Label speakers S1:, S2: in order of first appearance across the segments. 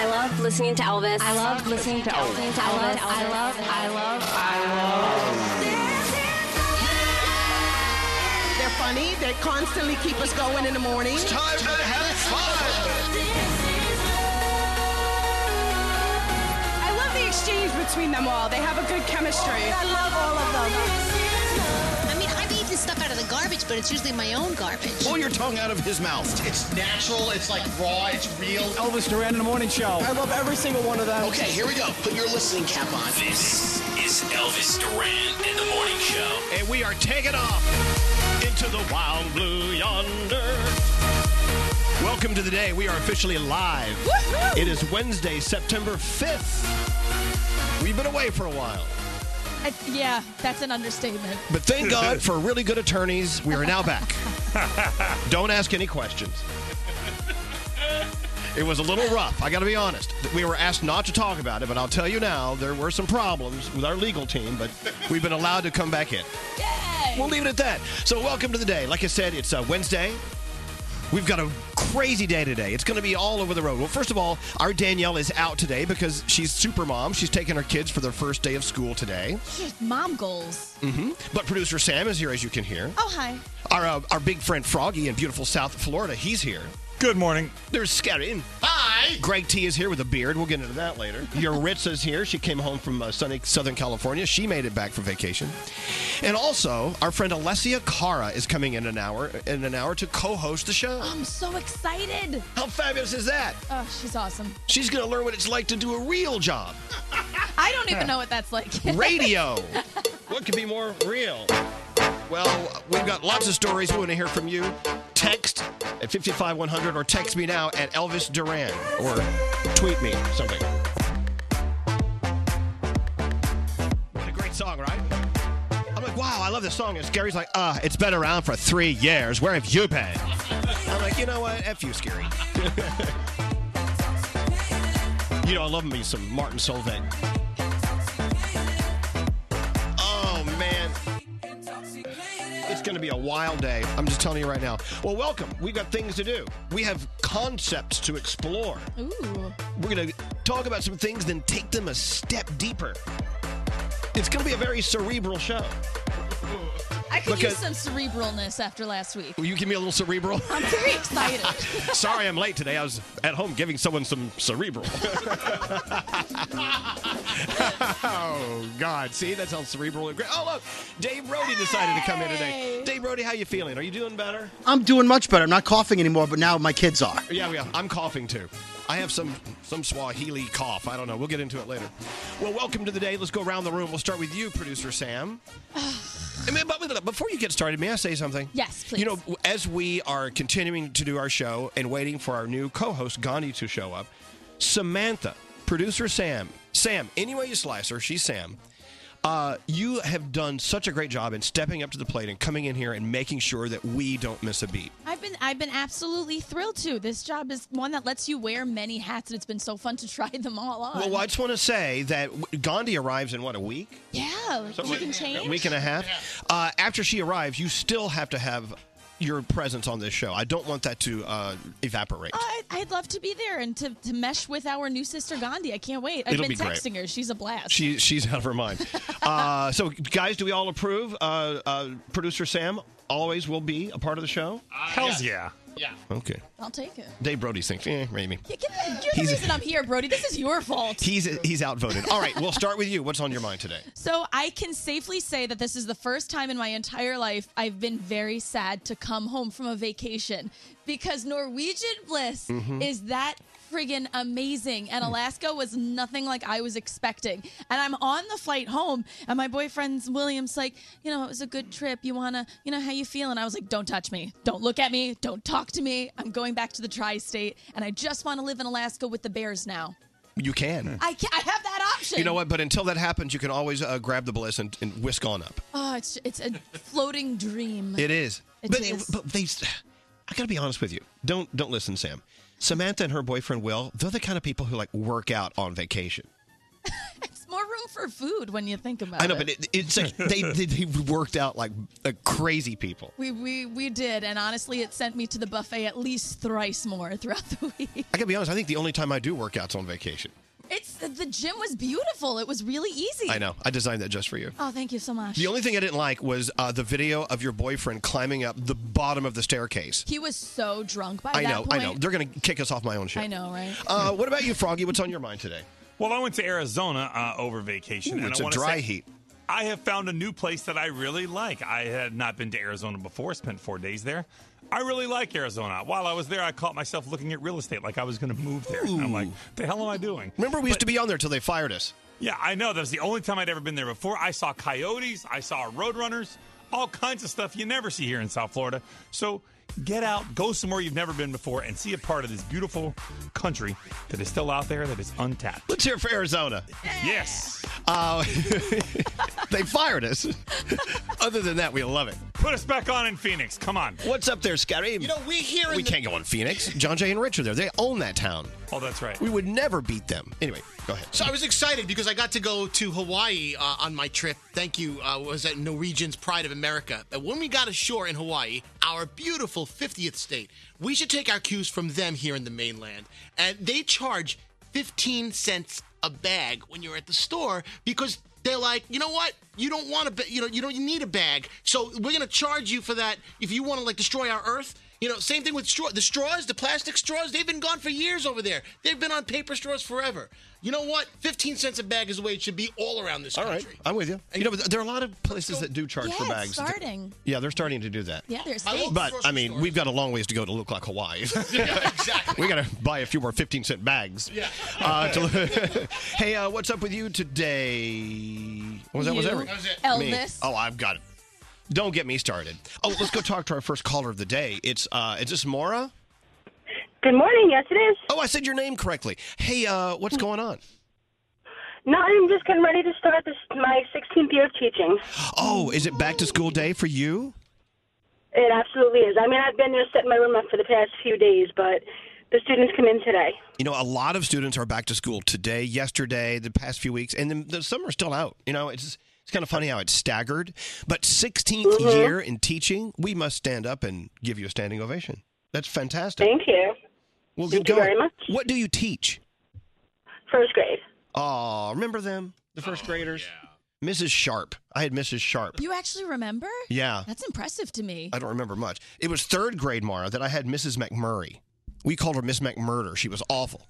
S1: I love listening to Elvis. I love listening to Elvis. I love, I love, I love,
S2: They're funny. They constantly keep us going in the morning.
S3: Time to have fun.
S4: I love the exchange between them all. They have a good chemistry.
S2: I love all of them.
S5: I mean, I've eaten stuff out of the garbage, but it's usually my own garbage.
S3: Pull your tongue out of his mouth.
S6: It's natural, it's like raw, it's real.
S7: Elvis Duran in the morning show.
S2: I love every single one of them.
S6: Okay, here we go. Put your listening cap on.
S8: This is Elvis Duran in the morning show.
S3: And we are taking off into the wild blue yonder. Welcome to the day. We are officially live. It is Wednesday, September 5th. We've been away for a while.
S9: I, yeah, that's an understatement.
S3: But thank God for really good attorneys. We are now back. Don't ask any questions. It was a little rough. I got to be honest. We were asked not to talk about it, but I'll tell you now there were some problems with our legal team, but we've been allowed to come back in. We'll leave it at that. So, welcome to the day. Like I said, it's uh, Wednesday. We've got a crazy day today. It's going to be all over the road. Well, first of all, our Danielle is out today because she's super mom. She's taking her kids for their first day of school today.
S9: Just mom goals.
S3: Mm-hmm. But producer Sam is here, as you can hear.
S9: Oh hi.
S3: Our uh, our big friend Froggy in beautiful South Florida, he's here.
S7: Good morning.
S3: There's Scarin. Hi. Greg T is here with a beard. We'll get into that later. Yuritsa's here. She came home from uh, sunny Southern California. She made it back for vacation. And also, our friend Alessia Cara is coming in an hour in an hour to co-host the show.
S9: I'm so excited.
S3: How fabulous is that?
S9: Oh, she's awesome.
S3: She's going to learn what it's like to do a real job.
S9: I don't even know what that's like.
S3: radio. what could be more real? Well, we've got lots of stories. We want to hear from you. Text at 55100 or text me now at Elvis Duran or tweet me something. What a great song, right? I'm like, wow, I love this song. And Scary's like, uh, it's been around for three years. Where have you been? I'm like, you know what? F you, Scary. you know, I love me some Martin Solveig. Oh, man. It's going to be a wild day. I'm just telling you right now. Well, welcome. We've got things to do. We have concepts to explore.
S9: Ooh.
S3: We're going to talk about some things, then take them a step deeper. It's going to be a very cerebral show.
S9: I could
S3: Because-
S9: use some cerebralness after last week.
S3: Will you give me a little cerebral?
S9: I'm very excited.
S3: Sorry, I'm late today. I was at home giving someone some cerebral. oh God! See, that's how cerebral. it gra- Oh look, Dave Brody decided to come in today. Dave Brody, how you feeling? Are you doing better?
S10: I'm doing much better. I'm not coughing anymore, but now my kids are.
S3: Yeah, yeah. I'm coughing too. I have some some Swahili cough. I don't know. We'll get into it later. Well, welcome to the day. Let's go around the room. We'll start with you, producer Sam. I mean, but- but before you get started, may I say something?
S9: Yes, please.
S3: You know, as we are continuing to do our show and waiting for our new co-host Gandhi to show up, Samantha, producer Sam, Sam. Any way you slice her, she's Sam. Uh, you have done such a great job in stepping up to the plate and coming in here and making sure that we don't miss a beat.
S9: I've been I've been absolutely thrilled to. This job is one that lets you wear many hats, and it's been so fun to try them all on.
S3: Well, I just want to say that Gandhi arrives in what a week,
S9: Yeah, like you can change.
S3: a week and a half. Uh, after she arrives, you still have to have your presence on this show. I don't want that to uh, evaporate.
S9: I, I'd love to be there and to, to mesh with our new sister Gandhi. I can't wait. I've
S3: It'll
S9: been
S3: be great.
S9: texting her. She's a blast.
S3: She she's out of her mind. uh, so, guys, do we all approve? Uh, uh, Producer Sam always will be a part of the show.
S7: Uh, Hells yeah.
S6: Yeah.
S3: Okay.
S9: I'll take it.
S3: Dave Brody thinks, eh, maybe.
S9: Yeah, get the- You're the reason I'm here, Brody. This is your fault.
S3: He's he's outvoted. All right, we'll start with you. What's on your mind today?
S9: So I can safely say that this is the first time in my entire life I've been very sad to come home from a vacation because Norwegian Bliss is that friggin' amazing and Alaska was nothing like I was expecting. And I'm on the flight home and my boyfriend's William's like, you know, it was a good trip. You wanna, you know, how you feeling? I was like, don't touch me. Don't look at me. Don't talk to me. I'm going back to the tri-state and I just wanna live in Alaska with the bears now.
S3: You can.
S9: I, can, I have that option.
S3: You know what? But until that happens, you can always uh, grab the bliss and, and whisk on up.
S9: Oh, it's it's a floating dream.
S3: It is.
S9: It
S3: but,
S9: is.
S3: but they, I gotta be honest with you. Don't don't listen, Sam. Samantha and her boyfriend Will, they're the kind of people who like work out on vacation.
S9: more room for food when you think about it.
S3: I know, but it, it's like they, they they worked out like, like crazy people.
S9: We, we we did, and honestly, it sent me to the buffet at least thrice more throughout the week.
S3: I gotta be honest. I think the only time I do workouts on vacation.
S9: It's the gym was beautiful. It was really easy.
S3: I know. I designed that just for you.
S9: Oh, thank you so much.
S3: The only thing I didn't like was uh, the video of your boyfriend climbing up the bottom of the staircase.
S9: He was so drunk by
S3: I
S9: that
S3: know,
S9: point.
S3: I know. They're gonna kick us off my own shit.
S9: I know, right?
S3: Uh, what about you, Froggy? What's on your mind today?
S7: Well, I went to Arizona uh, over vacation.
S3: Ooh,
S7: and
S3: it's
S7: I
S3: a
S7: wanna
S3: dry
S7: say,
S3: heat.
S7: I have found a new place that I really like. I had not been to Arizona before, spent four days there. I really like Arizona. While I was there, I caught myself looking at real estate like I was going to move there. And I'm like, the hell am I doing?
S3: Remember, we used to be on there till they fired us.
S7: Yeah, I know. That was the only time I'd ever been there before. I saw coyotes, I saw roadrunners, all kinds of stuff you never see here in South Florida. So get out, go somewhere you've never been before, and see a part of this beautiful country that is still out there that is untapped.
S3: Let's hear for Arizona.
S7: Yes.
S3: Uh, they fired us. Other than that, we love it.
S7: Put us back on in Phoenix. Come on.
S3: What's up there, Scary?
S6: You know, we here in
S3: we
S6: the-
S3: can't go on Phoenix. John Jay and Rich are there. They own that town.
S7: Oh, that's right.
S3: We would never beat them. Anyway, go ahead.
S6: So I was excited because I got to go to Hawaii uh, on my trip. Thank you. Uh, was at Norwegian's Pride of America. And when we got ashore in Hawaii, our beautiful 50th state, we should take our cues from them here in the mainland. And they charge 15 cents a bag when you're at the store because they're like, you know what? You don't want to, you know, you don't need a bag. So we're gonna charge you for that if you want to like destroy our earth. You know, same thing with straw. The straws, the plastic straws, they've been gone for years over there. They've been on paper straws forever. You know what? 15 cents a bag is the way it should be all around this
S3: All right,
S6: country.
S3: I'm with you. You know, but there are a lot of places that do charge for
S9: Yeah,
S3: bags.
S9: starting.
S3: Yeah, they're starting to do that.
S9: Yeah, there's
S6: I
S9: steak.
S6: love-
S3: But I
S6: Grocery
S3: mean,
S6: stores.
S3: we've got a long ways to go to look like Hawaii.
S6: exactly.
S3: we got to buy a few more 15 cent bags.
S6: Yeah.
S3: Uh, to- hey, uh, what's up with you today? What was that? Was
S9: You,
S3: that, right?
S6: That was it.
S3: Me.
S9: Elvis.
S3: Oh, I've got it. Don't get me started. Oh, let's go talk to our first caller of the day. It's uh, is this Mora?
S11: Good morning. Yes, it is.
S3: Oh, I said your name correctly. Hey, uh, what's going on?
S11: No, I'm just getting ready to start this, my 16th year of teaching.
S3: Oh, is it back to school day for you?
S11: It absolutely is. I mean, I've been there setting my room up for the past few days, but the students come in today.
S3: You know, a lot of students are back to school today, yesterday, the past few weeks, and then the, some are still out. You know, it's it's kind of funny how it's staggered. But 16th
S11: Mm-hmm.
S3: year in teaching, we must stand up and give you a standing ovation. That's fantastic.
S11: Thank you.
S3: well,
S11: thank
S3: good
S11: you very
S3: going.
S11: much.
S3: What do you teach?
S11: First grade.
S3: Oh, remember them, the first graders? Mrs. Sharp. I had Mrs. Sharp.
S9: You actually remember?
S3: Yeah.
S9: That's impressive to me.
S3: I don't remember much. It was third grade, Mara, that I had Mrs. McMurray. We called her Miss McMurder. She was awful.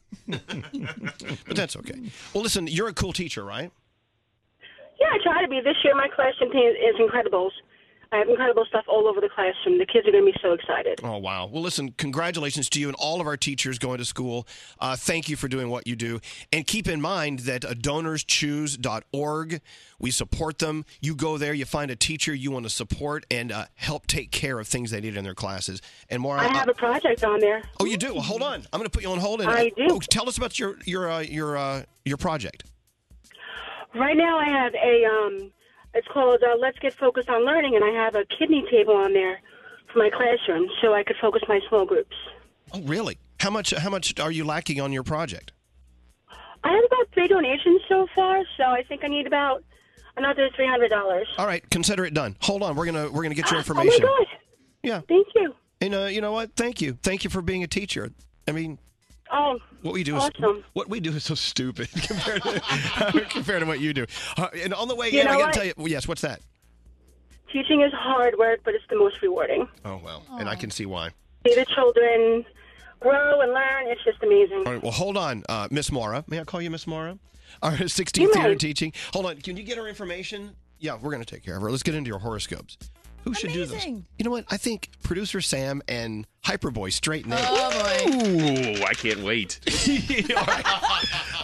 S3: but that's okay. Well, listen, you're a cool teacher, right?
S11: Yeah, I try to be. This year, my class campaign is Incredibles. I have incredible stuff all over the classroom. The kids are going to be so excited.
S3: Oh, wow. Well, listen, congratulations to you and all of our teachers going to school. Uh, thank you for doing what you do. And keep in mind that uh, donorschoose.org, we support them. You go there, you find a teacher you want to support and uh, help take care of things they need in their classes. And Mara,
S11: I
S3: uh,
S11: have a project on there.
S3: Oh, you do. Well, hold on. I'm going to put you on hold. And
S11: I do.
S3: Oh, tell us about your your uh, your uh, your project.
S11: Right now, I have a. Um, it's called uh, Let's Get Focused on Learning, and I have a kidney table on there for my classroom, so I could focus my small groups.
S3: Oh, really? How much how much are you lacking on your project?
S11: I have about three donations so far, so I think I need about another three hundred dollars.
S3: All right, consider it done. Hold on. We're gonna we're gonna get your information.
S11: Oh my gosh!
S3: Yeah.
S11: Thank you.
S3: And uh, you know what? Thank you. Thank you for being a teacher. I mean,
S11: Oh,
S3: what we do is
S11: Awesome.
S3: what we do is so stupid compared to compared to what you do. Uh, and on the way
S11: You
S3: in, I
S11: know
S3: gotta
S11: what?
S3: tell you. well, yes. What's that?
S11: teaching is hard work, but it's the most rewarding.
S3: Oh well, and I can see why.
S11: See the children grow and learn. It's just amazing.
S3: All right. Well, hold on, uh, Miss Mara. May I call you Miss Mara? Our
S11: You
S3: 16th
S11: may.
S3: year in teaching. Hold on. Can you get her information? Yeah, we're going to take care of her. Let's get into your horoscopes. Who should do this?
S9: Amazing.
S3: You know what? I think producer Sam and Hyperboy straighten it.
S9: Oh boy.
S12: Ooh, I can't wait.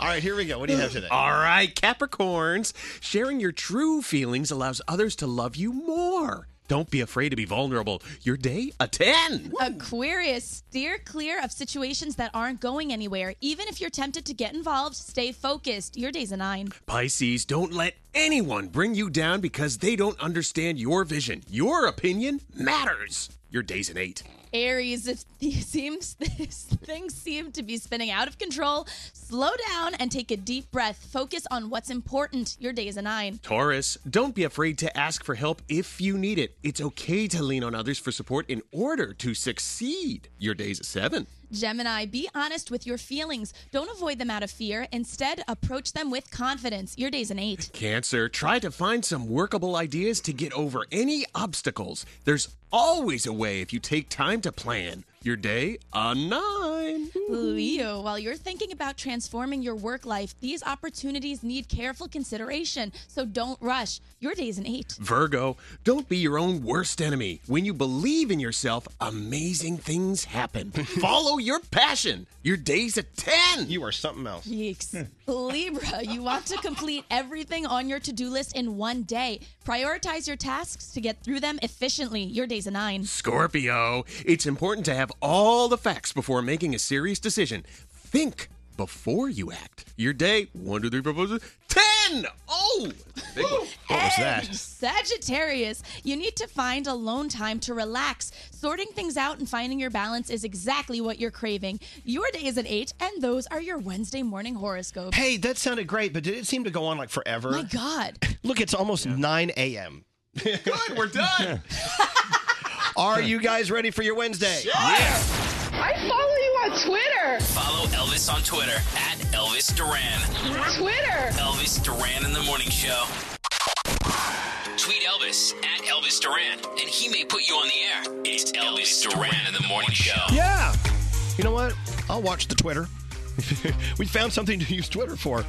S3: All right, here we go. What do you have today?
S12: All right, Capricorns, sharing your true feelings allows others to love you more. Don't be afraid to be vulnerable. Your day, a 10.
S9: Aquarius, steer clear of situations that aren't going anywhere. Even if you're tempted to get involved, stay focused. Your day's a nine.
S12: Pisces, don't let anyone bring you down because they don't understand your vision. Your opinion matters. Your day's an 8.
S9: Aries, if these seems these things seem to be spinning out of control, slow down and take a deep breath. Focus on what's important. Your day is a nine.
S12: Taurus, don't be afraid to ask for help if you need it. It's okay to lean on others for support in order to succeed. Your day's a seven.
S9: Gemini, be honest with your feelings. Don't avoid them out of fear. Instead, approach them with confidence. Your day's an eight.
S12: Cancer, try to find some workable ideas to get over any obstacles. There's always a way if you take time to plan. Your day, a nine.
S9: Leo, while you're thinking about transforming your work life, these opportunities need careful consideration, so don't rush. Your day's an eight.
S12: Virgo, don't be your own worst enemy. When you believe in yourself, amazing things happen. Follow your passion. Your day's a 10.
S3: You are something else.
S9: Yikes. Libra, you want to complete everything on your to do list in one day. Prioritize your tasks to get through them efficiently. Your day's a nine.
S12: Scorpio, it's important to have all the facts before making a serious decision. Think before you act. Your day, one, two, three proposals, 10. Oh, big one. what was
S9: And Sagittarius, you need to find alone time to relax. Sorting things out and finding your balance is exactly what you're craving. Your day is an eight, and those are your Wednesday morning horoscopes.
S3: Hey, that sounded great, but did it seem to go on like forever?
S9: My God.
S3: Look, it's almost 9 a.m.
S12: Good, we're done.
S3: Are you guys ready for your Wednesday?
S13: I follow you on Twitter.
S8: Follow Oh, Elvis on Twitter at Elvis Duran.
S13: Twitter.
S8: Elvis Duran in the Morning Show. Tweet Elvis at Elvis Duran, and he may put you on the air. It's Elvis Duran in the Morning Show.
S3: Yeah. You know what? I'll watch the Twitter. we found something to use Twitter for.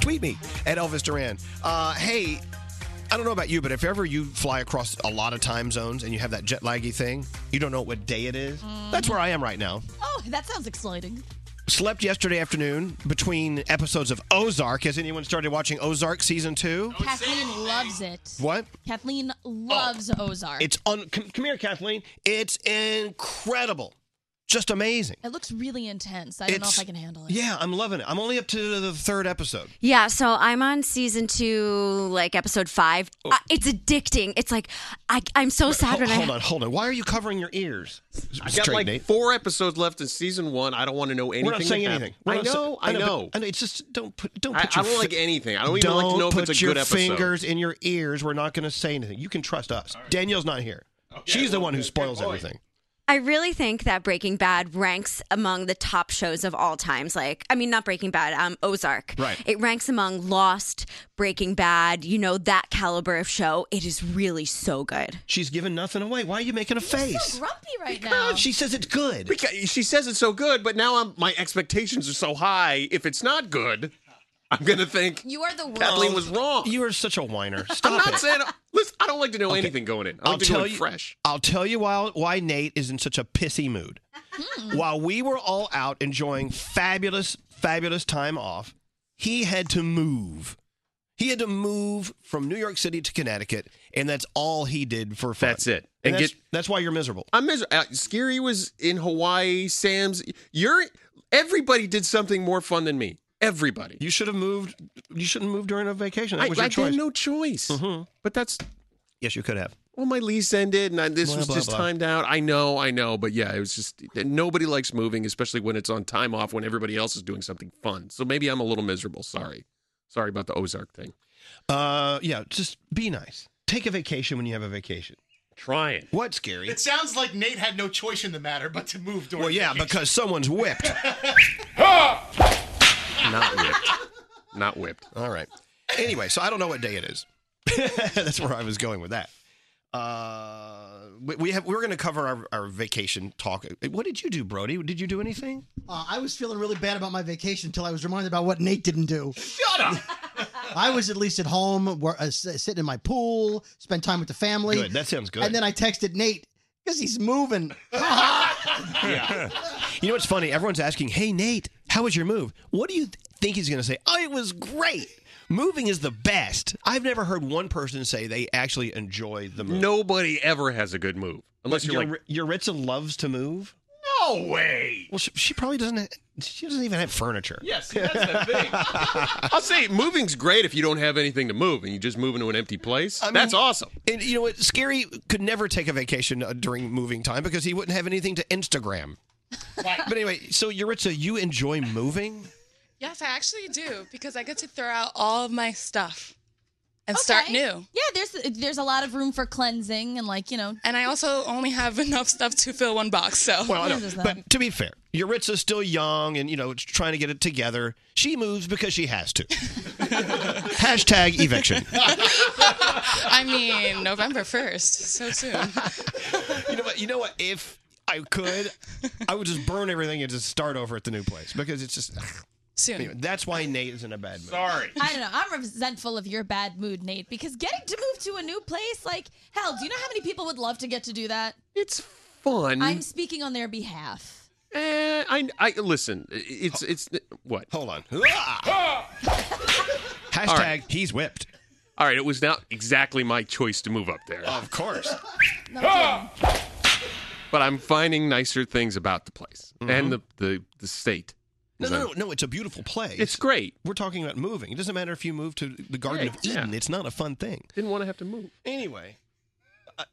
S3: Tweet me at Elvis Duran. Uh, hey, I don't know about you, but if ever you fly across a lot of time zones and you have that jet laggy thing, you don't know what day it is. That's where I am right now.
S9: Oh, that sounds exciting.
S12: Oh,
S3: Slept yesterday afternoon between episodes of Ozark. Has anyone started watching Ozark season two?
S9: Kathleen loves it.
S3: What?
S9: Kathleen loves
S12: Oh.
S9: Ozark.
S3: It's un- come, come here, Kathleen. It's incredible, just amazing.
S9: it looks really intense. I don't know if
S3: It's-
S9: I can handle it.
S3: Yeah, I'm loving it. I'm only up to the third episode.
S1: Yeah, so I'm on season two, like episode five. Uh, it's addicting. It's like I, I'm so sad when
S3: Oh. hold,
S1: I
S3: hold on, hold on. Why are you covering your ears?
S12: I got
S3: Straight,
S12: like
S3: Nate.
S12: four episodes left in season one. I don't want to know anything.
S3: We're not saying
S12: that
S3: anything.
S12: happened.
S3: We're not
S12: I know.
S3: sa-
S12: I know.
S3: but- I know. It's just don't put don't
S12: I-
S3: put your
S12: I don't like anything. I don't even like to know if
S3: put
S12: it's a
S3: your
S12: good episode.
S3: fingers in your ears. We're not going to say anything. You can trust us. Danielle's not here. She's the one who spoils everything.
S1: I really think that Breaking Bad ranks among the top shows of all times. Like, I mean, not Breaking Bad, um, Ozark.
S3: Right.
S1: It ranks among Lost, Breaking Bad, you know, that caliber of show. It is really so good.
S3: She's given nothing away. Why are you making a face?
S9: Grumpy right now.
S3: she says it's good.
S12: Because she says it's so good, but now I'm, my expectations are so high. If it's not good, I'm gonna think
S9: You are the worst.
S12: Kathleen was wrong.
S3: You are such a whiner. Stop
S12: I'm not
S3: it.
S12: saying. Listen, I don't like to know
S3: Okay.
S12: anything going in. I like to go in fresh.
S3: I'll tell you why why Nate is in such a pissy mood. While we were all out enjoying fabulous, fabulous time off, he had to move. He had to move from New York City to Connecticut, and that's all he did for fun. That's
S12: it.
S3: And,
S12: And
S3: that's,
S12: get-
S3: that's why you're miserable.
S12: I'm miserable. Uh, Scary was in Hawaii. Sam's. You're. Everybody did something more fun than me. Everybody.
S3: You should have moved. You shouldn't move during a vacation. That
S12: I,
S3: was your
S12: I
S3: choice.
S12: had no choice. Hmm. But that's.
S3: Yes, you could have.
S12: Well, my lease ended, and I, this
S3: Blah,
S12: was
S3: blah,
S12: just
S3: blah.
S12: timed out. I know, I know, but yeah, it was just nobody likes moving, especially when it's on time off when everybody else is doing something fun. So maybe I'm a little miserable. Sorry, sorry about the Ozark thing.
S3: Uh, yeah, just be nice. Take a vacation when you have a vacation.
S12: Try it.
S3: What's scary?
S6: It sounds like Nate had no choice in the matter but to move during.
S3: Well, yeah, because Uh, someone's whipped.
S12: Not whipped. Not whipped.
S3: All right. Anyway, so I don't know what day it is. That's where I was going with that. Uh, we, we have we're going to cover our, our vacation talk. What did you do, Brody? Did you do anything?
S14: Uh, I was feeling really bad about my vacation until I was reminded about what Nate didn't do.
S12: Shut up.
S14: I was at least at home, wor- uh, s- sitting in my pool, spent time with the family.
S3: Good. That sounds good.
S14: And then I texted Nate because he's moving.
S3: Yeah. you know what's funny? Everyone's asking, "Hey, Nate, how was your move? What do you th- think he's going to say?" Oh, it was great. Moving is the best. I've never heard one person say they actually enjoy the move.
S12: Nobody ever has a good move unless you're like
S3: Yuritsa loves to move.
S12: No way.
S3: Well, she, she probably doesn't. She doesn't even have furniture.
S12: Yes, that's the thing. I'll say moving's great if you don't have anything to move and you just move into an empty place.
S3: I mean,
S12: that's awesome.
S3: And you know what? Scary could never take a vacation uh, during moving time because he wouldn't have anything to Instagram. But anyway, so Yuritsa, you enjoy moving?
S15: Yes, I actually do because I get to throw out all of my stuff and start new.
S9: Yeah, there's there's a lot of room for cleansing and like you know.
S15: And I also only have enough stuff to fill one box. So
S3: Well, I know, but to be fair, Yuritsa's still young and you know trying to get it together. She moves because she has to. Hashtag eviction.
S15: I mean, November first, so soon.
S3: You know what? You know what? If I could, I would just burn everything and just start over at the new place because it's just.
S15: Soon.
S3: Anyway, that's why Nate is in a bad mood.
S12: Sorry.
S9: I don't know. I'm resentful of your bad mood, Nate, because getting to move to a new place, like hell, do you know how many people would love to get to do that?
S12: It's Fun.
S9: I'm speaking on their behalf.
S12: Eh, I, I listen. It's it's what?
S3: Hold on.
S12: Hashtag
S3: he's whipped.
S12: All right, it was not exactly my choice to move up there,
S3: Of course.
S12: but I'm finding nicer things about the place
S3: Mm-hmm.
S12: and the, the the state.
S3: No,
S12: Is
S3: no,
S12: that-
S3: no, no. It's a beautiful place.
S12: It's great.
S3: We're talking about moving. It doesn't matter if you move to the Garden
S12: Yeah,
S3: of Eden. It's not a fun thing.
S12: Didn't want to have to move.
S3: Anyway, uh,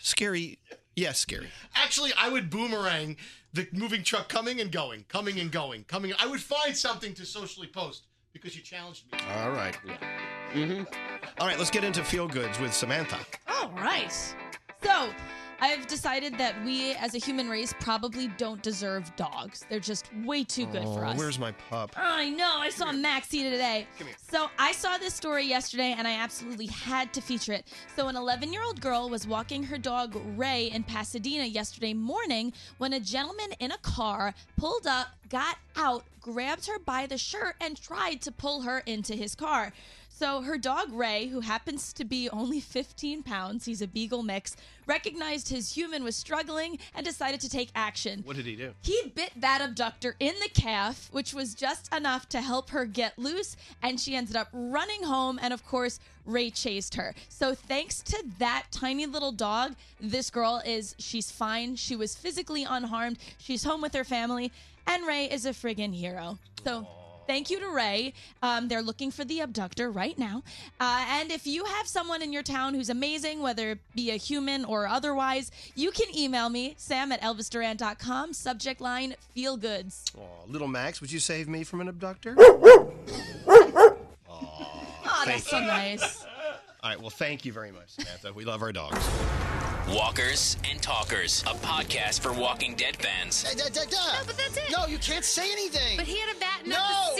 S3: Scary. Yes, scary.
S6: Actually, I would boomerang the moving truck coming and going, coming and going, coming. I would find something to socially post because you challenged me.
S3: All right. Mm-hmm. All right. Let's get into feel goods with Samantha.
S9: All right. Oh, So, I've decided that we as a human race probably don't deserve dogs. They're just way too good for
S3: Oh,
S9: us.
S3: Where's my pup?
S9: I know. I saw Maxie today. So I saw this story yesterday and I absolutely had to feature it. So, an 11 year old girl was walking her dog Ray in Pasadena yesterday morning when a gentleman in a car pulled up, got out, grabbed her by the shirt, and tried to pull her into his car. So her dog Ray, who happens to be only 15 pounds, he's a beagle mix, recognized his human was struggling and decided to take action.
S3: What did he do?
S9: He bit that abductor in the calf, which was just enough to help her get loose, and she ended up running home. And of course, Ray chased her. So, thanks to that tiny little dog, this girl is, she's fine. She was physically unharmed. She's home with her family, and Ray is a friggin' hero. So, Thank you to Ray. Um, they're looking for the abductor right now. Uh, and if you have someone in your town who's amazing, whether it be a human or otherwise, you can email me, sam at elvisduran.com, subject line, feel goods.
S3: Oh, little Max, would you save me from an abductor?
S9: Oh, that's so nice.
S3: All right. Well, thank you very much, Samantha. We love our dogs.
S8: Walkers and Talkers, a podcast for Walking Dead fans.
S2: No, but that's it. No, you can't say anything. But he had a bat. No,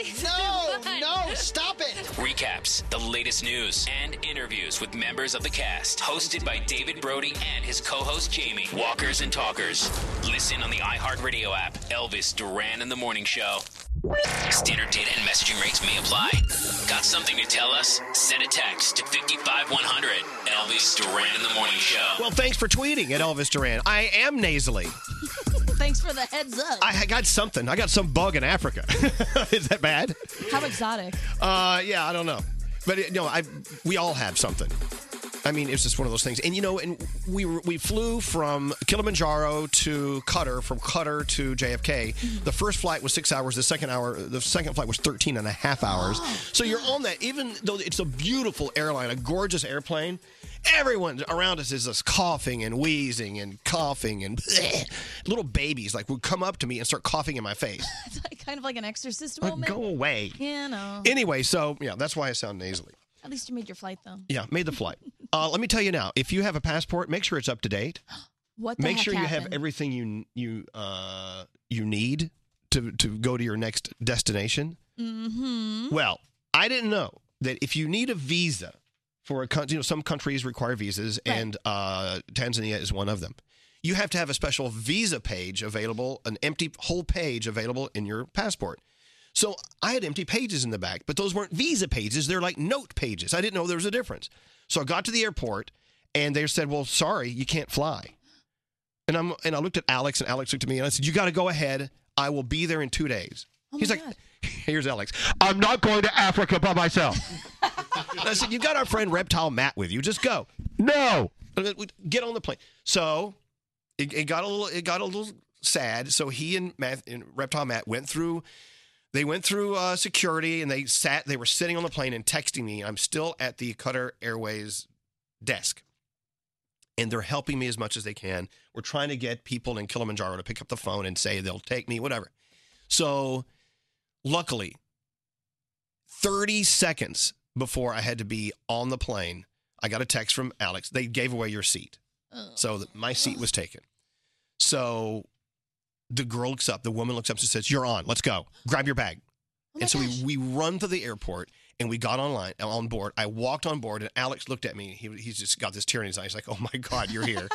S2: no, no! Stop it.
S8: Recaps, the latest news, and interviews with members of the cast. Hosted by David Brody and his co host Jamie. Walkers and Talkers. Listen on the iHeartRadio app. Elvis Duran and the Morning Show. Standard data and messaging rates may apply. Got something to tell us? Send a text to 55100. Elvis Duran and the Morning Show.
S3: Well, thanks for tweeting at Elvis Duran. I am nasally.
S9: Thanks for the heads up.
S3: I got something. I got some bug in Africa. Is that bad?
S9: How exotic.
S3: Uh, yeah, I don't know, but it, no, I we all have something. I mean, it's just one of those things. And you know, and we were- we flew from Kilimanjaro to Qatar, from Qatar to JFK. The first flight was six hours. The second hour, the second flight was 13 and a half hours. so you're on that, even though it's a beautiful airline, a gorgeous airplane. Everyone around us is just coughing and wheezing and coughing and little babies like would come up to me and start coughing in my face.
S9: It's like, kind of like an exorcist
S3: Like,
S9: moment.
S3: go away.
S9: You know.
S3: Anyway, so yeah, that's why I sound nasally.
S9: At least you made your flight, though.
S3: Yeah, made the flight. Uh, let me tell you now. If you have a passport, make sure it's up to date.
S9: What the
S3: Make
S9: heck
S3: sure you have
S9: happened?
S3: everything you you uh, you need to to go to your next destination.
S9: Mm-hmm.
S3: Well, I didn't know that if you need a visa for a country, you know, some countries require visas, and uh, Tanzania is one of them. You have to have a special visa page available, an empty whole page available in your passport. So I had empty pages in the back, but those weren't visa pages. They're like note pages. I didn't know there was a difference. So I got to the airport, and they said, "Well, sorry, you can't fly." And I'm and I looked at Alex, and Alex looked at me, and I said, "You got to go ahead. I will be there in two days." He's like, "Here's Alex. I'm not going to Africa by myself." And I said, "You got our friend Reptile Matt with you. Just Uh, go." No, get on the plane. So it, it got a little, it got a little sad. So he and, Matt, and Reptile Matt went through. They went through uh, security and they sat. They were sitting on the plane and texting me. I'm still at the Qatar Airways desk, and they're helping me as much as they can. We're trying to get people in Kilimanjaro to pick up the phone and say they'll take me, whatever. So, luckily, 30 seconds before I had to be on the plane, I got a text from Alex. They gave away your seat. So th- my seat was taken. So the girl looks up, the woman looks up and says, You're on, let's go. Grab your bag. and so we, we run to the airport and we got online uh, on board. I walked on board and Alex looked at me. He, he's just got this tear in his eyes, like, Oh my God, you're here.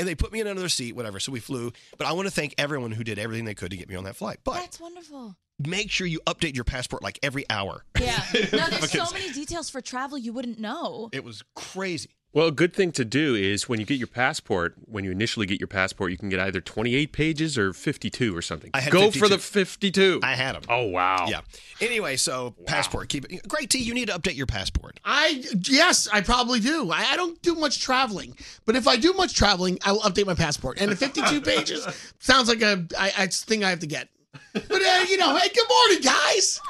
S3: and they put me in another seat, whatever. So we flew. But I want to thank everyone who did everything they could to get me on that flight. But
S9: That's wonderful.
S3: make sure you update your passport like every hour.
S9: Yeah. No, there's so
S3: Because-
S9: many details for travel you wouldn't know.
S3: It was crazy.
S12: Well, a good thing to do is when you get your passport, when you initially get your passport, you can get either 28 pages or 52 or something.
S3: I had
S12: Go for
S3: 52.
S12: the 52.
S3: I had them.
S12: Oh, wow.
S3: Yeah. Anyway, so passport. Keep it. Great T, you need to update your passport.
S16: I yes, I probably do. I, I don't do much traveling, but if I do much traveling, I will update my passport. And the 52 pages sounds like a I, I thing I have to get. But uh, you know, hey, good morning, guys.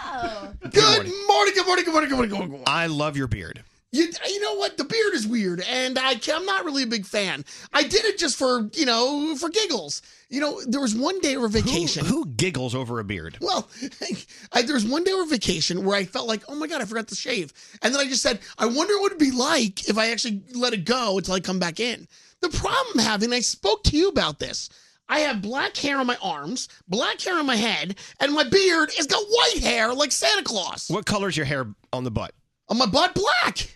S16: Good, morning. Good morning. Good morning. Good morning. Good morning. Good morning.
S3: I love your beard.
S16: You, you know what? The beard is weird, and I, ca- I'm not really a big fan. I did it just for you know for giggles. You know, there was one day over vacation.
S3: Who giggles over a beard?
S16: Well, I, there was one day over vacation where I felt like, oh my God, I forgot to shave. And then I just said, I wonder what it'd be like if I actually let it go until I come back in. The problem I'm having, I spoke to you about this. I have black hair on my arms, black hair on my head, and my beard has got white hair like Santa Claus.
S3: What color's your hair on the butt?
S16: On my butt, black.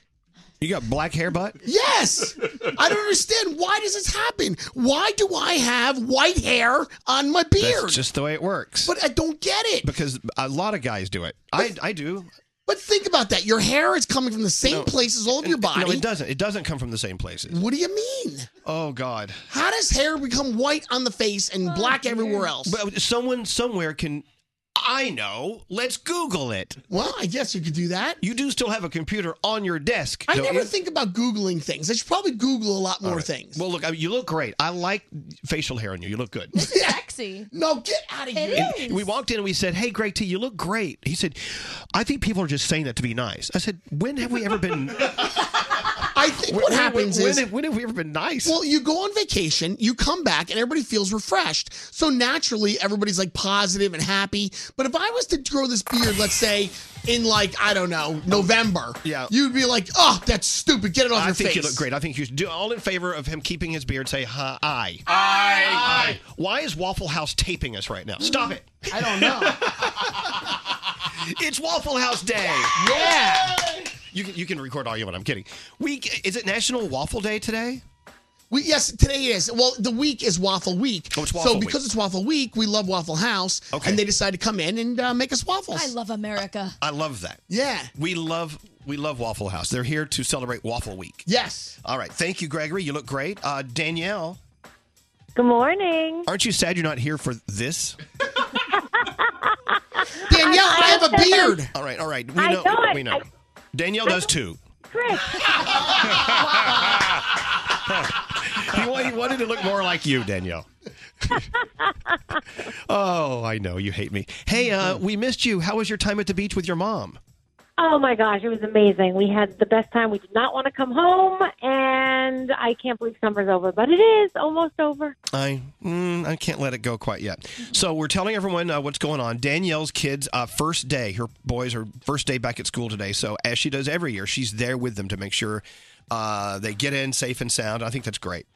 S3: You got black hair butt?
S16: Yes. I don't understand. Why does this happen? Why do I have white hair on my beard?
S3: That's just the way it works.
S16: But I don't get it.
S3: Because a lot of guys do it. I, I do.
S16: But think about that. Your hair is coming from the same place as all of your body.
S3: No, it doesn't. It doesn't come from the same places.
S16: What do you mean?
S3: Oh God.
S16: How does hair become white on the face and black everywhere else?
S3: But someone somewhere can. I know. Let's Google it.
S16: Well, I guess you could do that.
S3: You do still have a computer on your desk.
S16: I
S3: don't
S16: never
S3: you?
S16: think about Googling things. I should probably Google a lot more
S3: All right.
S16: things.
S3: Well, look, I mean, you look great. I like facial hair on you. You look good.
S9: Sexy.
S16: No, get out of here.
S3: And we walked in and we said, "Hey, Greg T, you look great." He said, "I think people are just saying that to be nice." I said, "When have we ever been?"
S16: I think what happens
S3: when,
S16: is-
S3: have, when have we ever been nice?
S16: Well, you go on vacation, you come back, and everybody feels refreshed. So naturally, everybody's like positive and happy. But if I was to grow this beard, let's say in like I don't know November, yeah, you'd be like, oh, that's stupid. Get it off
S3: I
S16: your
S3: think
S16: face.
S3: you look great. I think you should do all in favor of him keeping his beard. Say hi. Aye.
S16: Aye.
S3: Why is Waffle House taping us right now? Stop it.
S16: I don't know.
S3: it's Waffle House Day.
S16: Yeah.
S3: You can, you can record all you want. I'm kidding. Week is it National Waffle Day today?
S16: We, yes, today it is. Well, the week is Waffle Week. Oh, it's
S3: Waffle
S16: so
S3: Week.
S16: because it's Waffle Week, we love Waffle House, and they decided to come in and uh, make us waffles.
S9: I love America.
S3: I love that.
S16: Yeah.
S3: We love we love Waffle House. They're here to celebrate Waffle Week.
S16: Yes.
S3: All right. Thank you, Gregory. You look great. Uh, Danielle,
S17: Good morning.
S3: aren't you sad you're not here for this?
S16: Danielle, I have a beard.
S3: All right. All right. We
S17: I
S3: know.
S17: know it.
S3: we know. Danielle does too.
S17: Chris.
S3: he, wa- he wanted to look more like you, Danielle. oh, I know you hate me. Hey, uh, we missed you. How was your time at the beach with your mom?
S17: Oh my gosh, it was amazing. We had the best time. We did not want to come home, and I can't believe summer's over, but it is almost over.
S3: I mm, I can't let it go quite yet. So we're telling everyone uh, what's going on. Danielle's kids' uh, first day. Her boys are first day back at school today. So as she does every year, she's there with them to make sure uh, they get in safe and sound. I think that's great.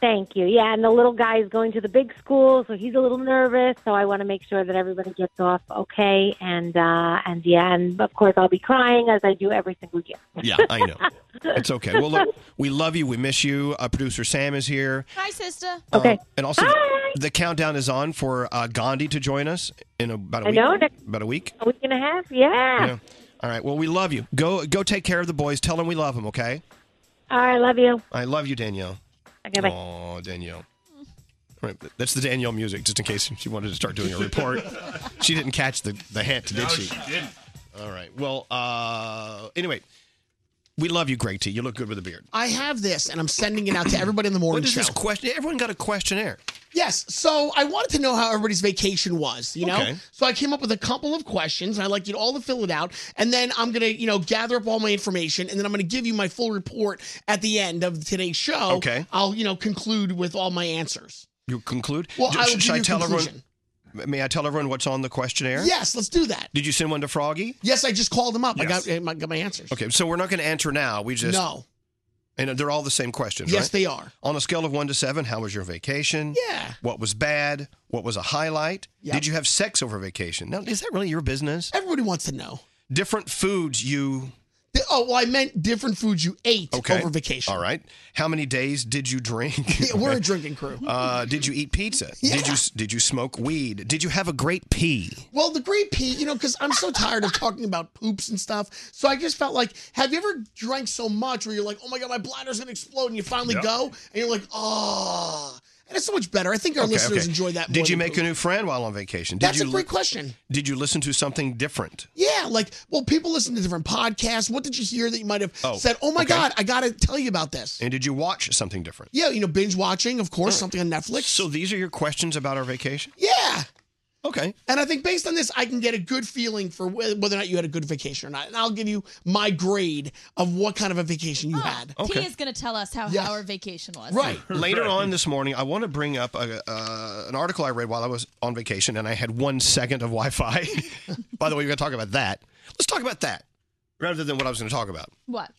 S17: Thank you. Yeah, and the little guy is going to the big school, so he's a little nervous. So I want to make sure that everybody gets off okay, and uh, and yeah, and of course I'll be crying as I do every single year.
S3: Yeah, I know. It's okay. Well, look, we love you. We miss you. Uh, Producer Sam is here.
S9: Hi, sister.
S3: Okay. and also, the countdown is on for uh, Gandhi to join us in about a
S17: I
S3: week.
S17: know, next-
S3: about a week.
S17: A week and a half. Yeah.
S3: Yeah. All right. Well, we love you. Go go take care of the boys. Tell them we love them. Okay.
S17: All right, love you.
S3: I love you, Danielle.
S17: Okay, bye.
S3: Oh, Danielle. All right, th- that's the Danielle music, just in case she wanted to start doing a report. she didn't catch the, the hint, did
S7: no,
S3: she?
S7: she didn't.
S3: All right. Well, uh, anyway, We love you, Greg T. You look good with a beard.
S16: I have this, and I'm sending it out to everybody in the morning
S3: What is
S16: show.
S3: this question? Everyone got a questionnaire.
S16: Yes. So I wanted to know how everybody's vacation was, you know?
S3: Okay.
S16: So I came up with a couple of questions and I'd like you to all to fill it out. And then I'm going to, you know, gather up all my information and then I'm going to give you my full report at the end of today's show.
S3: Okay.
S16: I'll, you know, conclude with all my answers.
S3: You conclude.
S16: Well,
S3: Sh-
S16: I will
S3: should
S16: give you
S3: tell
S16: conclusion.
S3: everyone? May I tell everyone what's on the questionnaire?
S16: Yes, let's do that.
S3: Did you send one to Froggy?
S16: Yes, I just called him up.
S3: Yes.
S16: I got, I got my answers.
S3: Okay, so we're not going to answer now. We just
S16: No.
S3: And they're all the same questions.
S16: Yes,
S3: right?
S16: they are.
S3: On a scale of one to seven, how was your vacation?
S16: Yeah.
S3: What was bad? What was a highlight? Did you have sex over vacation? Now, is that really your business?
S16: Everybody wants to know.
S3: Different foods you.
S16: Th- Oh, well, I meant different foods you ate
S3: Okay.
S16: over vacation.
S3: All right. How many days did you drink?
S16: Yeah, we're a drinking crew.
S3: Uh, did you eat pizza? Did you
S16: Yeah.
S3: did you smoke weed? Did you have a great pee?
S16: Well, the great pee, you know, because I'm so tired of talking about poops and stuff. So I just felt like, have you ever drank so much where you're like, oh my God, my bladder's going to explode? And you finally
S3: Yep.
S16: go and you're like, oh. And it's so much better. I think our
S3: Okay,
S16: listeners
S3: okay.
S16: enjoy that more
S3: Did you
S16: than
S3: make
S16: poop.
S3: a new friend while on vacation? Did
S16: That's
S3: you
S16: a great question.
S3: Did you listen to something different?
S16: Yeah, like, well, people listen to different podcasts. What did you hear that you might have
S3: Oh,
S16: said, oh my
S3: okay.
S16: God, I got to tell you about this?
S3: And did you watch something different?
S16: Yeah, you know, binge watching, of course,
S3: All right.
S16: something on Netflix.
S3: So these are your questions about our vacation?
S16: Yeah.
S3: Okay.
S16: And I think based on this, I can get a good feeling for wh- whether or not you had a good vacation or not. And I'll give you my grade of what kind of a vacation you had.
S3: Oh.
S9: T is going to tell us how our vacation was.
S3: Later on this morning, I want to bring up a, uh, an article I read while I was on vacation, and I had one second of Wi-Fi. By the way, we're going to talk about that. Let's talk about that rather than what I was going to talk about.
S9: What?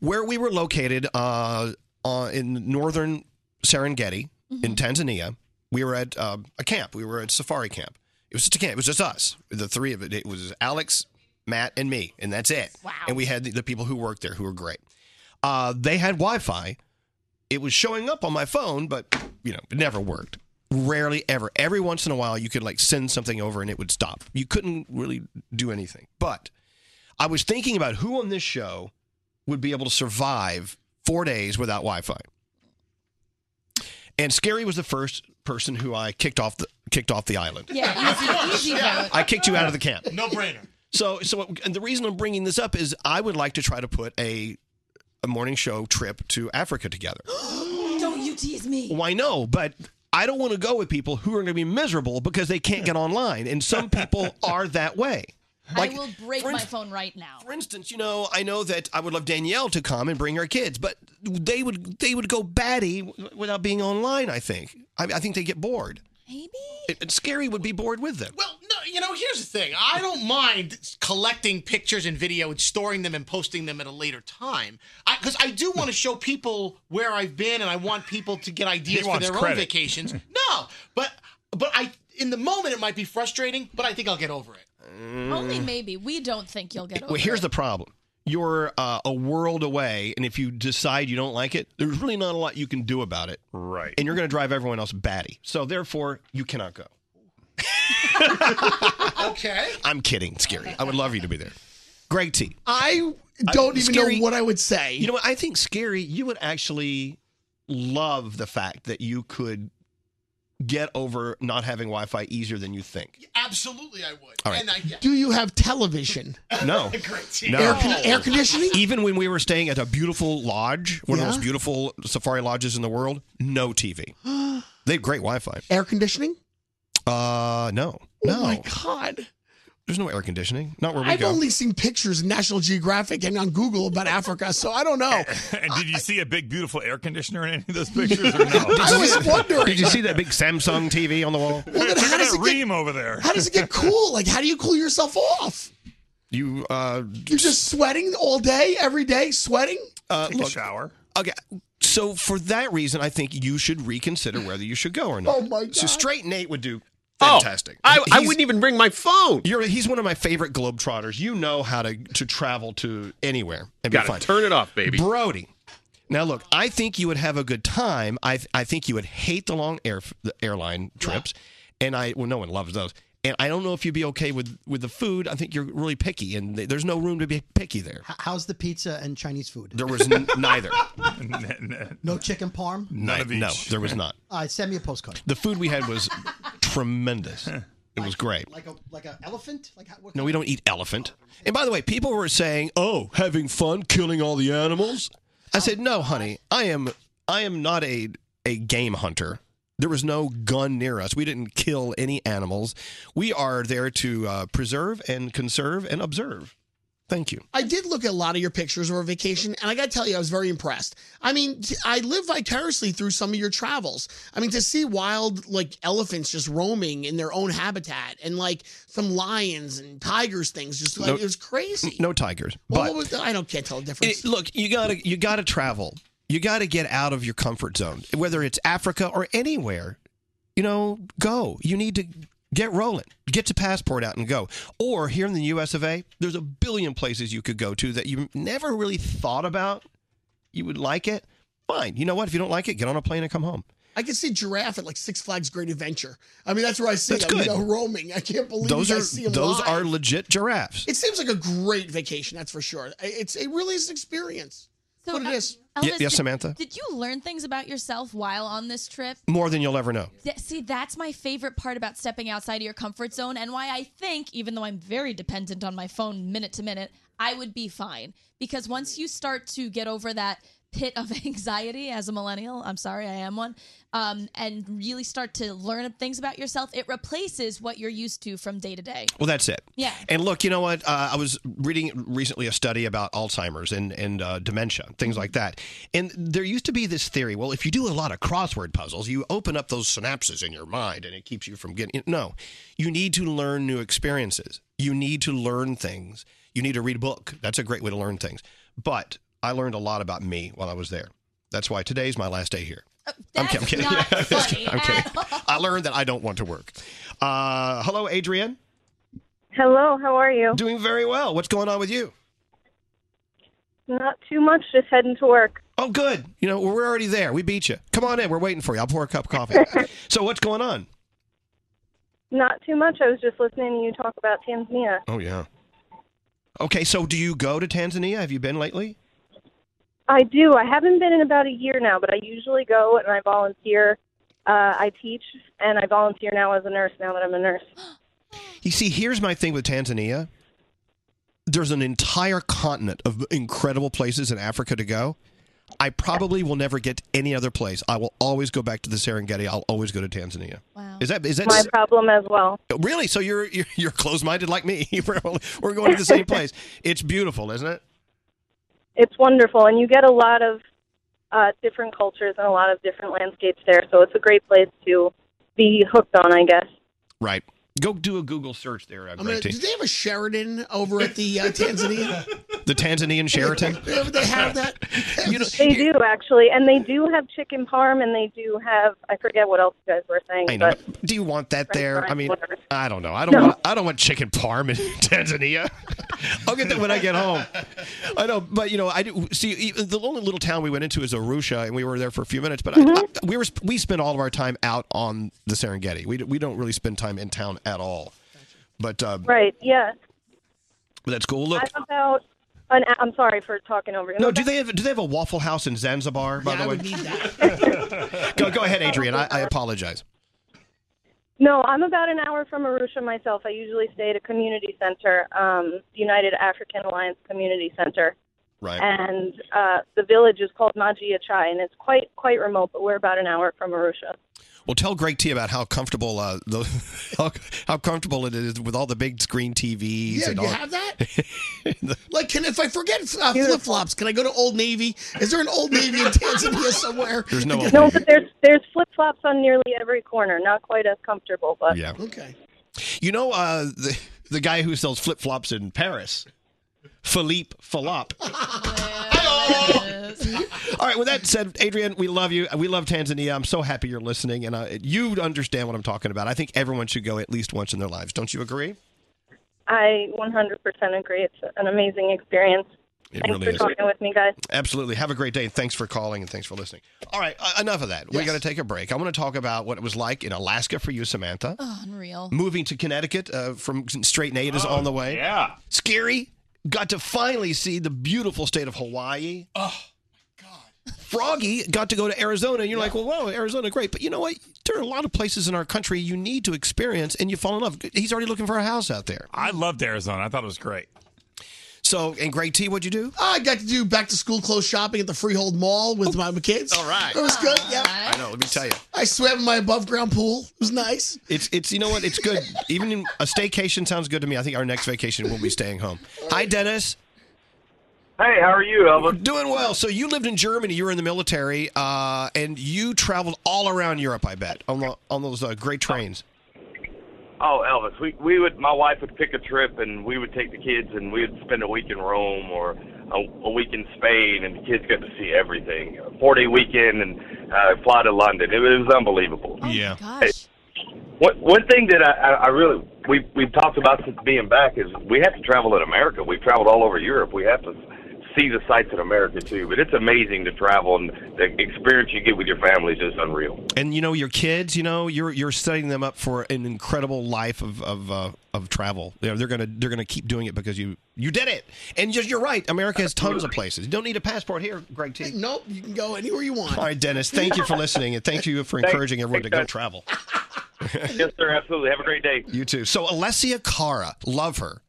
S3: where we were located uh, uh, in northern Serengeti in Tanzania. We were at uh, a camp. We were at safari camp. It was just a camp. It was just us, the three of it. It was Alex, Matt, and me, and that's it. Wow. And we had the, the people who worked there who were great. Uh, they had Wi-Fi. It was showing up on my phone, but you know, it never worked. Rarely ever. Every once in a while, you could like send something over and it would stop. You couldn't really do anything. But I was thinking about who on this show would be able to survive four days without Wi-Fi. And Scary was the first person who I kicked off the kicked off the island.
S9: Yeah, easy, easy vote.
S3: I kicked you out of the camp.
S6: No brainer.
S3: So, so and the reason I'm bringing this up is I would like to try to put a a morning show trip to Africa together.
S9: Don't you tease me.
S3: Why no? But I don't want to go with people who are going to be miserable because they can't get online, and some people are that way. Like,
S9: I will break
S3: for
S9: my
S3: inst-
S9: phone right now. For
S3: instance, you know, I know that I would love Danielle to come and bring her kids, but they would they would go batty w- without being online. I think I, I think they get bored.
S9: Maybe
S3: and Scary would be bored with them.
S6: Well, no, you know, here's the thing. I don't mind collecting pictures and video and storing them and posting them at a later time. Because I, do want to show people where I've been and I want people to get ideas for
S7: wants
S6: their own
S7: credit.
S6: vacations. No, but but I in the moment it might be frustrating, but I think I'll get over it.
S9: Mm. Only maybe. We don't think you'll get over
S3: uh, Well, here's the problem. You're uh, a world away, and if you decide you don't like it, there's really not a lot you can do about it. Right. And you're going to drive everyone else batty. So therefore, you cannot go.
S6: okay.
S3: I'm kidding, Scary. I would love you to be there. Greg T.
S16: I don't even know what I would say.
S3: You know, what? I think Scary, you would actually love the fact that you could get over not having Wi-Fi easier than you think.
S6: Absolutely, I would.
S3: All right.
S6: And I, yeah.
S16: Do you have television?
S3: No.
S6: Great
S3: no.
S16: Air con- air conditioning?
S3: Even when we were staying at a beautiful lodge, one of
S16: Yeah.
S3: the most beautiful safari lodges in the world, no TV. They have great Wi-Fi.
S16: air conditioning?
S3: Uh, no. No.
S16: Oh my God.
S3: There's no air conditioning. Not where we
S16: I've
S3: go.
S16: only seen pictures in National Geographic and on Google about Africa, so I don't know.
S7: And did you see a big, beautiful air conditioner in any of those pictures or no?
S16: I was wondering.
S3: Did you see that big Samsung TV on the wall?
S7: Look at that ream over there.
S16: How does it get cool? Like, how do you cool yourself off?
S3: You uh
S16: You're just sweating all day, every day, sweating?
S3: uh,
S16: Take a
S3: look, shower. Okay. So for that reason, I think you should reconsider whether you should go or not.
S16: Oh my God.
S3: So straight Nate would do
S12: Oh,
S3: fantastic.
S12: I- I
S3: He's-
S12: wouldn't even bring my phone.
S3: You're, he's one of my favorite globetrotters. You know how to to travel to anywhere and
S12: Gotta
S3: be fine.
S12: turn it off, baby.
S3: Brody. Now look, I think you would have a good time. I I think you would hate the long air the airline trips, and I well no one loves those. And I don't know if you'd be okay with with the food. I think you're really picky, and th- there's no room to be picky there.
S14: How's the pizza and Chinese food?
S3: There was n- neither.
S14: No chicken parm? Uh,
S3: Ni- no, there was not.
S14: All right, send me a postcard.
S3: The food we had was tremendous. It was great.
S14: Like a like an elephant? Like how, what
S3: No, we don't eat elephant. And by the way, people were saying, "Oh, having fun killing all the animals." I said, "No, honey. I am I am not a a game hunter. There was no gun near us. We didn't kill any animals. We are there to uh, preserve and conserve and observe." Thank you.
S16: I did look at a lot of your pictures over vacation, and I got to tell you, I was very impressed. I mean, t- I live vicariously through some of your travels. I mean, to see wild, like, elephants just roaming in their own habitat and, like, some lions and tigers things, just like,
S3: No-
S16: it was crazy.
S3: No tigers.
S16: Well,
S3: but
S16: what was, I don't can't tell the difference.
S3: It- look, you gotta you gotta travel. You gotta get out of your comfort zone, whether it's Africa or anywhere. You know, go. You need to get rolling. Get your passport out and go. Or here in the U.S. of A., there's a billion places you could go to that you never really thought about. You would like it. Fine. You know what? If you don't like it, get on a plane and come home.
S16: I could see giraffe at like Six Flags Great Adventure. I mean, that's where I see
S3: That's
S16: them, you
S3: good.
S16: know, roaming. I can't believe
S3: those
S16: you
S3: are
S16: guys see them
S3: those
S16: live.
S3: are legit giraffes.
S16: It seems like a great vacation, that's for sure. I- It's it really is an experience.
S9: So,
S16: what it
S9: uh,
S16: is.
S3: Ye- yes,
S9: Elvis, did-
S3: Samantha?
S9: Did you learn things about yourself while on this trip?
S3: More than you'll ever know.
S9: Th- See, that's my favorite part about stepping outside of your comfort zone and why I think, even though I'm very dependent on my phone minute to minute, I would be fine. Because once you start to get over that pit of anxiety as a millennial, I'm sorry, I am one, um, and really start to learn things about yourself, it replaces what you're used to from day to day.
S3: Well, that's it.
S9: Yeah.
S3: And look, you know what? Uh, I was reading recently a study about Alzheimer's and and uh, dementia, things like that. And there used to be this theory. Well, if you do a lot of crossword puzzles, you open up those synapses in your mind, and it keeps you from getting. No, you need to learn new experiences. You need to learn things. You need to read a book. That's a great way to learn things. But I learned a lot about me while I was there. That's why today's my last day here. I'm, I'm kidding. I'm kidding. I learned that I don't want to work. Uh, hello, Adrian.
S18: Hello, how are you?
S3: Doing very well. What's going on with you?
S18: Not too much, just heading to work.
S3: Oh, good. You know, we're already there. We beat you. Come on in. We're waiting for you. I'll pour a cup of coffee. so, what's going on?
S18: Not too much. I was just listening to you talk about Tanzania.
S3: Oh, yeah. Okay, so do you go to Tanzania? Have you been lately?
S18: I do. I haven't been in about a year now, but I usually go and I volunteer. Uh, I teach and I volunteer now as a nurse. Now that I'm a nurse,
S3: You see, here's my thing with Tanzania there's an entire continent of incredible places in Africa to go. I probably will never get to any other place. I will always go back to the Serengeti. I'll always go to Tanzania. Wow. Is that is that
S18: my problem as well.
S3: Really? So you're you're, you're closed minded like me. we're, we're going to the same place. It's beautiful, isn't it?
S18: It's wonderful, and you get a lot of uh, different cultures and a lot of different landscapes there. So it's a great place to be hooked on, I guess.
S3: Right. Go do a Google search there. Uh,
S16: I'm gonna,
S3: Greg T.
S16: do they have a Sheridan over at the uh, Tanzania?
S3: The Tanzanian Sheraton.
S16: They have- they have uh, that.
S18: they do actually, and they do have chicken parm, and they do have I forget what else you guys were saying,
S3: I know.
S18: but
S3: Do you want that there? I mean, I don't know. I don't.
S18: No.
S3: Want, I don't want chicken parm in Tanzania. I'll get that when I get home. I know, but you know, I do, see. even The only little town we went into is Arusha, and we were there for a few minutes. But
S18: Mm-hmm.
S3: I, I, we were we spent all of our time out on the Serengeti. We d- we don't really spend time in town at all. But uh,
S18: right, yeah.
S3: that's cool. Look.
S18: I'm about an. I'm sorry for talking over you.
S3: No, do they have do they have a Waffle House in Zanzibar? By the way, go go ahead, Adrian. I, I apologize.
S18: No, I'm about an hour from Arusha myself. I usually stay at a community center, um, United African Alliance Community Center,
S3: Right.
S18: and uh, the village is called Majia Chai, and it's quite quite remote, but we're about an hour from Arusha.
S3: Well, tell Greg T about how comfortable uh, the how, how comfortable it is with all the big screen TVs.
S16: Yeah,
S3: and
S16: you
S3: all.
S16: have that. Like, can if I forget uh, flip flops, can I go to Old Navy? Is there an Old Navy in Tanzania somewhere?
S3: There's no Old
S18: No, but there's there's flip flops on nearly every corner. Not quite as comfortable, but
S3: Yeah.
S16: Okay.
S3: You know uh, the the guy who sells flip flops in Paris, Philippe Falop. all right. With that said, Adrian, we love you. We love Tanzania. I'm so happy you're listening, and uh, you understand what I'm talking about. I think everyone should go at least once in their lives. Don't you agree?
S18: I 100% agree. It's an amazing experience.
S3: It
S18: Thanks
S3: really
S18: for
S3: is.
S18: talking with me, guys.
S3: Absolutely. Have a great day. and Thanks for calling and thanks for listening. All right, uh, enough of that. We're going to take a break. I want to talk about what it was like in Alaska for you, Samantha.
S9: Oh, unreal.
S3: Moving to Connecticut uh, from straight Nate is on the way. Yeah. Scary. Got to finally see the beautiful state of Hawaii. Oh, my God. Froggy got to go to Arizona, and you're like, well, whoa, Arizona, great. But you know what? There are a lot of places in our country you need to experience, and you fall in love. He's already looking for a house out there.
S7: I loved Arizona. I thought it was great.
S3: So, and Great T, what'd you do?
S16: I got to do back to school clothes shopping at the Freehold Mall with my kids. All
S3: right.
S16: It was good. Yeah.
S3: I know. Let me tell you.
S16: I swam in my above ground pool. It was nice.
S3: It's it's you know what it's good. Even in, a staycation sounds good to me. I think our next vacation we'll be staying home. Hi, Dennis.
S19: Hey, how are you, Elvin?
S3: Doing well. So you lived in Germany. You were in the military, uh, and you traveled all around Europe. I bet on the, on those uh, great trains.
S19: Oh, Elvis, we we would my wife would pick a trip and we would take the kids and we would spend a week in Rome or a, a week in Spain and the kids got to see everything. A four day weekend and uh, fly to London. It was unbelievable.
S7: yeah.
S19: One one thing that I, I- I really we we've talked about since being back is we have to travel in America. We've traveled all over Europe. We have to see the sights in America too. But it's amazing to travel and the experience you get with your family is just unreal.
S3: And you know your kids. You know you're you're setting them up for an incredible life of of uh, of travel. They're, they're gonna they're gonna keep doing it because you you did it. And just you're right. America has tons of places. You don't need a passport here, Greg T.
S16: Nope. You can go anywhere you want.
S3: All right, Dennis. Thank you for listening, and thank you for
S19: Thanks.
S3: encouraging everyone to go
S19: Thanks,
S3: travel.
S19: yes, sir. Absolutely. Have a great day.
S3: You too. So Alessia Cara, love her.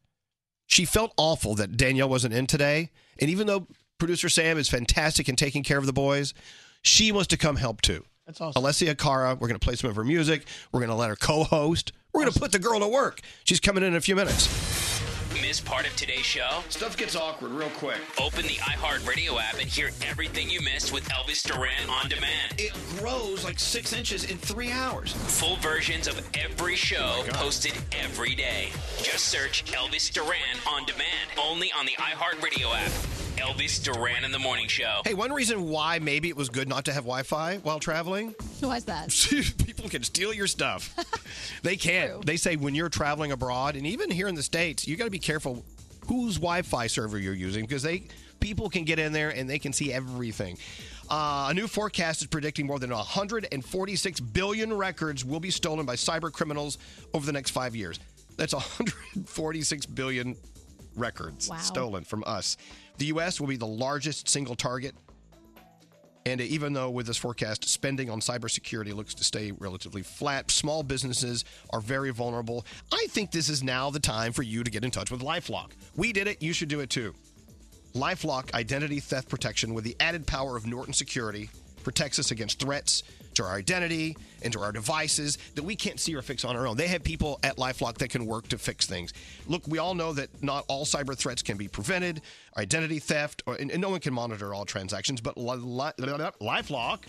S3: She felt awful that Danielle wasn't in today, and even though producer Sam is fantastic in taking care of the boys, she wants to come help too.
S16: That's awesome.
S3: Alessia Cara, we're going to play some of her music. We're going to let her co-host. We're going to put the girl to work. She's coming in in a few minutes.
S8: Miss part of today's show?
S3: Stuff gets awkward real quick.
S8: Open the iHeartRadio app and hear everything you missed with Elvis Duran on demand.
S3: It grows like six inches in three hours.
S8: Full versions of every show posted every day. Just search Elvis Duran on demand only on the iHeartRadio app. Elvis Duran in the Morning Show.
S3: Hey, one reason why maybe it was good not to have Wi-Fi while traveling
S9: Why's that?
S3: people can steal your stuff. they can. not They say when you're traveling abroad and even here in the states, you got to be careful whose Wi-Fi server you're using because they people can get in there and they can see everything. Uh, a new forecast is predicting more than 146 billion records will be stolen by cyber criminals over the next five years. That's 146 billion records
S20: Wow.
S3: stolen from us. The U.S. will be the largest single target and even though with this forecast, spending on cybersecurity looks to stay relatively flat, small businesses are very vulnerable. I think this is now the time for you to get in touch with Lifelock. We did it, you should do it too. Lifelock identity theft protection with the added power of Norton Security protects us against threats to our identity and to our devices that we can't see or fix on our own. They have people at Lifelock that can work to fix things. Look, we all know that not all cyber threats can be prevented, identity theft, or, and, and no one can monitor all transactions, but Li- Li- Lifelock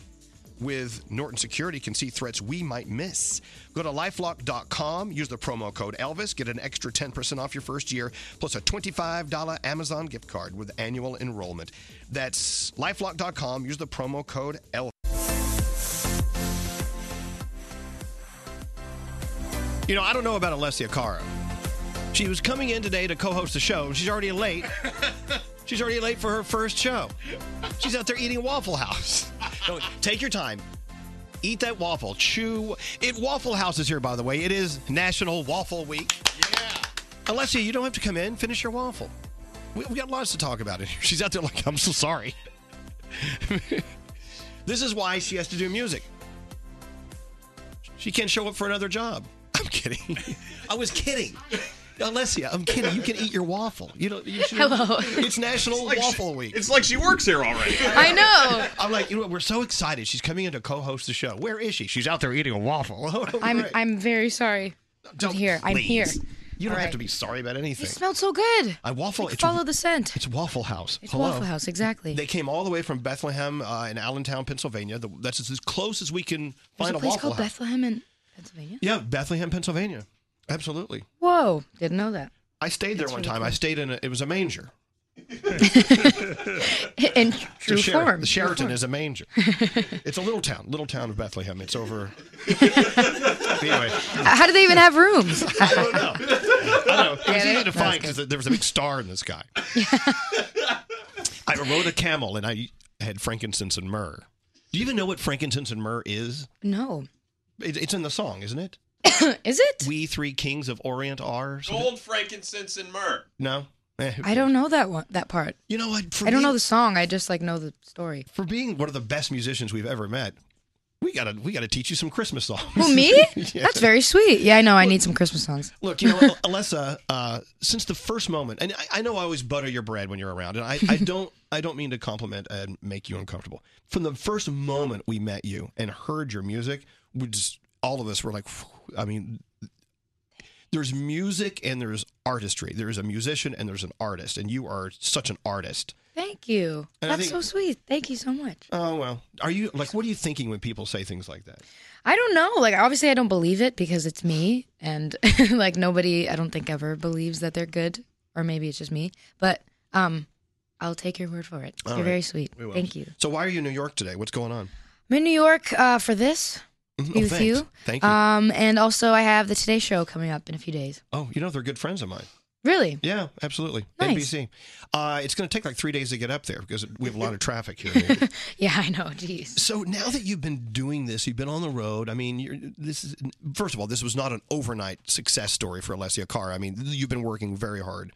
S3: with Norton Security can see threats we might miss. Go to lifelock.com, use the promo code Elvis, get an extra 10% off your first year, plus a $25 Amazon gift card with annual enrollment. That's lifelock.com, use the promo code Elvis. You know, I don't know about Alessia Cara. She was coming in today to co host the show, and she's already late. She's already late for her first show. She's out there eating Waffle House. No, take your time. Eat that waffle. Chew. It Waffle House is here, by the way. It is National Waffle Week. Yeah. Alessia, you don't have to come in. Finish your waffle. We, we got lots to talk about in here. She's out there like, I'm so sorry. this is why she has to do music. She can't show up for another job. I'm kidding. I was kidding. Alessia, I'm kidding. You can eat your waffle. You don't. You should,
S20: Hello.
S3: It's National
S20: It's like she-
S3: Waffle Week.
S20: it's like she works here already.
S7: I know.
S3: I'm like, you know, what? we're so excited. She's coming in to co-host the show. Where is she? She's out there eating a waffle.
S21: I'm
S3: Right.
S21: I'm very sorry. I'm here. I'm here.
S3: Please. You don't
S21: All
S3: have
S21: right.
S3: to be sorry about anything.
S21: It smelled so good.
S3: I waffle.
S21: Like,
S3: it's
S21: follow the scent.
S3: It's Waffle House.
S21: It's
S3: Hello.
S21: Waffle House, exactly.
S3: They came all the way from Bethlehem uh, in Allentown, Pennsylvania. The, that's as close as we can
S21: There's
S3: find
S21: a place
S3: Waffle
S21: called
S3: House.
S21: Bethlehem in Pennsylvania.
S3: yeah, Bethlehem, Pennsylvania. Absolutely.
S21: Whoa, didn't know that.
S3: I stayed there
S21: That's
S3: one
S21: really
S3: time. I
S21: cool.
S3: stayed in a, it was a manger.
S21: In
S3: The
S21: true
S3: Sheraton-
S21: form.
S3: The Sheraton is a manger. it's a little town, little town of Bethlehem. It's over. anyway.
S21: Uh, How do they even have rooms?
S3: I don't know. It was
S21: Yeah,
S3: easy to
S21: that's
S3: find because there was a big star in the sky. I rode a camel and I had frankincense and myrrh. Do you even know what frankincense and myrrh is?
S21: no.
S3: It, it's in the song, isn't it?
S21: is it?
S3: We three kings of Orient are. or something?
S21: Oh.
S20: Gold, frankincense, and myrrh.
S3: No. Eh,
S21: I don't know that one, that part.
S3: You know what?
S21: I don't know the song. I just like know the story.
S3: For being one of the best musicians we've ever met, we gotta we gotta teach you some Christmas songs.
S21: Who me?
S3: Yeah.
S21: That's very sweet. Yeah, I know. I need some Christmas songs.
S3: Look, you know, Al- Alessa, uh, since the first moment, and I, I know I always butter your bread when you're around, and I, I don't I don't mean to compliment and make you uncomfortable. From the first moment we met you and heard your music, we just all of us were like, "Phew." I mean, there's music and there's artistry. There's a musician and there's an artist, and you are such an artist.
S21: Thank you.
S3: And I
S21: That's so
S3: think-
S21: sweet. Thank you so much.
S3: Oh well, are you like what are you thinking when people say things like that?
S21: I don't know. Like, obviously, I don't believe it because it's me, and like nobody, I don't think ever believes that they're good, or maybe it's just me. But um, I'll take your word for it.
S3: All
S21: You're
S3: right.
S21: very sweet.
S3: We will.
S21: Thank you.
S3: So why are you in New York today? What's going on?
S21: I'm in New York uh, for this.
S3: Mhm.
S21: to
S3: Oh,
S21: be with
S3: thanks.
S21: you.
S3: Thank you.
S21: Um, and also I have the Today Show coming up in a few days.
S3: Oh, you know they're good friends of mine.
S21: Really?
S3: Yeah, absolutely.
S21: Nice.
S3: NBC. Uh, it's going to take like three days to get up there because we have a lot of traffic here.
S21: Yeah, I know. Jeez.
S3: so now that you've been doing this, you've been on the road. I mean, you're, this is first of all, this was not an overnight success story for Alessia Carr. I mean, you've been working very hard,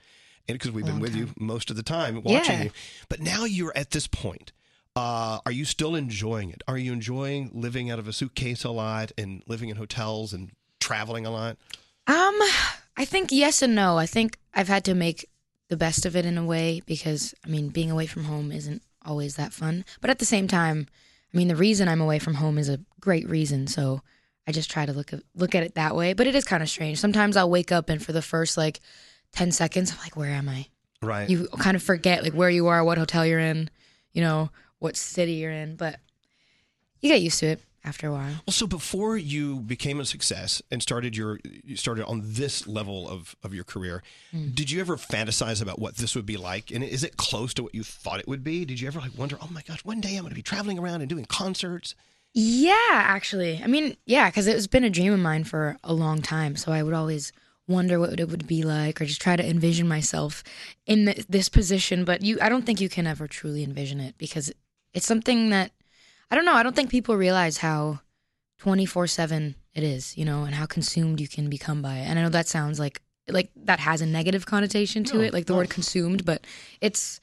S3: and because we've been with you most of the time watching
S21: Yeah.
S3: you. But now you're at this point. Uh, are you still enjoying it? Are you enjoying living out of a suitcase a lot and living in hotels and traveling a lot?
S21: Um, I think yes and no. I think I've had to make the best of it in a way because I mean, being away from home isn't always that fun. But at the same time, I mean, the reason I'm away from home is a great reason. So I just try to look at, look at it that way. But it is kind of strange. Sometimes I'll wake up and for the first like ten seconds, I'm like, "Where am I?"
S3: Right.
S21: You kind of forget like where you are, what hotel you're in, you know, what city you're in. But you get used to it after a while.
S3: Well, so before you became a success and started your you started on this level of of your career, did you ever fantasize about what this would be like? And is it close to what you thought it would be? Did you ever like wonder, oh my gosh, one day I'm going to be traveling around and doing concerts?
S21: Yeah, actually. I mean, yeah, because it's been a dream of mine for a long time. So I would always wonder what it would be like or just try to envision myself in th- this position. But you, I don't think you can ever truly envision it because it's something that, I don't know, I don't think people realize how 24 7 it is, you know, and how consumed you can become by it. And I know that sounds like, like that has a negative connotation to
S20: No,
S21: it, like the
S20: no.
S21: word consumed, but it's,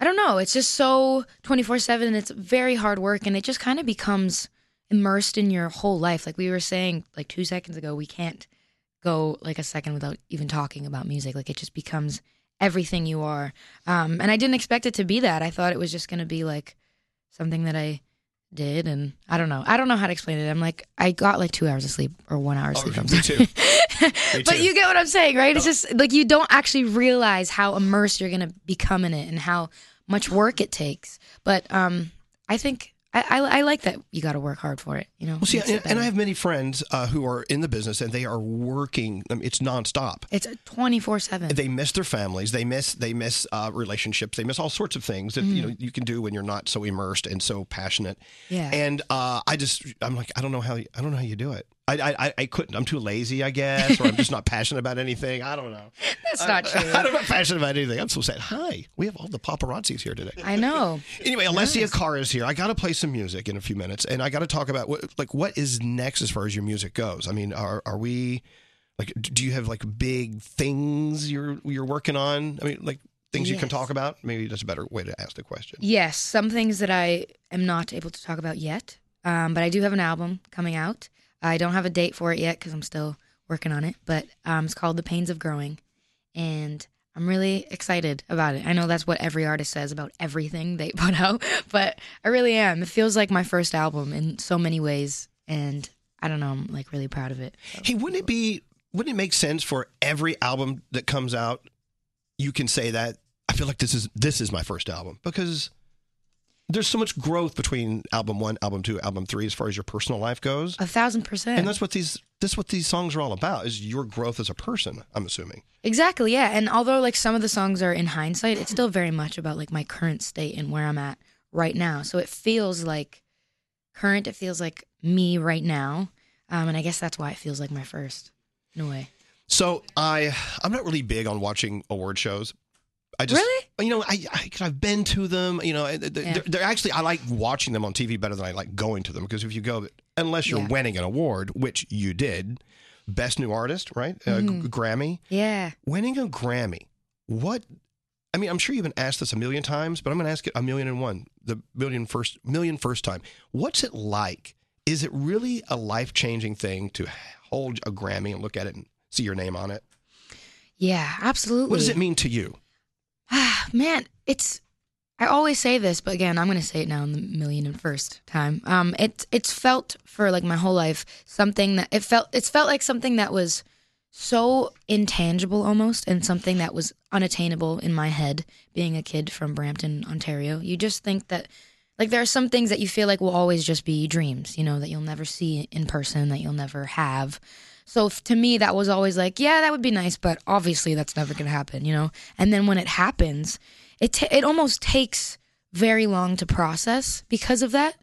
S21: I don't know. It's just so 24 7. It's very hard work and it just kind of becomes immersed in your whole life. Like we were saying like two seconds ago, we can't go like a second without even talking about music. Like it just becomes everything you are. Um, and I didn't expect it to be that. I thought it was just going to be like something that I did. And I don't know. I don't know how to explain it. I'm like, I got like two hours of sleep or one
S2: Oh,
S21: hour of sleep. I'm
S3: Me
S21: sorry.
S3: too. Me
S21: But
S3: too.
S21: you get what I'm saying, right? It's just like you don't actually realize how immersed you're gonna become in it and how much work it takes. But um, I think I, I, I like that you got to work hard for it. You know,
S3: Well, see,
S21: Makes it
S3: and, and
S21: better.
S3: I have many friends uh, who are in the business and they are working. I mean, it's nonstop.
S21: it's 24 seven.
S3: They miss their families. They miss they miss uh, relationships. They miss all sorts of things that you
S21: Mhm.
S3: know you can do when you're not so immersed and so passionate.
S21: Yeah.
S3: And uh, I just I'm like I don't know how you, I don't know how you do it. I, I I- I couldn't. I'm too lazy, I guess, or I'm just not passionate about anything. I don't know.
S21: That's not true.
S3: I'm not passionate about anything. I'm so sad. Hi, we have all the paparazzis here today.
S21: I know.
S3: Anyway, Alessia Carr is here. I got to play some music in a few minutes, and I got to talk about what like what is next as far as your music goes. I mean, are are we like? Do you have like big things you're you're working on? I mean, like things you can
S21: Yes.
S3: talk about. Maybe that's a better way to ask the question.
S21: Yes, some things that I am not able to talk about yet, um, but I do have an album coming out. I don't have a date for it yet because I'm still working on it, but um, it's called The Pains of Growing, and I'm really excited about it. I know that's what every artist says about everything they put out, but I really am. It feels like my first album in so many ways, and I don't know, I'm like really proud of it.
S3: Hey, wouldn't it be wouldn't it make sense for every album that comes out, you can say that I feel like this is this is my first album because there's so much growth between album one, album two, album three as far as your personal life goes.
S21: A thousand percent.
S3: And that's what these that's what these songs are all about is your growth as a person. I'm assuming.
S21: Exactly, yeah. And although like some of the songs are in hindsight, it's still very much about like my current state and where I'm at right now. So it feels like current, it feels like me right now. Um, and I guess that's why it feels like my first in a way.
S3: So I I'm not really big on watching award shows. I just really you know I, I 'cause I've been to them. You know they're,
S21: Yeah.
S3: they're, they're actually I like watching them on TV better than I like going to them because if you go unless you're
S21: Yeah.
S3: winning an award, which you did, best new artist, right? Uh,
S21: Mhm.
S3: Grammy.
S21: Yeah.
S3: Winning a Grammy What? I mean, I'm sure you've been asked this a million times, but I'm going to ask it a million and one, the million first, million first time. What's it like? Is it really a life changing thing to hold a Grammy and look at it and see your name on it?
S21: Yeah, absolutely.
S3: What does it mean to you?
S21: man, it's. I always say this, but again, I'm gonna say it now in the million and first time. Um, it's it's felt for like my whole life something that it felt it's felt like something that was so intangible almost, and something that was unattainable in my head. Being a kid from Brampton, Ontario, you just think that like there are some things that you feel like will always just be dreams, you know, that you'll never see in person, that you'll never have. So f- to me, that was always like, yeah, that would be nice, but obviously that's never going to happen, you know. And then when it happens, it ta- it almost takes very long to process because of that.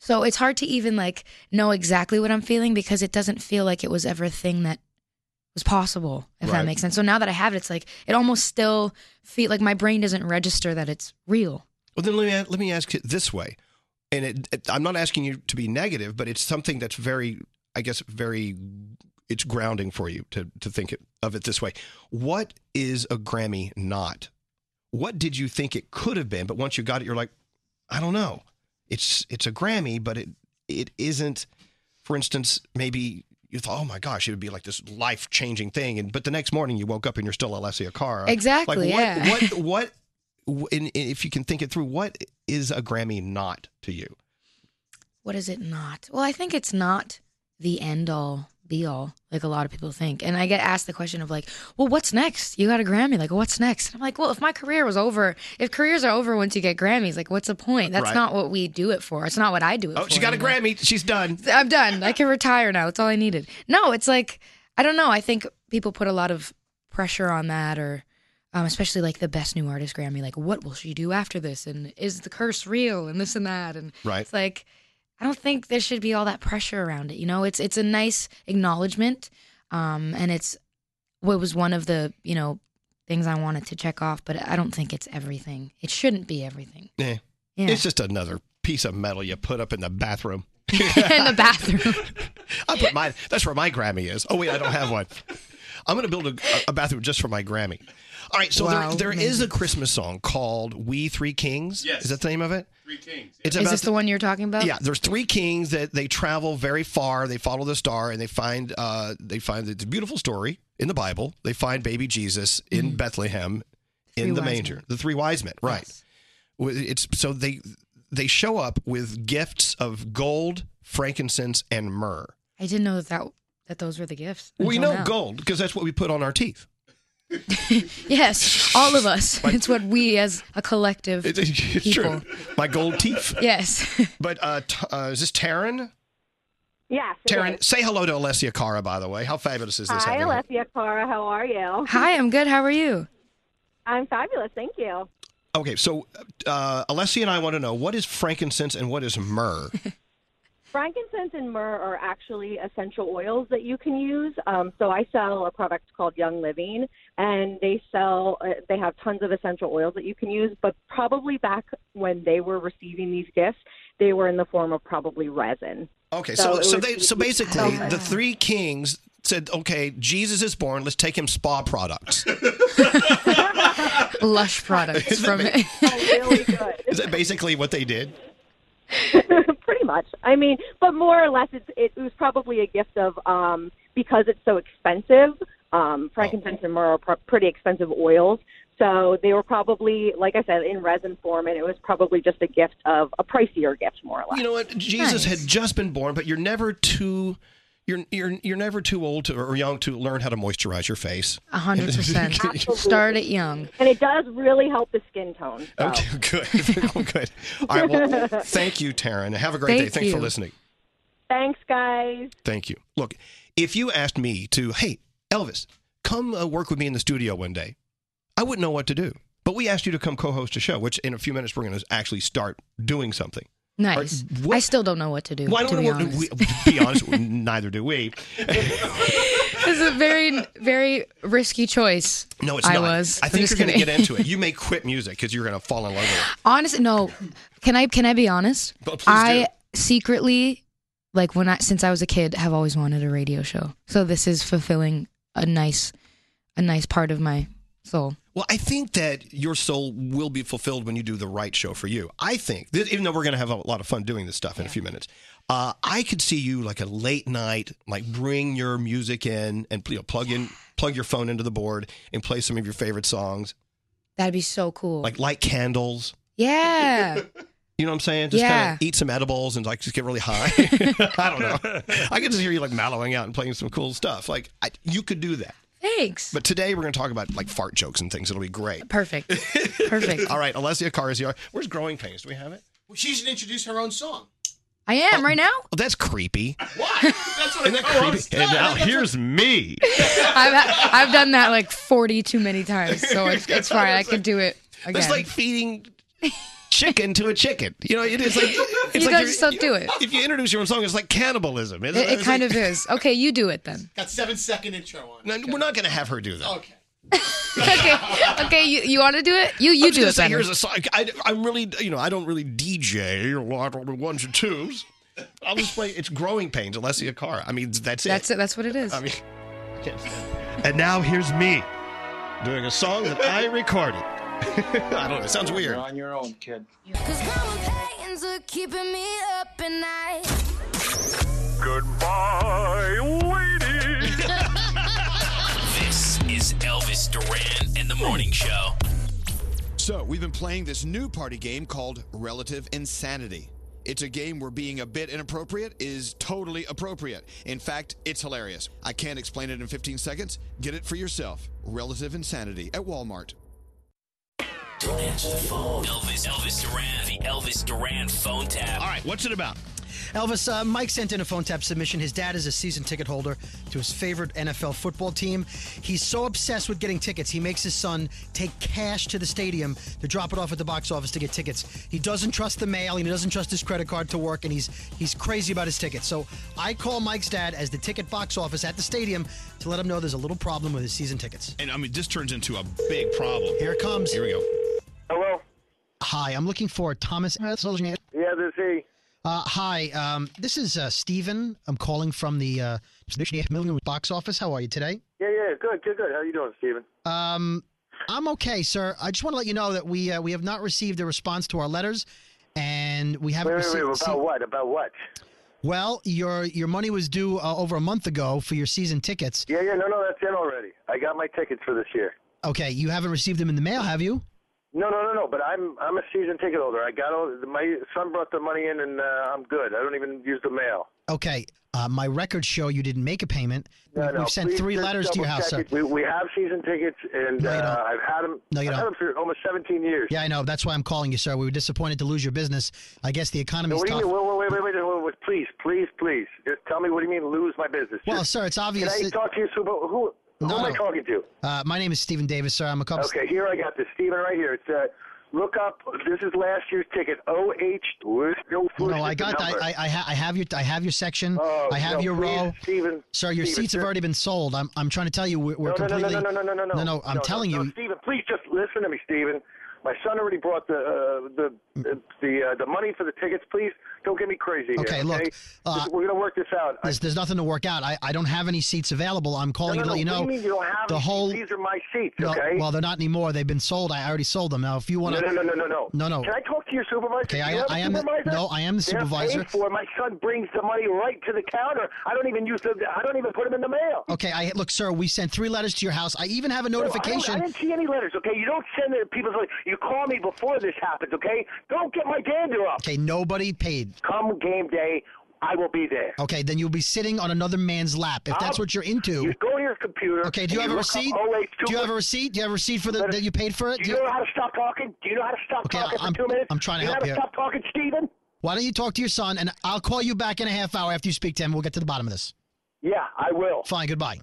S21: So it's hard to even like know exactly what I'm feeling because it doesn't feel like it was ever a thing that was possible, if
S20: Right.
S21: that makes sense. So now that I have it, it's like it almost still feel like my brain doesn't register that it's real.
S3: Well, then let me let me ask it this way, and it, it- I'm not asking you to be negative, but it's something that's very, I guess, very. It's grounding for you to to think it, of it this way. What is a Grammy not? What did you think it could have been? But once you got it, you're like, I don't know. It's it's a Grammy, but it it isn't. For instance, maybe you thought, oh my gosh, it would be like this life changing thing, and but the next morning you woke up and you're still Alessia Cara. Like,
S21: Exactly,
S3: what-
S21: yeah.
S3: What what w- and, and if you can think it through, what is a Grammy not to you?
S21: what is it not? Well, I think it's not the end all be all like a lot of people think. And I get asked the question of like, well, what's next? You got a Grammy, like what's next? And I'm like, well, if my career was over, if careers are over once you get Grammys, like what's the point? That's
S3: Right.
S21: not what we do it for. It's not what I do it
S3: Oh,
S21: for.
S3: she got a
S21: anymore.
S3: Grammy. She's done.
S21: I'm done. I can retire now. That's all I needed. No, it's like I don't know. I think people put a lot of pressure on that, or um, especially like the best new artist Grammy. Like, what will she do after this? And is the curse real? And this and that. And
S22: Right.
S21: it's like I don't think there should be all that pressure around it. You know, it's it's a nice acknowledgement, um, and it's what was one of the you know things I wanted to check off. But I don't think it's everything. It shouldn't be everything
S3: Eh.
S21: Yeah.
S3: It's just another piece of metal you put up in the bathroom.
S21: in the bathroom.
S3: I put mine. That's where my Grammy is. Oh wait, I don't have one. I'm going to build a, a bathroom just for my Grammy. All right, so
S21: Wow,
S3: there, there
S21: amazing.
S3: is a Christmas song called "We Three Kings."
S21: Yes.
S3: is that the name of it? Three Kings. It's
S21: Is
S3: about
S21: this the one you're talking about?
S3: Yeah, there's three kings that they travel very far. They follow the star and they find uh, they find it's a beautiful story in the Bible. They find baby Jesus in Bethlehem
S23: Three
S3: in the
S23: wise
S3: manger.
S23: men.
S3: The three wise men, right? Well, It's so they they show up with gifts of gold, frankincense, and myrrh.
S21: I didn't know that that, that those were the gifts.
S3: we
S21: until
S3: know
S21: now.
S3: gold because that's what we put on our teeth.
S21: Yes, all of us. it's what we as a collective
S3: It- it- it's
S21: people.
S3: true. My gold teeth.
S21: Yes.
S3: But uh, t- uh, is this Taryn?
S22: Yes. it
S3: Taryn,
S22: is.
S3: say hello to Alessia Cara, by the way. How fabulous is this?
S22: Hi,
S3: having her?
S22: Alessia Cara. How are you?
S21: Hi, I'm good. How are you?
S22: I'm fabulous. Thank you.
S3: Okay, so uh, Alessia and I want to know what is frankincense and what is myrrh?
S22: Frankincense and myrrh are actually essential oils that you can use. Um, so I sell a product called Young Living, and they sell uh, they have tons of essential oils that you can use. But probably back when they were receiving these gifts, they were in the form of probably resin.
S3: Okay, so
S22: it
S3: so
S22: would
S3: they
S22: be-
S3: so basically the three kings said, okay, Jesus is born. Let's take him spa products.
S21: Lush products from
S3: Is that basically what they did?
S22: pretty much. I mean, but more or less, it's, it was probably a gift of um, because it's so expensive. Um,
S21: Oh.
S22: frankincense and myrrh are pr- pretty expensive oils, so they were probably, like I said, in resin form, and it was probably just a gift of a pricier gift, more or less.
S3: You know what? Jesus had just been born, but you're never too. You're, you're, you're never too old to, or young to learn how to moisturize your face.
S21: A hundred percent.
S22: Absolutely.
S21: Start it young.
S22: And it does really help the skin tone. So.
S3: Okay, good. Well, good. All right, well, thank you, Taryn. Have a great
S22: Thank
S3: day. Thanks for
S22: you.
S3: listening.
S22: Thanks, guys.
S3: Thank you. Look, if you asked me to, hey, Elvis, come uh, work with me in the studio one day, I wouldn't know what to do. But we asked you to come co host a show, which in a few minutes we're going to actually start doing something.
S21: Nice. I still don't know what to do.
S3: Why
S21: to
S3: don't
S21: be
S3: we,
S21: honest.
S3: we, be honest? neither do we.
S21: It's a very, very risky choice.
S3: No, it's
S21: I
S3: not.
S21: was.
S3: I
S21: I'm
S3: think
S21: just
S3: you're going to
S21: kidding.
S3: get into it. You may quit music because you're going to fall in love with it.
S21: Honestly, no. Can I can I be honest?
S3: But please
S21: I secretly, like when I since I was a kid, have always wanted a radio show. So this is fulfilling a nice, a nice part of my soul.
S3: Well, I think that your soul will be fulfilled when you do the right show for you. I think, th- even though we're going to have a lot of fun doing this stuff in a few minutes, uh, I could see you like a late night, like bring your music in and you know, plug in, plug your phone into the board and play some of your favorite songs,
S21: That'd be so cool.
S3: like light candles.
S21: yeah.
S3: You know what I'm saying? Just kind
S21: Yeah.
S3: of eat some edibles and like just get really high. I don't know. I could just hear you like mellowing out and playing some cool stuff. Like I, you could do that.
S21: Thanks.
S3: But today we're going to talk about like fart jokes and things. It'll be great.
S21: Perfect. Perfect.
S3: All right, Alessia Carr is here. Where's Growing Pains? Do we have it?
S6: Well, she should introduce her own song.
S21: I am right now.
S3: Oh, that's creepy.
S6: That's what
S3: Isn't
S6: I
S3: that creepy? And now here's me.
S21: I've I've done that like forty too many times, so it's, it's fine. I can do it again.
S3: It's like feeding chicken to a chicken. You know, it is like it's
S21: You
S3: like
S21: guys
S3: you're-
S21: just don't do it.
S3: If you introduce your own song, it's like cannibalism.
S21: It,
S3: It's,
S21: it kind of is. Okay, you do it then.
S6: Got seven second intro on.
S3: of. We're not going to have her do that.
S6: Okay.
S21: okay, okay. You, you want to do it? You you
S3: I was
S21: do
S3: gonna
S21: it.
S3: say,
S21: better.
S3: here's a song. I, am really, you know, I don't really DJ or I don't do ones and twos. I'll just play. It's growing pains, Alessia Cara. I mean, that's it.
S21: That's it. That's what it is.
S3: I mean, I can't stand it. and now here's me doing a song that I recorded. I don't know. It sounds weird.
S4: You're on your own, kid.
S20: Hands are keeping me up at night.
S4: Goodbye, lady.
S8: This is Elvis Duran and the Morning Show.
S23: So, we've been playing this new party game called Relative Insanity. It's a game where being a bit inappropriate is totally appropriate. In fact, it's hilarious. I can't explain it in 15 seconds. Get it for yourself. Relative Insanity at Walmart.
S8: Don't answer the phone. Elvis, Elvis Duran, the Elvis Duran phone tap. All
S3: right, what's it about?
S14: Elvis, uh, Mike sent in a phone tap submission. His dad is a season ticket holder to his favorite NFL football team. He's so obsessed with getting tickets, he makes his son take cash to the stadium to drop it off at the box office to get tickets. He doesn't trust the mail and he doesn't trust his credit card to work, and he's he's crazy about his tickets. So I call Mike's dad as the ticket box office at the stadium to let him know there's a little problem with his season tickets.
S3: And I mean, this turns into a big problem.
S14: Here it comes.
S3: Here we go.
S14: Hi, I'm looking for Thomas.
S4: Yeah, this he.
S14: Uh, hi, um, this is uh, Steven. I'm calling from the uh, box office. How are you today?
S4: Yeah, yeah, good, good, good. How you doing, Steven?
S14: Um, I'm okay, sir. I just want to let you know that we uh, we have not received a response to our letters, and we
S4: Wait,
S14: haven't
S4: wait, wait.
S14: received.
S4: About what? About what?
S14: Well, your your money was due uh, over a month ago for your season tickets.
S4: Yeah, yeah, no, no, that's in already. I got my tickets for this year.
S14: Okay, you haven't received them in the mail, have you?
S4: No, no, no, no. But I'm I'm a season ticket holder. I got all my son brought the money in, and uh, I'm good. I don't even use the mail.
S14: Okay, uh, my records show you didn't make a payment.
S4: No,
S14: We've-
S4: no,
S14: We've sent
S4: please
S14: three
S4: just
S14: letters to your house, sir.
S4: double-check it. We, we have season tickets, and uh, I've had them.
S14: No, you
S4: I've
S14: don't.
S4: had 'em for almost 17 years.
S14: Yeah, I know. That's why I'm calling you, sir. We were disappointed to lose your business. I guess the
S4: Now,
S14: economy's
S4: what do you
S14: tough.
S4: mean? Wait, wait, wait, wait, wait, wait, wait, please, please, please. Just tell me what do you mean lose my business?
S14: Well,
S4: Just-
S14: sir, it's obvious
S4: Can I
S14: that-
S4: talk to you, Subo? Who, who
S14: No,
S4: am I
S14: no.
S4: talking to?
S14: Uh, my name is Stephen Davis, sir. I'm a couple.
S4: Okay, here I got this, Steven, right here. It's uh, look up. This is last year's ticket. O H.
S14: No, I got. I, I, I, ha- I have your. I have your section. I
S4: Oh,
S14: have
S4: no,
S14: your
S4: please,
S14: row.
S4: Steven,
S14: Sir, your
S4: Steven,
S14: seats have already been sold. I'm. I'm trying to tell you, we're, we're
S4: No, no, no,
S14: completely.
S4: no, no, no, no, no, no,
S14: no, I'm telling
S4: no,
S14: you.
S4: Steven, please just listen to me, Steven. My son already brought the uh, the
S14: Mm.
S4: the the, uh, the money for the tickets. Please don't get me crazy here.
S14: Okay,
S4: Okay,
S14: look, uh,
S4: This- we're gonna work this out.
S14: There's, there's nothing to work out. I, I don't have any seats available. I'm
S4: No,
S14: calling
S4: no,
S14: to
S4: no.
S14: let you know.
S4: What do you mean you don't have
S14: the
S4: any seats?
S14: whole.
S4: These are my seats.
S14: no,
S4: okay.
S14: well, they're not anymore. They've been sold. I already sold them. Now, if you want
S4: no,
S14: to.
S4: no, no, no, no, no.
S14: No, no.
S4: Can I talk to your supervisor?
S14: Okay,
S4: Do
S14: I-
S4: you have a
S14: I am the-
S4: supervisor?
S14: no, I am the
S4: They're
S14: supervisor.
S4: Paid for. My son brings the money right to the counter. I don't even use the. I don't even put them in the mail.
S14: Okay, I look, sir. We sent three letters to your house. I even have a
S4: No, I don't-
S14: notification.
S4: I, didn't see any letters. Okay, you don't send it to people's. You call me before this happens. Okay, don't get my dander up.
S14: Okay, nobody paid.
S4: Come game day, I will be there.
S14: Okay, then you'll be sitting on another man's lap if that's
S4: I'll-
S14: what you're into.
S4: You go to your computer.
S14: Okay, do you
S4: and
S14: have a
S4: look up
S14: receipt?
S4: 082
S14: Do you have a receipt? Do you have a receipt for the that you paid for it?
S4: Do you know how to stop talking? Do you know how to stop
S14: Okay,
S4: talking
S14: I'm-
S4: for two minutes?
S14: I'm trying
S4: Do
S14: to
S4: you
S14: help
S4: know
S14: you.
S4: how to stop talking, Steven?
S14: Why don't you talk to your son and I'll call you back in a half hour after you speak to him. We'll get to the bottom of this.
S4: Yeah, I will.
S14: Fine, goodbye.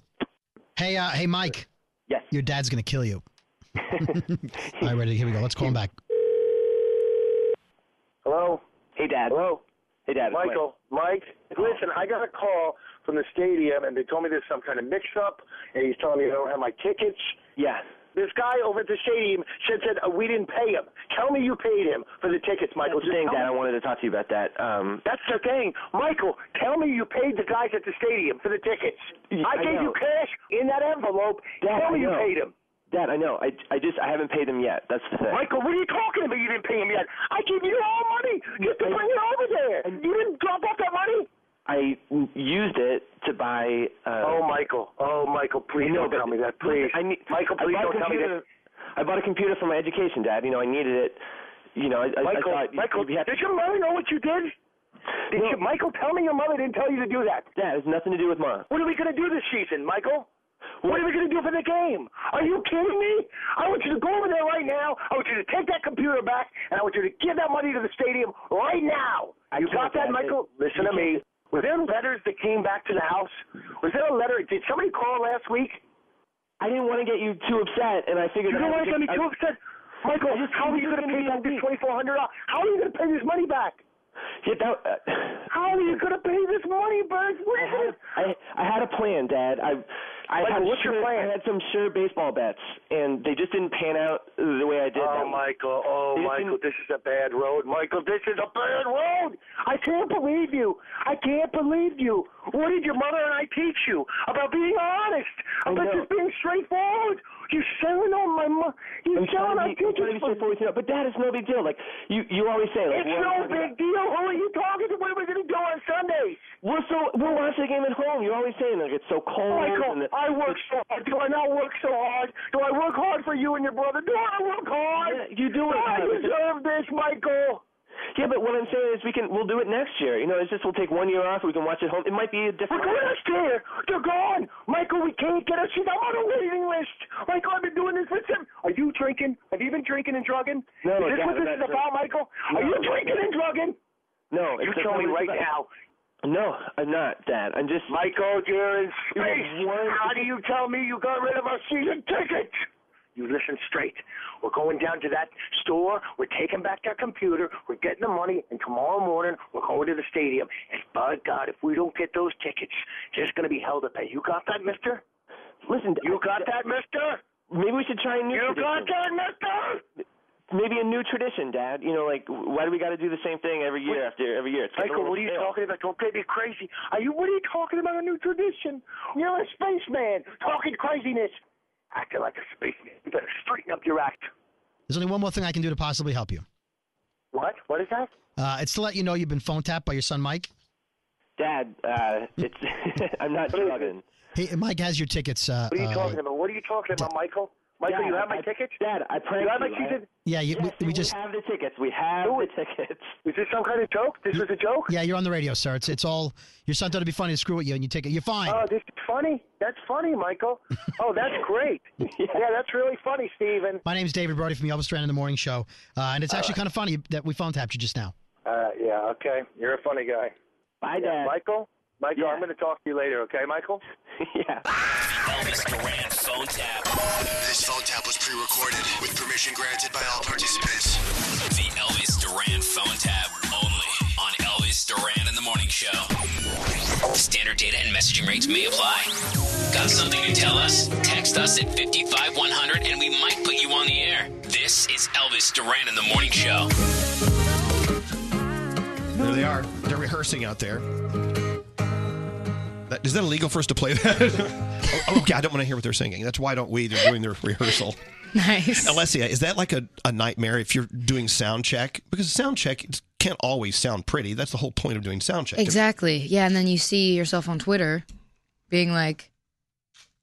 S14: Hey, uh, hey, Mike.
S4: Yes.
S14: Your dad's gonna kill you. All right, ready? Here we go. Let's call him back.
S4: Hello.
S24: Hey, Dad.
S4: Hello.
S24: Hey, Dad. it's
S4: Michael, Mike, listen, I got a call from the stadium and they told me there's some kind of mix up and he's telling me I don't have my tickets.
S24: Yeah.
S4: This guy over at the stadium said, said uh, we didn't pay him. Tell me you paid him for the tickets, Michael.
S24: That's the
S4: Just
S24: thing, Dad. I
S4: tell me.
S24: wanted to talk to you about that. Um,
S4: That's the thing. Michael, tell me you paid the guys at the stadium for the tickets.
S24: Yeah, I
S4: I gave
S24: know.
S4: you cash in that envelope.
S24: Dad,
S4: tell
S24: I
S4: me you
S24: know.
S4: paid him. Dad, I know. I, I just I haven't paid them yet. That's the thing.
S5: Michael, what are you talking about? You didn't pay him yet. I gave you all money just to bring it over there. you didn't drop off that money?
S4: I used it to buy. Uh,
S5: Oh, Michael. Oh, Michael, please
S4: No,
S5: don't
S4: but-
S5: tell me that. Please.
S4: I need,
S5: Michael,
S4: I
S5: please
S4: bought a
S5: don't tell me
S4: computer-
S5: that.
S4: I bought a computer for my education, Dad. You know, I needed it. You know, I, I,
S5: Michael,
S4: I thought you-
S5: Michael,
S4: you'd be happy.
S5: did your mother know what you did? Did
S4: No.
S5: you, Michael, tell me your mother didn't tell you to do that.
S4: Yeah, it has nothing to do with mom.
S5: What are we going to do this season, Michael? What are we going to do for the game? Are you kidding me? I want you to go over there right now. I want you to take that computer back, and I want you to give that money to the stadium right now.
S4: I
S5: you
S4: can't,
S5: got that,
S4: Dad.
S5: Michael?
S4: It-
S5: Listen
S4: you
S5: to me.
S4: can't-
S5: Was there letters that came back to the house? Was there a letter? Did somebody call last week?
S4: I didn't want to get you too upset, and I figured.
S5: You
S4: I
S5: don't want
S4: would
S5: to get me
S4: just- I-
S5: too upset. Michael,
S4: I just-
S5: how are
S4: I'm
S5: you
S4: just
S5: going to
S4: gonna
S5: pay
S4: be
S5: back this twenty four hundred dollars? How are you going to pay this money back?
S4: Yeah, that, uh,
S5: How are you going to pay this money, Birds? What is this?
S4: I I had a plan, Dad. I I
S5: Michael,
S4: had
S5: what's your
S4: sure-
S5: plan?
S4: I had some sure baseball bets, and they just didn't pan out the way I did.
S5: Oh,
S4: them.
S5: Michael. Oh,
S4: They just
S5: Michael, this is a bad road. Michael, this is a bad road. Oh, I can't believe you. I can't believe you. What did your mother and I teach you about being honest, about just being straightforward? You're selling on my mom. You're
S4: I'm
S5: selling on
S4: trying to be, I'm trying to be
S5: tickets. for-
S4: straightforward, you know, but Dad, it's no big deal. Like you, you always say,
S5: It's
S4: like, we're-
S5: no big deal. Who are you talking to? What are we going to do on Sundays?
S4: We're so we're watching the game at home. You're always saying like it's so cold.
S5: Michael,
S4: and the,
S5: Oh, I work so hard. Do I not work so hard? Do I work hard for you and your brother? Do I work hard?
S4: you do it.
S5: Do I
S4: hard.
S5: deserve this, Michael?
S4: Yeah, but what I'm saying is we can we'll do it next year. You know, it's just we'll take one year off. We can watch it home. It might be a
S5: We're
S4: different.
S5: going upstairs. They're gone. Michael, we can't get her. She's on the waiting list. Michael, I've been doing this for seven. Are you drinking? Have you been drinking and drugging?
S4: No,
S5: is this
S4: Dad,
S5: what
S4: I'm
S5: this
S4: not
S5: is about, Michael? Are
S4: No.
S5: you drinking and drugging?
S4: No,
S5: You
S4: it's
S5: tell
S4: not
S5: me
S4: what
S5: right
S4: it's
S5: now.
S4: about. No, I'm not, Dad. I'm just
S5: Michael, you're in
S4: It was
S5: space. How do you tell me you got rid of our season ticket? You listen straight. We're going down to that store. We're taking back that computer. We're getting the money, and tomorrow morning we're going to the stadium. And by God, if we don't get those tickets, there's going to be hell to pay. You got that, Mister?
S4: Listen,
S5: you got that, Mister?
S4: Maybe we should try a new
S5: You got
S4: tradition.
S5: that, Mister?
S4: Maybe a new tradition, Dad. You know, like why do we got to do the same thing every year after every year? It's getting a
S5: Michael,
S4: little
S5: what are you
S4: stale.
S5: talking about? Don't get me crazy. Are you? What are you talking about? A new tradition? You're a spaceman talking craziness, acting like a spaceman. You better straighten up your act.
S14: There's only one more thing I can do to possibly help you.
S5: What? What is that?
S14: Uh, it's to let you know you've been phone tapped by your son, Mike.
S4: Dad? Uh, it's I'm not drugging.
S14: He, Mike has your tickets. Uh,
S5: What are you
S14: uh,
S5: talking about? What are you talking about, Michael? Michael,
S4: Dad,
S5: you have my
S4: I-
S5: tickets?
S4: Dad, I pray
S5: You have my
S4: you. I-
S5: tickets?
S14: yeah, you, we, we just.
S4: have the tickets. We have the tickets.
S5: Is this some kind of joke? This was a joke?
S14: Yeah, you're on the radio, sir. It's it's all. Your son thought it'd be funny to screw with you, and you take it. You're fine.
S5: Oh, this is funny. That's funny, Michael. Oh, that's great. yeah. that's really funny, Steven.
S14: My name's David Brody from the Elvis Strand in the Morning Show, uh, and it's
S5: All
S14: actually
S5: right.
S14: kind of funny that we phone tapped you just now.
S5: Uh, yeah, okay. You're a funny guy.
S4: Bye,
S5: yeah,
S4: Dad.
S5: Michael? Michael, I'm going to talk to you later, okay, Michael?
S4: yeah.
S5: Elvis Duran phone tap.
S25: This phone tap was pre-recorded with permission granted by all participants.
S8: The Elvis Duran phone tab only on Elvis Duran in the Morning Show. Standard data and messaging rates may apply. Got something to tell us? Text us at 55100 and we might put you on the air. This is Elvis Duran in the Morning Show.
S3: There they are. They're rehearsing out there. That, is that illegal for us to play that? oh, oh, okay, I don't want to hear what they're singing. That's why don't we? They're doing their rehearsal.
S21: Nice.
S3: Alessia, is that like a, a nightmare if you're doing sound check? Because sound check can't always sound pretty. That's the whole point of doing sound check.
S21: Exactly. Yeah, and then you see yourself on Twitter being like,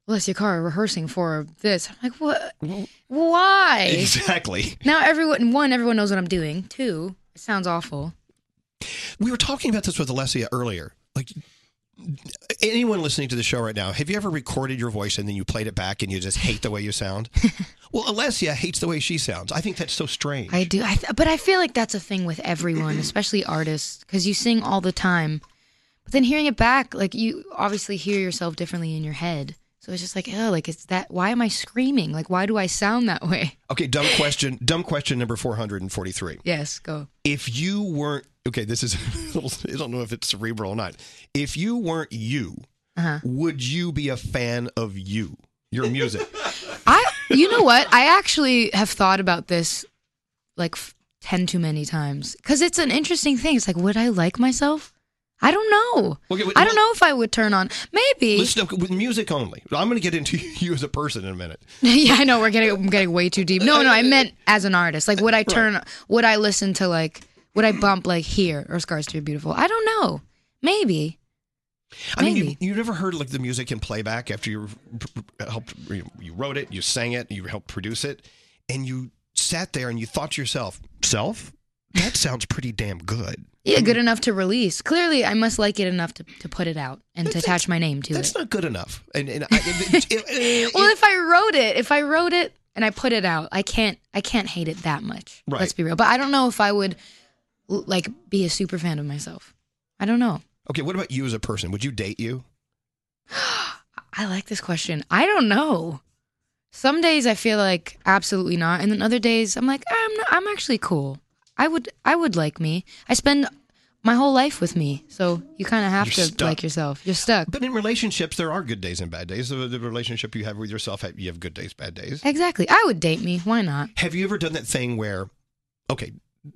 S21: Alessia Carr rehearsing for this. I'm like, what? Why?
S3: Exactly.
S21: Now everyone, one, everyone knows what I'm doing. Two, it sounds awful.
S3: We were talking about this with Alessia earlier. Like anyone listening to the show right now, have you ever recorded your voice and then you played it back and you just hate the way you sound? well, Alessia hates the way she sounds. I think that's so strange.
S21: I do, I th- but I feel like that's a thing with everyone, especially artists, because you sing all the time. But then hearing it back, like you obviously hear yourself differently in your head. So it's just like, oh, like it's that. Why am I screaming? Like, why do I sound that way?
S3: Okay, dumb question. Dumb question number 443.
S21: Yes, go.
S3: If you weren't okay, this is a little, I don't know if it's cerebral or not. If you weren't you,
S21: Uh-huh.
S3: would you be a fan of you? Your music.
S21: I, you know what? I actually have thought about this like f- 10 too many times because it's an interesting thing. It's like, would I like myself? I don't know.
S3: Okay, but-
S21: I don't know if I would turn on. Maybe.
S3: Listen, up, with music only. I'm going to get into you as a person in a minute.
S21: yeah, I know we're getting I'm getting way too deep. No, no, I meant as an artist. Like, would I
S3: Right.
S21: turn? Would I listen to like? Would I bump like here or Scars to Be Beautiful? I don't know. Maybe.
S3: I mean, you, you never heard like the music in playback after you p- p- helped you you wrote it, you sang it, you helped produce it, and you sat there and you thought to yourself, "Self, that sounds pretty damn good."
S21: Yeah, good enough to release. Clearly, I must like it enough to, to put it out and to attach my name to
S3: That's
S21: it.
S3: not good enough. And, and I, it- it- it-
S21: well, if I wrote it, if I wrote it and I put it out, I can't I can't hate it that much.
S3: Right.
S21: Let's be real. But I don't know if I would l- like be a super fan of myself. I don't know.
S3: okay, what about you as a person? Would you date you?
S21: I like this question. I don't know. Some days I feel like absolutely not, and then other days I'm like I'm not, I'm actually cool. I would I would like me. I spend my whole life with me, so you kind of have
S3: You're
S21: to
S3: stuck.
S21: like yourself. You're stuck.
S3: But in relationships, there are good days and bad days. The, the relationship you have with yourself, you have good days, bad days.
S21: Exactly. I would date me. Why not?
S3: Have you ever done that thing where, okay,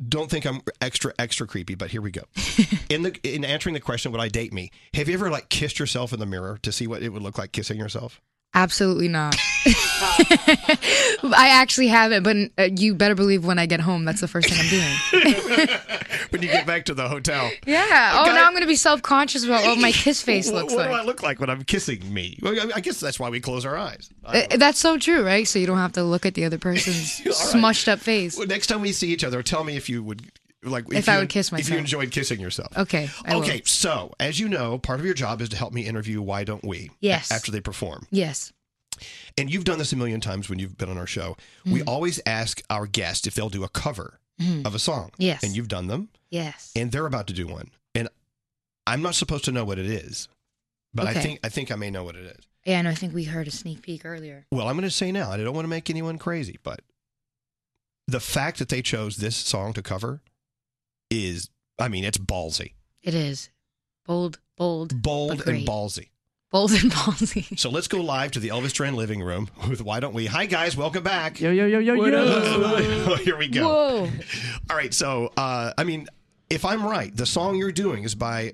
S3: don't think I'm extra extra creepy, but here we go. in the in answering the question, would I date me? Have you ever like kissed yourself in the mirror to see what it would look like kissing yourself?
S21: Absolutely not. I actually haven't, but uh, you better believe when I get home, that's the first thing I'm doing.
S3: When you get back to the hotel,
S21: Yeah. Oh,
S3: Okay.
S21: now I'm going to be self conscious about what Oh, my kiss face
S3: Wh-
S21: looks
S3: what
S21: like.
S3: do I look like when I'm kissing me? Well, I- I guess that's why we close our eyes. I-
S21: Uh, That's so true, right? So you don't have to look at the other person's smushed up face.
S3: well, next time we see each other, tell me if you would like
S21: If I
S3: you-
S21: would kiss
S3: If you
S21: myself.
S3: enjoyed kissing yourself.
S21: Okay. I will.
S3: okay, so as you know, part of your job is to help me interview Why Don't We?
S21: Yes.
S3: After they perform.
S21: Yes.
S3: And you've done this a million times when you've been on our show. We
S21: Mm-hmm.
S3: always ask our guest if they'll do a cover
S21: Mhm.
S3: of a song.
S21: Yes.
S3: And you've done them,
S21: Yes.
S3: and they're about to do one. And I'm not supposed to know what it is, but I
S21: Okay.
S3: think I think I may know what it is.
S21: Yeah, and I think we heard a sneak peek earlier.
S3: Well, I'm going to say now, and I don't want to make anyone crazy, but the fact that they chose this song to cover is, I mean, it's ballsy,
S21: It is bold, bold,
S3: bold
S21: great.
S3: and ballsy.
S21: bold and ballsy.
S3: So let's go live to the Elvis Duran living room with Why Don't We? Hi, guys. Welcome back. Oh,
S21: Yo, yo, yo, yo, What yo. up?
S3: Here we go.
S21: Whoa.
S3: All right. So, uh, I mean, if I'm right, the song you're doing is by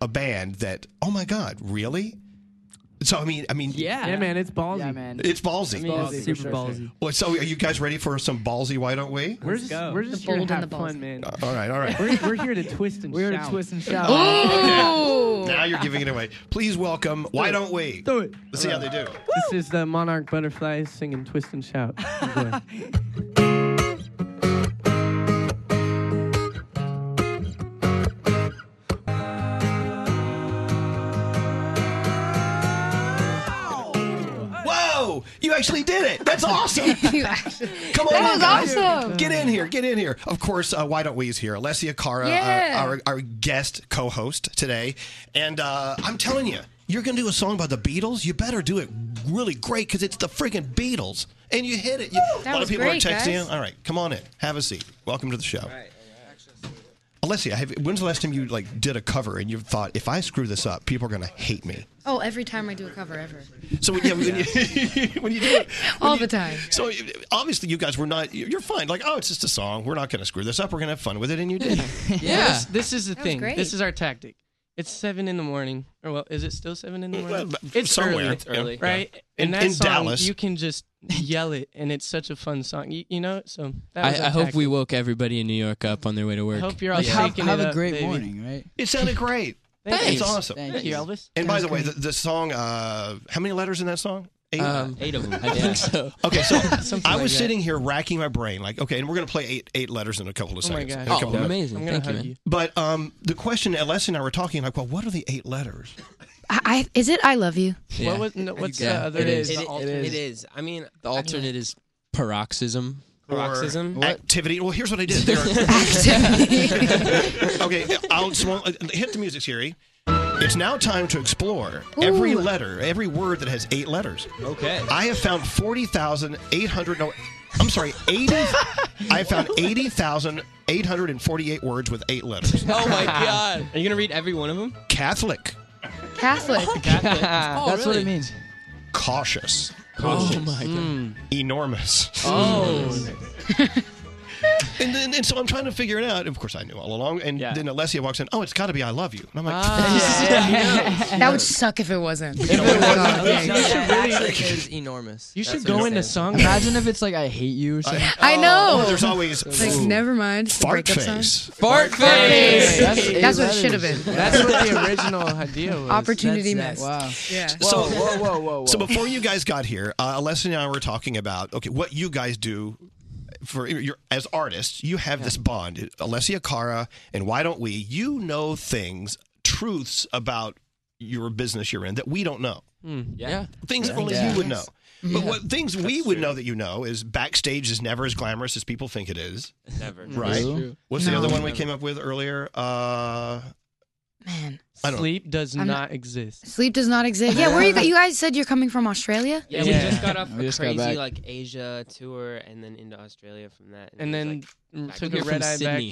S3: a band that, oh my God, really? So, I mean, I mean,
S1: Yeah. Yeah, man, it's ballsy. Yeah, man.
S3: It's ballsy.
S1: It's ballsy, It's super for sure. ballsy.
S3: Well, so are you guys ready for some ballsy? Why don't we?
S1: We're just, we're just here to have fun, man.
S3: Uh, all right, all right.
S1: We're, we're here to twist and we're shout. We're to twist and shout.
S21: Oh!
S3: Okay. Now you're giving it away. Please welcome. Why don't we?
S1: Do it.
S3: Let's see how they do.
S1: This is the monarch butterflies singing "Twist and Shout." Enjoy.
S3: Whoa! You actually did it. That's awesome.
S21: You actually-
S3: Come on,
S21: That
S3: in,
S21: was
S3: guys.
S21: awesome.
S3: Get in here. Get in here. Of course, uh, why don't we is here? Alessia Cara,
S21: Yeah.
S3: uh, our our guest co-host today, and uh, I'm telling you, you're gonna do a song about the Beatles. You better do it really great because it's the freaking Beatles, and you hit it. You, a
S13: That
S3: lot of
S13: was
S3: people
S13: great,
S3: are texting
S13: guys.
S3: you. All right, come on in. Have a seat. Welcome to the show. Alessia, have, when's the last time you like did a cover and you thought if I screw this up, people are gonna hate me?
S21: Oh, every time I do a cover, ever.
S3: So when, yeah, when, you, when you do it,
S21: All the time.
S3: so obviously you guys were not. You're fine. Like, oh, it's just a song. We're not going to screw this up. We're going to have fun with it, and you did.
S1: Yeah. This, this is the
S3: That was
S1: thing.
S3: great.
S1: This is our tactic. It's seven in the morning, or well, is it still seven in the morning?
S3: Well,
S1: it's
S3: somewhere.
S1: early,
S3: It's early,
S1: right?
S3: yeah.
S1: And
S3: In-
S1: that
S3: in
S1: song,
S3: Dallas.
S1: you can just yell it, and it's such a fun song. You, you know, so that was
S13: I,
S1: our
S13: I hope
S1: tactic.
S13: we woke everybody in New York up on their way to work.
S1: I hope you're all
S13: Yeah.
S1: shaking it up, baby.
S13: right?
S3: It sounded great.
S1: Thank
S3: It's
S1: you.
S3: awesome.
S1: Thank Thank you. you, Elvis.
S3: And by
S1: Sounds
S3: the way, the,
S1: great.
S3: the song. Uh, how many letters in that song?
S13: Um, eight of them, I think so.
S3: Okay, so
S13: Something
S3: I
S13: like
S3: was
S13: that.
S3: sitting here racking my brain, like, okay, and we're gonna play eight eight letters in a couple of
S13: Oh my
S3: seconds.
S13: gosh.
S3: in a
S13: Oh,
S3: couple of minutes.
S13: amazing. I'm gonna Thank you, hug man. you.
S3: But um, the question, Alessia and I were talking, like, well, what are the eight letters?
S21: I, I is it I love you?
S13: Yeah.
S1: What was, no, what's
S13: Yeah,
S1: the other?
S13: it is.
S1: the
S13: It- it
S1: alternate?
S13: is. It is. I mean, the alternate is paroxysm.
S3: Or activity. Well, here's what I did. There are- okay, I'll small, hit the music, Siri. It's now time to explore every
S13: Ooh.
S3: letter, every word that has eight letters.
S13: Okay.
S3: I have found forty thousand eight hundred. No, I'm sorry, eighty. I have found eighty thousand eight hundred and forty-eight words with eight letters.
S13: Oh my god! Are you gonna read every one of them?
S3: Catholic,
S21: Oh, Catholic.
S13: Oh, That's what it
S1: means.
S3: cautious, Mm.
S13: Cautious. Oh my God.
S3: enormous.
S13: Oh.
S3: And, then, and so I'm trying to figure it out. Of course, I knew all along. And then Alessia walks in. Oh, it's got to be "I love you." And I'm like,
S2: Ah.
S21: That would suck if it wasn't.
S1: is enormous.
S2: You should
S1: what
S2: go
S1: it
S2: into
S1: stands
S2: song.
S1: for.
S2: Imagine if it's like I hate you or something.
S21: I
S3: Oh,
S21: know.
S2: there's always-
S21: It's like, never mind. It's a
S2: Fart
S21: breakup song.
S2: face. Fart Fart face. face. That's eight
S21: That's what it
S2: letters.
S21: should have been.
S2: That's what the original idea was.
S21: Opportunity
S2: That's
S21: missed.
S2: that- Wow.
S21: Yeah.
S2: Whoa, whoa, whoa, whoa, whoa.
S3: So before you guys got here, uh, Alessia and I were talking about okay, what you guys do for your as artists. You have this bond, Alessia Cara, and why don't we? You know things, truths about your business you're in that we don't know.
S17: Mm,
S1: yeah.
S3: Things
S1: Yeah.
S3: only
S1: Yeah.
S3: you would know.
S1: Mhm.
S3: But
S1: Yeah.
S3: what things we would know that you know is backstage is never as glamorous as people think it is.
S1: Never.
S3: Right.
S1: That's true.
S3: What's the
S1: No.
S3: other one we
S1: Never.
S3: came up with earlier? Uh,
S21: Man.
S3: I don't
S1: Sleep does
S21: I'm
S1: not,
S21: not-
S1: exist.
S21: Sleep does not exist. Yeah, where you, you guys said you're coming from Australia?
S15: Yeah, we just got off
S2: We
S15: a
S2: just got
S15: crazy
S2: back.
S15: like Asia tour and then into Australia from that.
S1: And
S15: it was,
S1: then
S15: like,
S1: mm,
S15: back
S1: took
S15: and
S1: a
S15: forth.
S1: red eye back.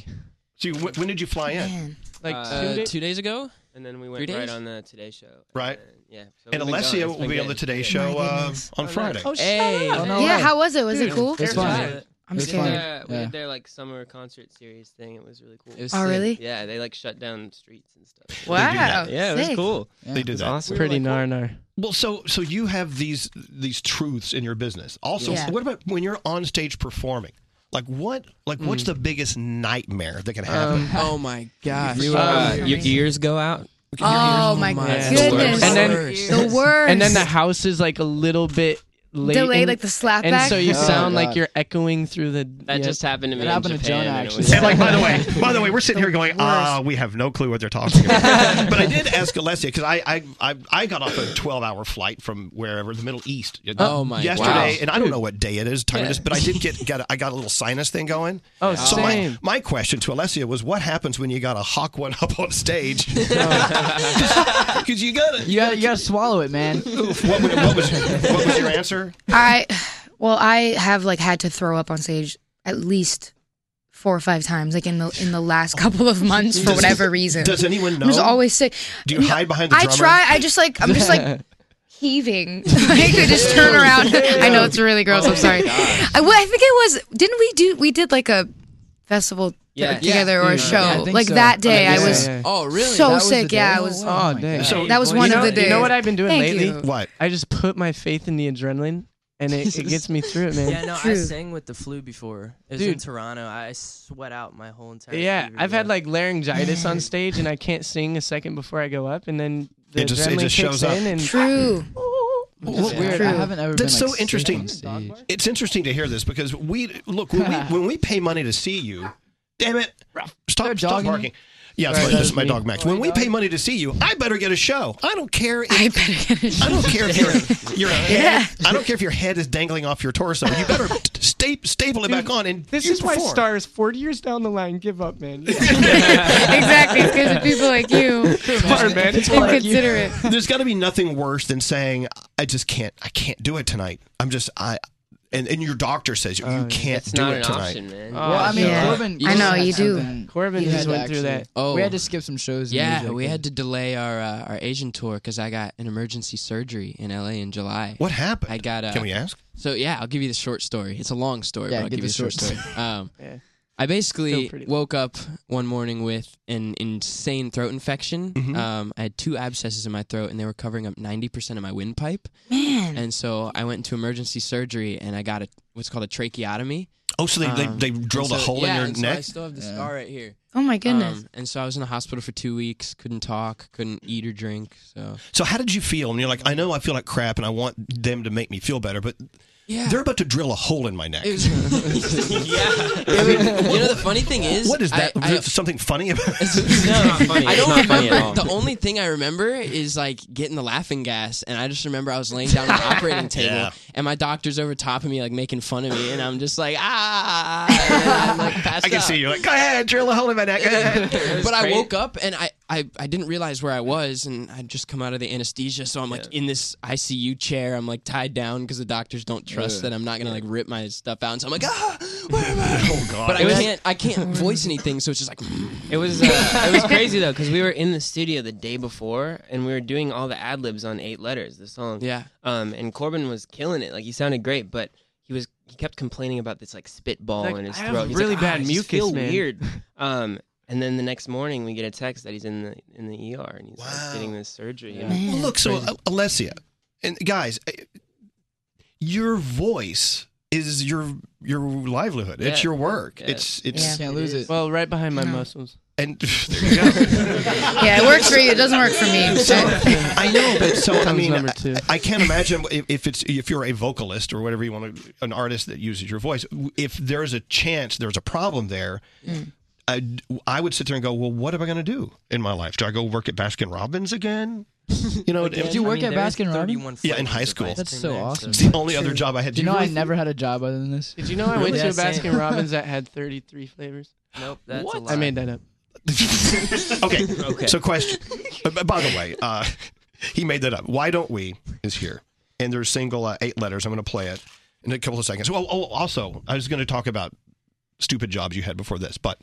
S3: So you, when did you fly in?
S1: Like
S15: Uh,
S1: two, da-
S15: two days ago? And then we
S1: Three
S15: went right
S1: days?
S15: on the Today Show. and
S3: Right.
S15: then- yeah. so
S3: and
S15: we've been
S3: Alessia
S15: going. It's
S3: will
S15: been
S3: be on the
S15: good.
S3: Today
S15: Yeah.
S3: Show uh, on
S15: nice.
S3: Friday.
S15: Oh, shut Hey. up. Oh, no
S21: yeah,
S15: way.
S21: how was it? Was it
S15: Dude,
S21: cool?
S15: it's fun.
S21: I'm
S15: It's
S21: scared.
S15: fun. Yeah, we
S21: Yeah.
S15: did their like summer concert series thing. It was really cool.
S21: was Oh, sick. really?
S15: Yeah, they like shut down streets and stuff.
S21: Wow.
S1: Yeah, it was
S21: sick.
S1: cool.
S3: They did
S1: It's
S3: that.
S1: awesome. Pretty nar nar.
S3: Well, so so you have these these truths in your business. Also,
S1: Yeah.
S3: what about when you're on stage performing? Like what? Like what's
S1: Mm.
S3: the biggest nightmare that can happen?
S2: Um, oh my gosh.
S3: You, uh,
S1: your
S15: ears go out.
S21: Oh, my goodness.
S1: And then
S21: The worst.
S1: And then the house is like a little bit late.
S21: Delayed,
S1: and-
S21: like the slapback.
S1: And so you
S21: Oh,
S1: sound
S21: God.
S1: like you're echoing through the. That
S15: just happened to me
S1: It
S15: That in happened to Japan, Jonah, and it was- actually.
S3: And like by the way, by the way, we're sitting here going, ah, we have no clue what they're talking about. but I did ask Alessia because I, I I I got off a 12 hour flight from wherever the Middle East.
S1: Oh, my-
S3: Yesterday,
S1: wow.
S3: and I don't know what day it is, time it
S1: Yeah.
S3: is, but I did get got a, I got a little sinus thing going.
S1: Oh,
S3: so my,
S1: same.
S3: my question to Alessia was, what happens when you got to hawk one up on stage? Because you got to
S2: You gotta, you gotta swallow it, man.
S3: what, was, what was what was your answer?
S21: I well, I have like had to throw up on stage at least four or five times, like in the in the last couple of months for
S3: Does-
S21: whatever reason.
S3: does anyone
S21: I was
S3: know?
S21: always sick.
S3: Do you hide behind the
S21: I
S3: drummer?
S21: try. I just like I'm just like heaving. like I just turn around. I know it's really gross. I'm sorry. I, well, I think it was. Didn't we do? We did like a festival. t-
S2: Yeah.
S21: together
S2: Yeah,
S21: or a
S2: dude.
S21: show
S2: Yeah, I think
S21: like
S2: so.
S21: that day
S2: I
S21: I
S2: think
S21: was
S2: so. Oh, really?
S21: so
S2: That was the
S21: sick
S2: day?
S21: yeah I
S2: Oh,
S21: was
S2: wow. Oh, dang.
S21: So- That was
S1: You
S21: one of
S1: know-
S21: the
S1: You know what
S21: days.
S1: I've been doing
S21: Thank
S1: lately?
S21: you.
S3: What?
S1: I just put my faith in the adrenaline, and it, it gets me through it, man.
S15: Yeah, no, I sang with the flu before. It was in
S1: Dude.
S15: Toronto. I sweat out my whole entire.
S1: Yeah,
S15: fever,
S1: I've had like laryngitis on stage, and I can't sing a second before I go up, and then the
S3: It just- it
S1: adrenaline
S3: just
S1: kicks
S3: shows up.
S1: in. And
S21: True.
S2: It's weird. I haven't ever
S3: That's
S2: been,
S3: so
S2: like, sick
S3: interesting.
S2: on stage.
S3: It's interesting to hear this because we look when we when we pay money to see you. Damn it! Stop, stop barking. Yeah, that's
S2: Sorry,
S3: my,
S2: that
S3: that's
S2: was
S3: my
S2: me.
S3: dog Max. When we pay money to see you, I better get a show. I don't care. If, I better get a show. I don't care if your your head. I don't care if your head is dangling off your torso. You better sta- staple it back on. And
S1: This
S3: you
S1: is why
S3: perform.
S1: stars 40 years down the line give up, man.
S21: exactly it's because of people like you
S1: Sorry, man. It's
S21: and
S1: hard.
S21: consider it
S3: There's got to be nothing worse than saying I just can't. I can't do it tonight. I'm just I. And, and your doctor says you can't
S15: Oh, It's
S3: do
S15: not
S3: it
S15: an
S3: tonight.
S15: option, man.
S2: Well, I mean,
S21: Yeah.
S2: Corbin.
S21: I know,
S2: had
S21: you do.
S2: something.
S1: Corbin
S2: He
S1: just
S2: had to
S1: went through
S2: actually-
S1: that.
S15: Oh.
S2: we had to skip some shows. and
S15: Yeah,
S2: music,
S15: we
S2: I
S15: had to
S2: think.
S15: delay our uh, our Asian tour because I got an emergency surgery in LA in July.
S3: What happened?
S15: I got. Uh,
S3: Can we ask?
S15: So yeah, I'll give you the short story. It's a long story,
S2: Yeah,
S15: but I'll
S2: give
S15: give you
S2: the
S15: the short
S2: short
S15: story. Um, I basically woke up one morning with an insane throat infection.
S2: Mhm.
S15: Um, I had two abscesses in my throat, and they were covering up ninety percent of my windpipe.
S21: Man.
S15: And so I went into emergency surgery, and I got a what's called a tracheotomy.
S3: Oh, so they- they- they
S15: Um, and
S3: drilled a
S15: so-
S3: hole in
S15: yeah,
S3: your
S15: and so I
S3: neck?
S15: still have the
S3: Yeah.
S15: scar right here.
S21: Oh, my goodness.
S2: Um,
S15: and so I was in the hospital for two weeks. Couldn't talk. Couldn't eat or drink. So
S3: So how did you feel? And you're like, I know I feel like crap, and I want them to make me feel better, but they're about to drill a hole in my neck.
S15: It was- yeah. you know, the funny thing is,
S3: what is that?
S15: I-
S3: Is
S15: I-
S3: there something funny about it?
S15: I don't
S3: It's not funny
S15: remember.
S3: at all.
S15: The only thing I remember is like getting the laughing gas, and I just remember I was laying down on the operating table,
S3: Yeah.
S15: and my doctor's over top of me, like making fun of me, and I'm just like ah. and then I'm, like, passed
S3: I can
S15: out.
S3: see you like, go ahead, drill a hole in my neck. go ahead."
S15: but I woke up and I, I, I didn't realize where I was, and I'd just come out of the anesthesia. So I'm like in this ICU chair. I'm like tied down because the doctors don't trust
S2: Yeah.
S15: that I'm not gonna like rip my stuff out. And so I'm like, ah,
S3: Oh God!
S15: but I
S2: It was-
S15: can't, I can't voice anything. So it's just like,
S17: It was uh, it was crazy though because we were in the studio the day before and we were doing all the ad libs on Eight Letters, the song.
S15: Yeah.
S17: Um, and Corbin was killing it. Like he sounded great, but he was he kept complaining about this like spit ball
S1: Like,
S17: in his
S1: I have
S17: throat. He's
S1: really
S17: like,
S1: bad
S17: "Ah, I just
S1: mucus,
S17: feel
S1: man."
S17: Weird. Um, and then the next morning we get a text that he's in the in the ER and he's like, getting this surgery. Yeah.
S3: Well, look, so uh, Alessia, and guys, uh, your voice is your your livelihood. It's
S1: Yeah.
S3: your work.
S1: Yeah.
S3: It's it's
S1: Yeah. Can't lose it. Well, right behind my muscles.
S3: And there you go.
S21: Yeah, it works for you. It doesn't work for me.
S3: So, I know, but so I
S1: Comes
S3: mean,
S1: number
S3: I, I can't imagine if, if it's if you're a vocalist or whatever you want to, an artist that uses your voice. If there's a chance, there's a problem there. I, I would sit there and go, well, what am I going to do in my life? Do I go work at Baskin Robbins again? You know,
S2: Did you work at Baskin Robbins?
S3: Yeah, in high school.
S2: That's so awesome.
S3: It's the only other job I had.
S2: Do you
S3: Do
S2: know
S3: really
S2: I never had a job other than this?
S1: Did you know I went to a
S2: Yeah, same.
S1: Baskin Robbins that had 33 flavors?
S17: Nope, that's a
S1: what?
S17: lie.
S1: I made that up.
S3: okay. So, question. Uh, b- By the way, uh, he made that up. Why don't we is here, and there's single uh, eight letters. I'm going to play it in a couple of seconds. Oh, oh also, I was going to talk about stupid jobs you had before this, but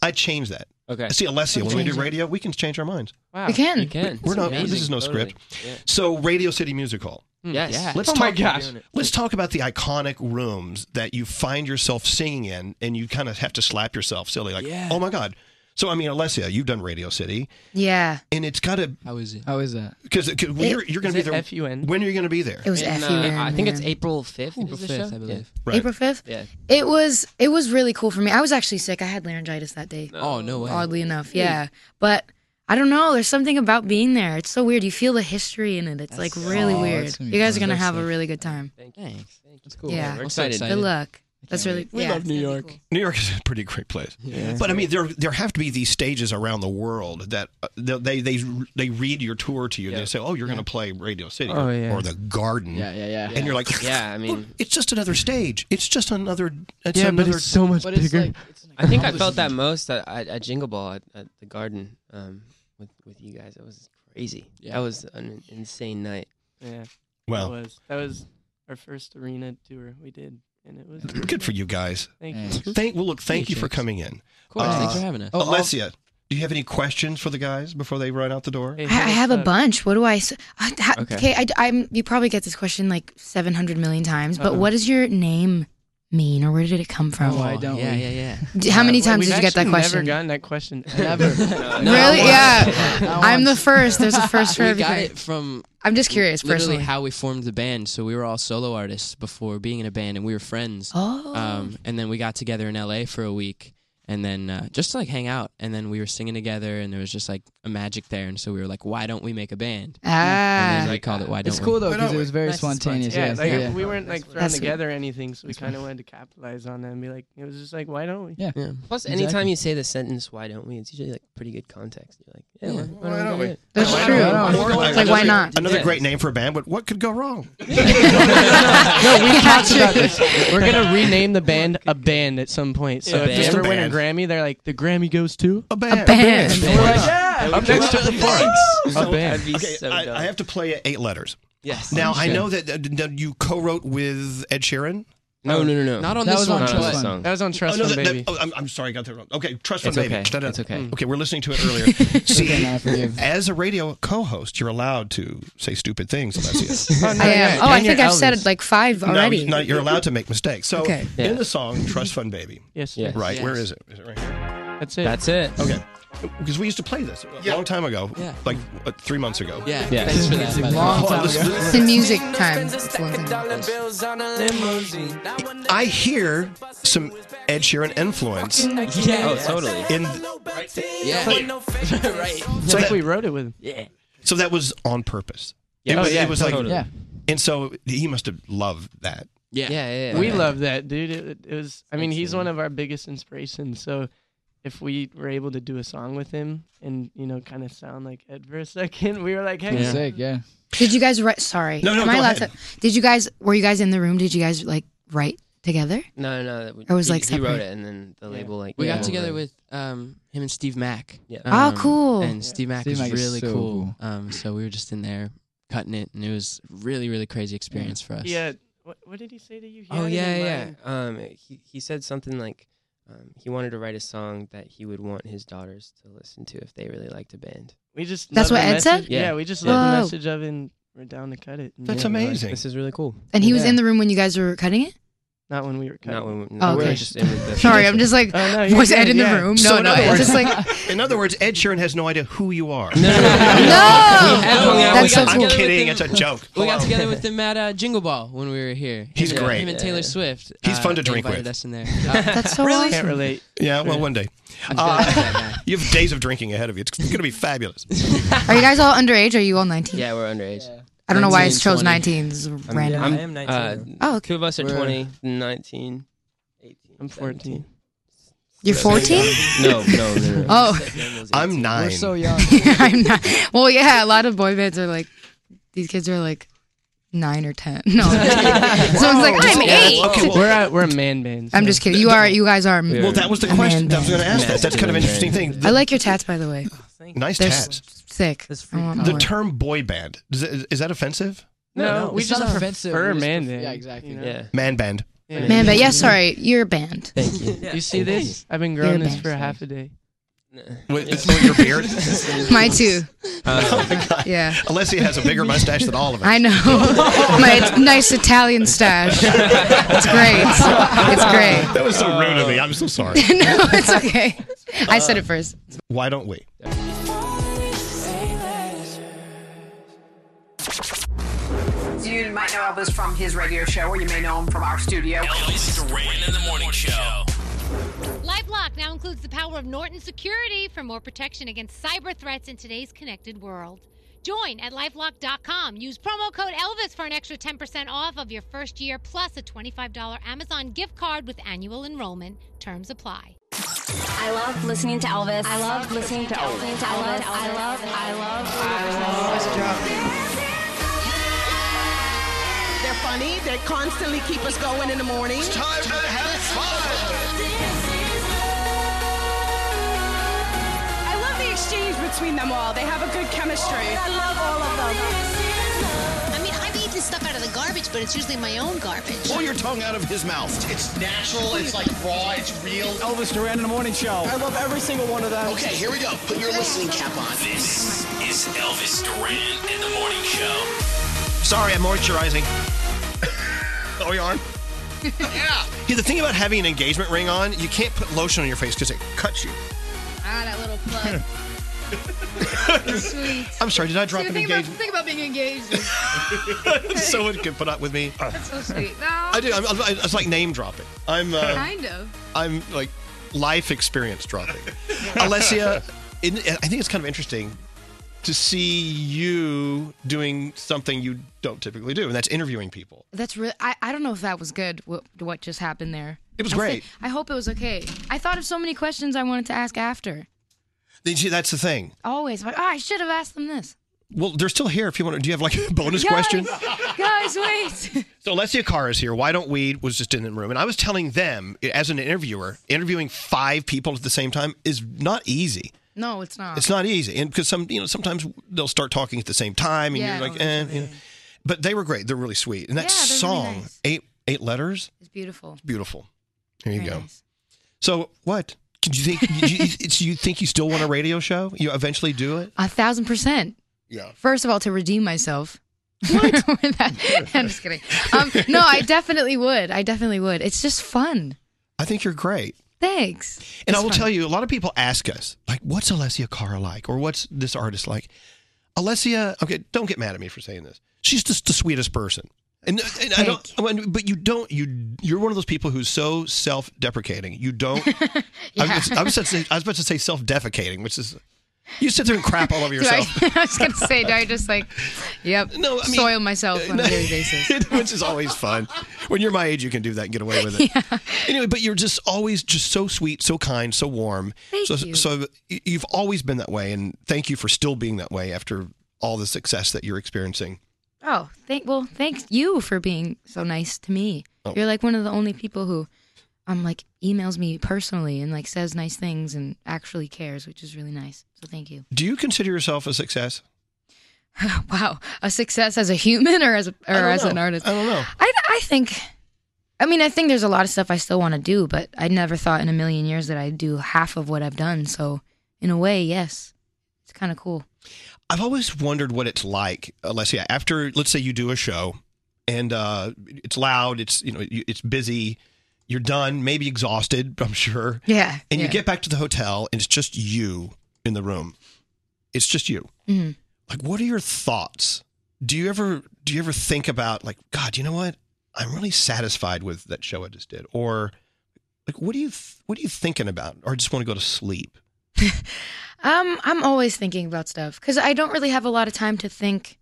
S3: I changed that.
S17: Okay.
S3: See, Alessia, when we
S17: Change
S3: do
S17: it.
S3: radio, we can change our minds.
S1: Wow.
S21: We can.
S17: You can.
S3: We're
S17: It's
S3: not.
S17: amazing.
S3: This is no
S17: Totally.
S3: script.
S17: Yeah.
S3: So, Radio City Music Hall.
S15: Hmm.
S17: Yes. Yeah.
S3: Let's
S17: Oh
S3: talk,
S17: my gosh.
S3: Let's talk about the iconic rooms that you find yourself singing in, and you kind of have to slap yourself silly, like, "Oh my god." So, I mean, Alessia, you've done Radio City.
S21: Yeah.
S3: And it's got to.
S15: How is it?
S2: How is that?
S3: Because you're, you're going to be there. When are you going to be there?
S21: It was
S17: And, uh,
S21: FUN,
S17: I think it's
S21: yeah.
S17: April fifth.
S15: April 5th, I believe.
S3: Right.
S21: April fifth.
S17: Yeah.
S21: It was it was really cool for me. I was actually sick. I had laryngitis that day.
S15: Oh, no way.
S21: Oddly enough, yeah. But I don't know. There's something about being there. It's so weird. You feel the history in it. It's like really
S15: Oh,
S21: weird.
S15: that's gonna be
S21: You guys
S15: fun.
S21: are gonna
S15: That's
S21: have a
S15: sick.
S21: really good time.
S15: Thanks. That's cool.
S21: Yeah,
S15: we're excited.
S21: Good luck. That's really
S15: We
S21: yeah,
S15: love
S21: it's
S15: New
S21: gonna be
S15: York.
S21: cool.
S3: New York is a pretty great place.
S15: Yeah.
S3: But I mean, there there have to be these stages around the world that uh, they they they read your tour to you. and They say, "Oh, you're going to play Radio City
S1: Oh, yeah.
S3: or the Garden."
S2: Yeah, yeah, yeah.
S3: And you're like,
S17: Yeah, I mean-
S3: it's just another stage. It's just another. It's
S1: Yeah, but
S3: another,
S1: it's so much But it's bigger. like-
S17: I think I felt that most at, at, at Jingle Ball at, at the Garden um, with with you guys. That was crazy. That was an insane night.
S1: Yeah.
S3: Well.
S1: that was, that was our first arena tour we did, and it was
S3: Good for you guys.
S1: Thank you.
S3: Thank well, look. Thank you for
S1: Appreciate
S3: coming in. Uh,
S1: Of course, thanks for having us. Oh, I'll-
S3: Alessia, do you have any questions for the guys before they run out the door?
S21: I, I have a bunch. What do I? s- I- ha-
S3: Okay.
S21: Okay, I, am You probably get this question like 700 million times. But
S1: Uh-oh.
S21: what does your name mean, or where did it come from?
S1: Why don't we?
S21: D- How many
S1: Uh,
S21: times
S1: we've
S21: did you get that
S1: actually
S21: question?
S1: Never gotten that question.
S2: Never.
S21: really? Yeah.
S15: Not
S21: I'm the
S15: once.
S21: first. There's a first for
S15: we
S21: everything.
S15: got it from.
S21: I'm just curious,
S15: literally
S21: personally.
S15: how we formed the band. So we were all solo artists before being in a band, and we were friends.
S21: Oh.
S15: Um, and then we got together in LA for a week, and then uh, just to, like hang out. And then we were singing together, and there was just like a magic there. And so we were like, "Why don't we make a band?" And then
S21: Ah.
S15: we called it "Why Don't."
S2: It's cool
S15: we?
S2: though because it was very
S1: Nice and
S2: spontaneous.
S1: Yeah,
S2: yes,
S1: like,
S2: yeah.
S1: we weren't like thrown
S21: That's sweet.
S1: together or anything, so we kind of wanted to capitalize on that and be like, it was just like, why don't we?
S2: Yeah. Yeah.
S17: Plus,
S1: Exactly.
S17: anytime you say the sentence "Why don't we," it's usually like pretty good context. You're like, "Yeah,
S1: Yeah.
S17: why, why don't we?" do it?"
S21: That's
S3: Why
S21: true.
S3: not?
S21: It's
S3: Or-
S21: like, why
S3: another-
S21: not?
S3: Another
S21: Yeah.
S3: great name for a band, but what could go wrong?
S1: No, we
S21: Yeah,
S1: talked
S21: true.
S1: about this. We're gonna rename the band a band at some point. So
S3: A
S1: if
S3: band.
S1: they ever
S3: Just a
S1: win a Grammy, they're like, the Grammy goes to
S3: a band.
S1: band. uh,
S3: band.
S1: And we're like, yeah, up next to the Bronx. A band.
S3: Okay, I, I have to play eight letters.
S17: Yes.
S3: Now I
S17: Okay.
S3: know that uh, d- you co-wrote with Ed Sheeran.
S17: No, no, no, no. Not on That this was on one. Not on Trust this Fund. song. That was on Trust
S3: oh, no,
S17: Fund,
S3: that- that-
S17: baby.
S3: oh, I'm, I'm sorry, I got that wrong. Okay, Trust
S17: It's
S3: Fund Baby.
S17: okay.
S3: Da- da-
S17: It's okay.
S3: Okay, we're listening to it earlier.
S2: Okay,
S3: See,
S2: now I forgive.
S3: as a radio co-host, you're allowed to say stupid things, Alessia.
S21: I am. Oh, I think I've said it like five
S3: No,
S21: already.
S3: No, you're allowed to make mistakes. So
S21: Okay.
S3: in the song Trust Fund Baby.
S1: Yes, yes.
S3: Right,
S1: Yes.
S3: where is it? Is it right here?
S1: That's it.
S17: That's it.
S3: Okay. Because we used to play this a long time ago,
S15: Yeah.
S3: like uh, three months ago.
S15: Yeah. Yeah. Thanks for that, by the way.
S3: Oh,
S15: Long time
S3: listen-
S15: ago.
S21: It's in music time. It's a long time.
S3: I hear some Ed Sheeran influence.
S17: Yeah. Oh, totally.
S3: In
S17: Yeah. right.
S1: It's like we wrote it with him.
S17: Yeah.
S3: so that was on purpose.
S1: Yeah.
S3: It was,
S1: Oh, yeah,
S3: it was
S1: totally.
S3: like,
S1: Yeah.
S3: and so he must have loved that.
S15: Yeah.
S17: Yeah, yeah,
S1: We
S17: yeah.
S1: love that, dude. It, it was. I mean, he's one of our biggest inspirations. So, if we were able to do a song with him and you know, kind of sound like Ed for a second, we were like, hey,
S2: Yeah. Sick, yeah.
S21: Did you guys write? Sorry,
S1: No, no,
S21: am I
S1: go
S21: allowed
S1: ahead.
S21: to? Did you guys? Were you guys in the room? Did you guys like write together?
S17: No, no, that we-
S21: Or was
S17: he-
S21: like
S17: he wrote
S21: separate?
S17: it, and then the label like
S15: We
S17: yeah.
S15: got together with um, him and Steve Mack.
S17: Yeah.
S21: Oh,
S15: Um,
S21: cool.
S15: And Steve Mack
S2: Steve
S15: is
S2: Mack is
S15: really
S2: so
S15: cool. Um, so we were just in there cutting it, and it was really, really crazy experience for us.
S1: yeah. What, what did he say to you? He
S17: Oh
S1: had it
S17: yeah,
S1: in
S17: yeah.
S1: mind.
S17: Um, he he said something like, um, he wanted to write a song that he would want his daughters to listen to if they really liked a band.
S1: We just.
S21: That's
S1: love
S21: what
S1: the
S21: Ed said?
S1: message- Yeah.
S17: Yeah.
S1: we just
S17: Yeah.
S1: love the
S21: Whoa.
S1: message of and we're down to cut it. And
S3: That's
S1: yeah, we're like,
S3: amazing.
S17: This is really cool.
S21: And he was in the room when you guys were cutting it.
S1: Not when we were cutting.
S17: Not when we-
S21: no, we were Okay. just in with the- Sorry, I'm just like,
S1: Oh,
S21: was Ed in the room? No,
S3: So in
S21: no,
S3: other
S21: it's
S3: words-
S21: just
S3: in other words, Ed Sheeran has no idea who you are.
S15: No, no, no, no, no. We had hung out- we got together
S3: I'm
S15: with
S3: kidding.
S15: him-
S3: It's a joke.
S15: We got
S3: Hello.
S15: together with him at uh, Jingle Ball when we were here.
S3: He's
S15: Him and- uh,
S3: great.
S15: Him and Taylor Swift.
S3: He's
S15: uh,
S3: fun to
S15: they
S3: drink
S15: invited
S3: with.
S15: Us in there. Uh,
S3: really?
S15: Can't relate.
S3: Yeah, well, one day. Uh, you have days of drinking ahead of you. It's going to be fabulous.
S21: Are you guys all underage? Are you all 19?
S17: Yeah, we're underage.
S21: I don't know why I
S17: 19,
S21: chose
S17: 20.
S21: 19. It's
S17: I'm-
S21: random.
S17: I'm-
S21: I am 19.
S17: uh,
S21: Oh,
S17: Two of us are
S21: We're-
S17: 20, 19, 18.
S1: I'm 14.
S21: You're 14?
S17: No, no, no, no.
S21: Oh.
S3: I'm 9
S21: We're so young. I'm not. Well, yeah, a lot of boy bands are like, these kids are like nine or 10. No. so it's like, I'm eight.
S1: we're at, we're man bands.
S21: I'm just kidding. You are. You guys are.
S3: Well, that was the
S21: a man
S3: question. I was going to
S21: band.
S3: ask that. That's kind of an interesting thing. Oh,
S21: I like your tats, by the way.
S3: Nice
S21: They're
S3: tats.
S21: Sick. I want
S3: The
S21: more.
S3: term boy band, is that, is that offensive?
S1: No, we
S21: It's
S1: just
S21: not
S1: prefer
S21: offensive. We just
S1: man
S21: prefer-
S1: band.
S21: yeah, exactly.
S1: you know?
S17: Yeah.
S3: Man band.
S1: Yeah.
S21: Man, but yeah, sorry, you're a band.
S17: Thank you.
S1: You see this? I've been
S21: You're
S1: growing
S21: a
S1: this
S21: band.
S1: for half a day.
S3: With, with your beard?
S21: My too.
S3: Oh, my God.
S21: Yeah.
S3: Alessia has a bigger mustache than all of us.
S21: I know. My t- nice Italian stash. It's great. It's great.
S3: That was so rude of me. I'm so sorry.
S21: no, it's okay. I said it first.
S3: Why don't we?
S12: You might know Elvis from his radio show, or you may know him from our studio.
S8: Elvis Duran in the morning show.
S18: LifeLock now includes the power of Norton Security for more protection against cyber threats in today's connected world. Join at lifelock.com. Use promo code Elvis for an extra 10% off of your first year plus a $25 Amazon gift card with annual enrollment. Terms apply.
S19: I love listening to Elvis. I love listening to Elvis. I love, I love, I love, I love.
S12: They're funny. They constantly keep us going in the morning. It's time to have fun. I love the exchange between them all. They have a good chemistry. I love all of them.
S18: I mean, I've eaten stuff out of the garbage, but it's usually my own garbage.
S23: Pull your tongue out of his mouth. It's natural. It's like raw. It's real.
S24: Elvis Duran in the morning show. I love every single one of them. Okay, here we go. Put your listening cap on.
S8: This is Elvis Duran in the morning show.
S3: Sorry, I'm moisturizing. oh, you are? yeah.
S21: Ah,
S3: The thing about having an engagement ring on, you can't put lotion on your face because it cuts you.
S26: Ah, that little plug. Sweet.
S3: I'm sorry, did I drop
S26: See, the
S3: an
S26: thing about, the
S3: engagement?
S26: thing about being engaged is
S3: Someone could put up with me.
S26: that's so sweet. No,
S3: I do. I'm, I'm, it's like name dropping. I'm. Uh,
S26: kind of.
S3: I'm like life experience dropping. Alessia, in, I think it's kind of interesting to see you doing something you don't typically do, and that's interviewing people.
S21: That's really. I, I don't know if that was good. What, what just happened there?
S3: It was
S21: I
S3: great.
S21: thi- I hope it was okay. I thought of so many questions I wanted to ask after.
S3: Then see, that's the thing.
S21: Always, like, oh, I should have asked them this.
S3: Well, they're still here. If you want, to, do you have like a bonus
S21: Guys!
S3: question?
S21: Guys, wait.
S3: So Alessia Carr is here. Why don't we was just in the room, and I was telling them as an interviewer, interviewing five people at the same time is not easy.
S21: No, it's not.
S3: It's not easy, and because some you know sometimes they'll start talking at the same time, and
S21: Yeah, oh,
S3: you're like, eh, you know. but they were great. They're really sweet, and that
S21: Yeah, they're really
S3: song, eight eight letters,
S21: It's beautiful.
S3: beautiful. Here you go. So what? Did you think? did you, it's- you think you still want a radio show? You eventually do it?
S21: A thousand percent.
S3: Yeah.
S21: First of all, to redeem myself. With that- I'm just kidding. Um, no, I definitely would. I definitely would. It's just fun.
S3: I think you're great.
S21: Thanks.
S3: And
S21: It's
S3: I will
S21: fun.
S3: tell you, a lot of people ask us, like, what's Alessia Cara like? Or what's this artist like? Alessia, okay, don't get mad at me for saying this. She's just the sweetest person. And, and I don't, I mean, but you don't, you, you're one of those people who's so self deprecating. You don't, I, was, I, was about to say, I was about to say self defecating, which is, you sit there and crap all over
S21: Do I,
S3: yourself.
S21: I was gonna say, do I just like, yep,
S3: no, I mean- uh,
S21: soil myself on a
S3: No.
S21: daily basis?
S3: which is always fun. When you're my age, you can do that and get away with it. Anyway, but you're just always just so sweet, so kind, so warm.
S21: Thank
S3: so,
S21: you.
S3: so y- you've always been that way, and thank you for still being that way after all the success that you're experiencing.
S21: Oh, thank well, thanks you for being so nice to me.
S3: Oh.
S21: You're like one of the only people who, um, like emails me personally and like says nice things and actually cares, which is really nice. So thank you.
S3: Do you consider yourself a success?
S21: Wow, a success as a human or as a,
S3: I
S21: or
S3: don't
S21: as an
S3: know.
S21: artist?
S3: I don't know.
S21: I I think, I mean, I think there's a lot of stuff I still want to do, but I never thought in a million years that I'd do half of what I've done. So in a way, yes, it's kind of cool.
S3: uh, I've always wondered what it's like, Alessia, after, let's say you do a show and uh, it's loud. It's you know you- it's busy. You're done, maybe exhausted. I'm sure.
S21: Yeah,
S3: And you
S21: yeah.
S3: get back to the hotel, and it's just you in the room. It's just you.
S21: hmm
S3: Like, what are your thoughts? Do you ever do you ever think about like, God, you know what? I'm really satisfied with that show I just did, or like, what do you th- what are you thinking about? Or just want to go to sleep?
S21: Um, I'm always thinking about stuff because I don't really have a lot of time to think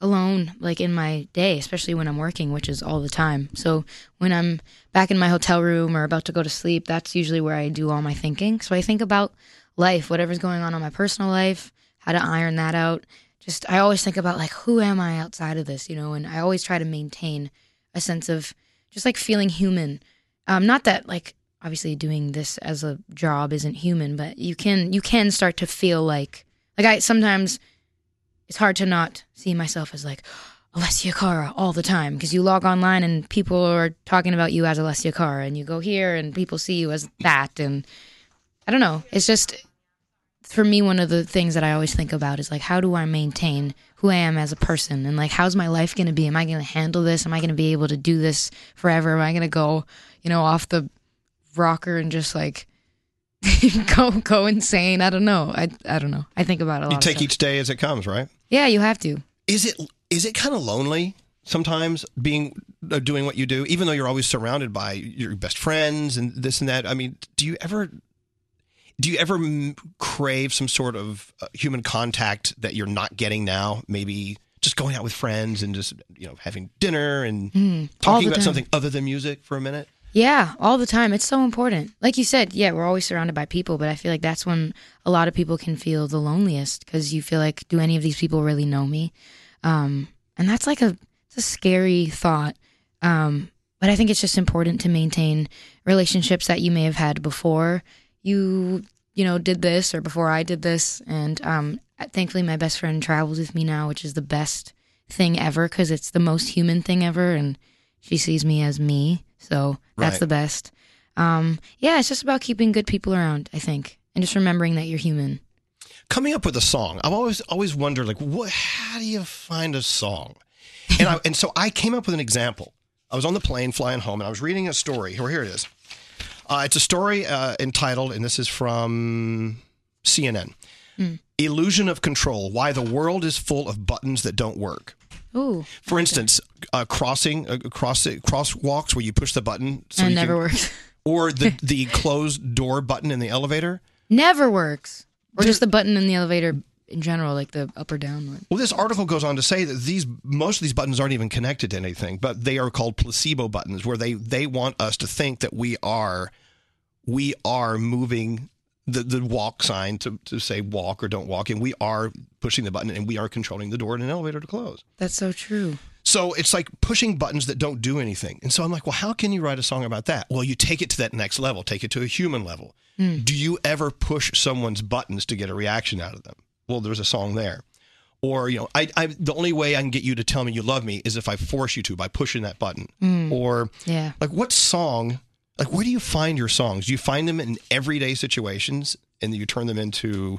S21: alone, like in my day, especially when I'm working, which is all the time. So when I'm back in my hotel room or about to go to sleep, that's usually where I do all my thinking. So I think about life, whatever's going on in my personal life, how to iron that out. Just I always think about like who am I outside of this, you know, and I always try to maintain a sense of just like feeling human. Um, not that like obviously doing this as a job isn't human, but you can you can start to feel like like I sometimes it's hard to not see myself as like Alessia Cara all the time because you log online and people are talking about you as Alessia Cara and you go here and people see you as that and I don't know. It's just for me one of the things that I always think about is like how do I maintain who I am as a person and like how's my life going to be? Am I going to handle this? Am I going to be able to do this forever? Am I going to go, you know, off the rocker and just like go go insane? I don't know. I I don't know. I think about it a lot.
S3: You
S21: of
S3: take
S21: stuff.
S3: each day as it comes, right?
S21: Yeah, you have to.
S3: Is it is it kind of lonely sometimes being uh, doing what you do, even though you're always surrounded by your best friends and this and that? I mean, do you ever do you ever m- crave some sort of uh, human contact that you're not getting now? Maybe just going out with friends and just you know having dinner and
S21: Mm, all
S3: talking
S21: the
S3: about
S21: time.
S3: something other than music for a minute.
S21: Yeah, all the time. It's so important. Like you said, yeah, we're always surrounded by people, but I feel like that's when a lot of people can feel the loneliest because you feel like, do any of these people really know me? Um, and that's like a, it's a scary thought. Um, but I think it's just important to maintain relationships that you may have had before you, you know, did this or before I did this. And um, thankfully, my best friend travels with me now, which is the best thing ever because it's the most human thing ever. And she sees me as me. So that's
S6: Right.
S21: the best. Um, yeah, it's just about keeping good people around, I think, and just remembering that you're human.
S3: coming up with a song. I've always always wondered like what how do you find a song? And I and so I came up with an example. I was on the plane flying home and I was reading a story. Here, here it is. Uh, it's a story uh, entitled, and this is from CNN.
S21: Hmm.
S3: Illusion of Control: Why the World is Full of Buttons That Don't Work.
S21: Ooh.
S3: For instance, uh, crossing uh, cross crosswalks where you push the button
S21: That
S3: you
S21: never works.
S3: or the the closed door button in the elevator.
S21: Never works. Or just the button in the elevator in general, like the up or down one.
S3: Well, this article goes on to say that these most of these buttons aren't even connected to anything, but they are called placebo buttons, where they they want us to think that we are we are moving the, the walk sign to, to say walk or don't walk, and we are pushing the button and we are controlling the door in an elevator to close.
S21: That's so true.
S3: So it's like pushing buttons that don't do anything. And so I'm like, well, how can you write a song about that? Well, you take it to that next level, take it to a human level.
S6: Hmm.
S3: Do you ever push someone's buttons to get a reaction out of them? Well, there's a song there. Or, you know, I, I the only way I can get you to tell me you love me is if I force you to by pushing that button.
S21: Hmm.
S3: Or
S21: Yeah.
S3: like what song like where do you find your songs? Do you find them in everyday situations and then you turn them into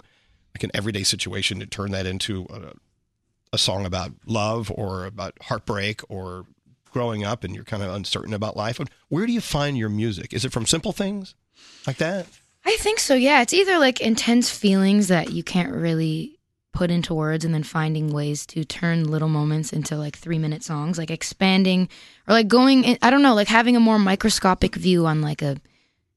S3: like an everyday situation to turn that into a, a song about love or about heartbreak or growing up and you're kind of uncertain about life. Where do you find your music? Is it from simple things like that?
S21: I think so, yeah. It's either like intense feelings that you can't really put into words and then finding ways to turn little moments into like three minute songs, like expanding or like going, in, I don't know, like having a more microscopic view on like a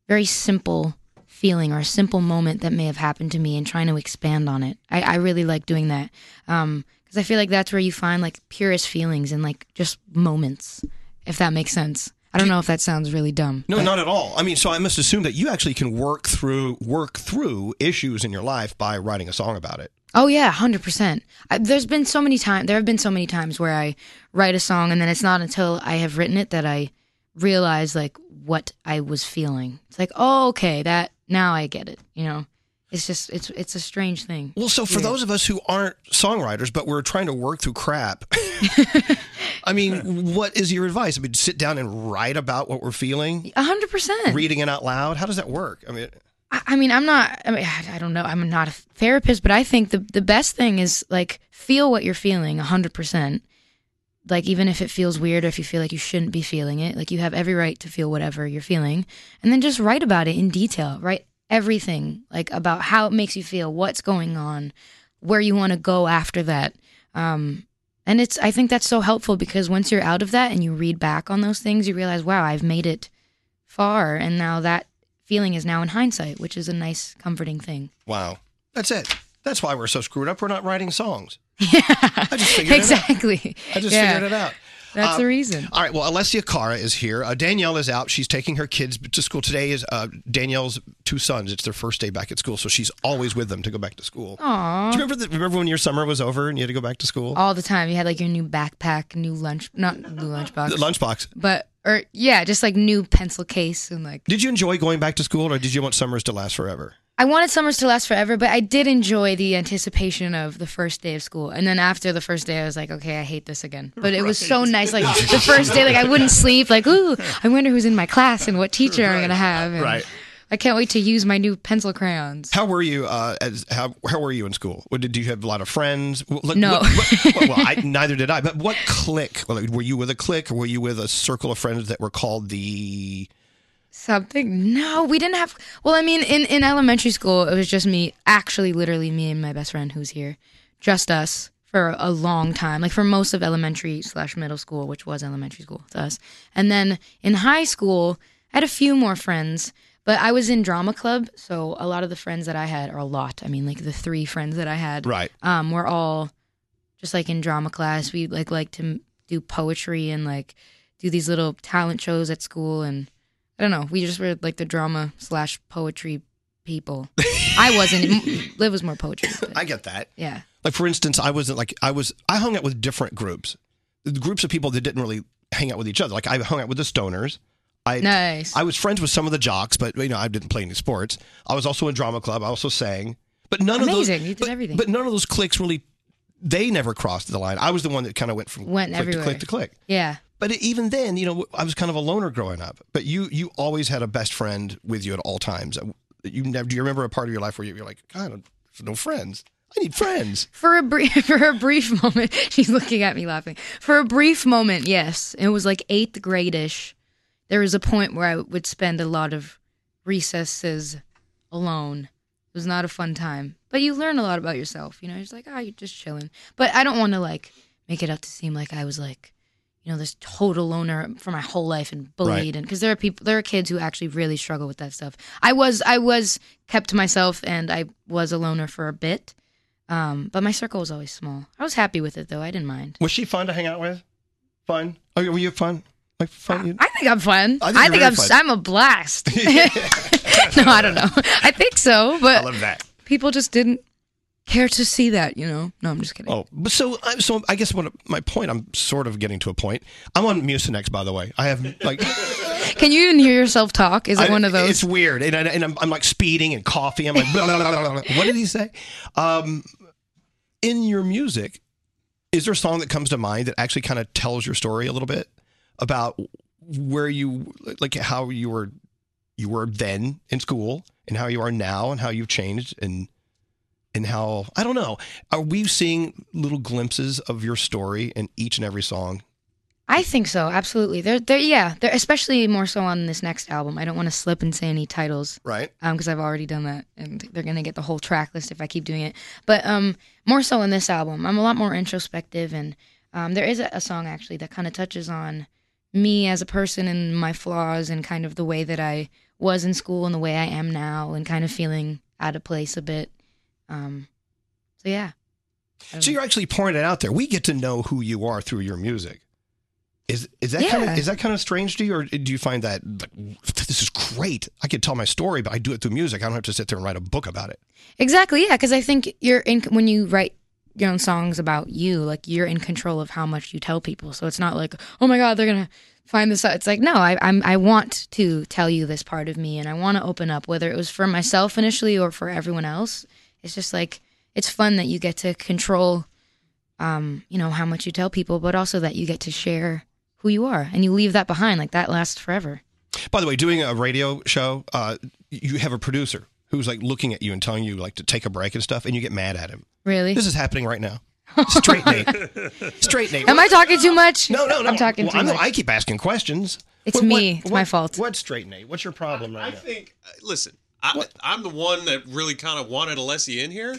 S21: very simple feeling or a simple moment that may have happened to me and trying to expand on it. I, I really like doing that because I feel like that's where you find like purest feelings and like just moments, if that makes sense. I don't know if that sounds really dumb.
S3: No, not at all. I mean, so I must assume that you actually can work through work through issues in your life by writing a song about it.
S21: Oh yeah, hundred percent. There's been so many times. There have been so many times where I write a song, and then it's not until I have written it that I realize like what I was feeling. It's like, oh, okay, that now I get it. You know, it's just it's it's a strange thing.
S3: Well, so for
S21: Weird.
S3: those of us who aren't songwriters, but we're trying to work through crap, I mean, what is your advice? I mean, sit down and write about what we're feeling,
S21: a hundred percent.
S3: reading it out loud. How does that work? I mean,
S21: I I mean, I'm not. I mean, I I don't know. I'm not a therapist, but I think the the best thing is like feel what you're feeling, hundred percent, like even if it feels weird or if you feel like you shouldn't be feeling it like you have every right to feel whatever you're feeling and then just write about it in detail write everything like about how it makes you feel what's going on where you want to go after that um and it's i think that's so helpful because once you're out of that and you read back on those things you realize wow i've made it far and now that feeling is now in hindsight which is a nice comforting thing
S3: Wow. That's it. That's why we're so screwed up. We're not writing songs.
S21: exactly
S3: I just
S21: Yeah.
S3: figured it out.
S21: that's
S3: Uh,
S21: the reason
S3: All right. Well, Alessia Cara is here. Uh, Danielle is out. She's taking her kids to school. Today is uh, Danielle's two sons. It's their first day back at school, so she's always with them to go back to school.
S21: Aww.
S3: Do you remember, the, remember when your summer was over and you had to go back to school?
S21: all the time. You had like your new backpack, new lunch, not new lunchbox,
S3: The lunchbox.
S21: but or yeah, just like new pencil case and like
S3: Did you enjoy going back to school or did you want summers to last forever?
S21: I wanted summers to last forever, but I did enjoy the anticipation of the first day of school. And then after the first day, I was like, okay, I hate this again. But it was so nice. Like the first day, like I wouldn't sleep. Like, ooh, I wonder who's in my class and what teacher I'm gonna have. And
S3: Right.
S21: I can't wait to use my new pencil crayons.
S3: How were you? Uh, as how how were you in school? What, did you have a lot of friends? Well, look,
S21: No.
S3: what- what- well, I, neither did I. But what clique? Well, like, Were you with a clique, or were you with a circle of friends that were called the?
S21: Something? No, we didn't have. Well, I mean, in in elementary school, it was just me, actually, literally me and my best friend who's here, just us for a long time, like for most of elementary slash middle school, which was elementary school to us. And then in high school, I had a few more friends, but I was in drama club, so a lot of the friends that I had, or a lot, I mean, like the three friends that I had,
S3: Right.
S21: um, were all just like in drama class. We like like to m- do poetry and like do these little talent shows at school, and I don't know. We just were like the drama slash poetry people. I wasn't. M- Liv was more poetry. but-
S3: I get that.
S21: Yeah.
S3: Like for instance, I wasn't like I was. I hung out with different groups, The groups of people that didn't really hang out with each other. Like I hung out with the stoners. I,
S21: Nice.
S3: I was friends with some of the jocks, but you know I didn't play any sports. I was also in drama club. I also sang, but none of those.
S21: Amazing. you did everything.
S3: But none of those cliques really, they never crossed the line. I was the one that kind of went from
S21: Went
S3: click to
S21: everywhere.
S3: click to click.
S21: yeah.
S3: But even then, you know, I was kind of a loner growing up. But you, you always had a best friend with you at all times. You never. Do you remember a part of your life where you- you're like, God, there's no friends. I need friends.
S21: For a brief for a brief moment, she's looking at me laughing. For a brief moment, yes, it was like eighth gradish. There was a point where I would spend a lot of recesses alone. It was not a fun time, but you learn a lot about yourself. You know, it's like ah, you're just chilling. But I don't want to like make it out to seem like I was like, you know, this total loner for my whole life and bullied,
S6: Right.
S21: and because there are people, there are kids who actually really struggle with that stuff. I was, I was kept to myself, and I was a loner for a bit. Um, but my circle was always small. I was happy with it though. I didn't mind.
S3: Was she fun to hang out with? Fun? Oh, were you fun? Like fun?
S21: I think I'm fun. I
S3: I
S21: think,
S3: think you're very
S21: I'm
S3: fun.
S21: I'm a blast. no, I don't know. I think so, but
S3: love that.
S21: people just didn't care to see that. You know? No, I'm just kidding.
S3: Oh, but so I- so I guess what my point. I'm sort of getting to a point. I'm on Mucinex, by the way. I have like
S21: Can you even hear yourself talk? Is it
S3: I-
S21: one of those?
S3: It's weird, and, I, and I'm, I'm like speeding and coughing. I'm like, blah, blah, blah, blah, blah, blah. what did he say? Um, in your music, is there a song that comes to mind that actually kind of tells your story a little bit about where you, like how you were, you were then in school, and how you are now, and how you've changed, and and how I don't know. Are we seeing little glimpses of your story in each and every song?
S21: I think so, absolutely. They're, they're yeah, they're especially more so on this next album. I don't want to slip and say any titles,
S3: right?
S21: Because I've already done that, and they're gonna get the whole track list if I keep doing it. But um, more so on this album, I'm a lot more introspective, and um, there is a, a song actually that kind of touches on me as a person and my flaws and kind of the way that I was in school and the way I am now, and kind of feeling out of place a bit. Um, so yeah.
S3: So you're actually pouring it out there. We get to know who you are through your music. Is is that kind
S21: Yeah.
S3: of is that kind of strange to you, or do you find that like, this is great? I could tell my story, but I do it through music. I don't have to sit there and write a book about it.
S21: Exactly, yeah, because I think you're in when you write your own songs about you, like you're in control of how much you tell people. So it's not like, oh my god, they're gonna find this out. It's like, no, I I'm, I want to tell you this part of me, and I want to open up, whether it was for myself initially or for everyone else. It's just like it's fun that you get to control, um, you know, how much you tell people, but also that you get to share who you are and you leave that behind. Like that lasts forever.
S3: By the way, doing a radio show, uh, you have a producer who's like looking at you and telling you like to take a break and stuff, and you get mad at him.
S21: Really?
S3: This is happening right now. Straight Nate. Straight Nate.
S21: Am I talking too much?
S3: No, no, no.
S21: I'm talking
S3: Well,
S21: too
S3: I know
S21: much.
S3: I keep asking questions.
S21: It's me. It's my fault.
S3: What's straight Nate? What's your problem right now?
S6: think. uh, Listen, I, I'm the one that really kind of wanted Alessi in here,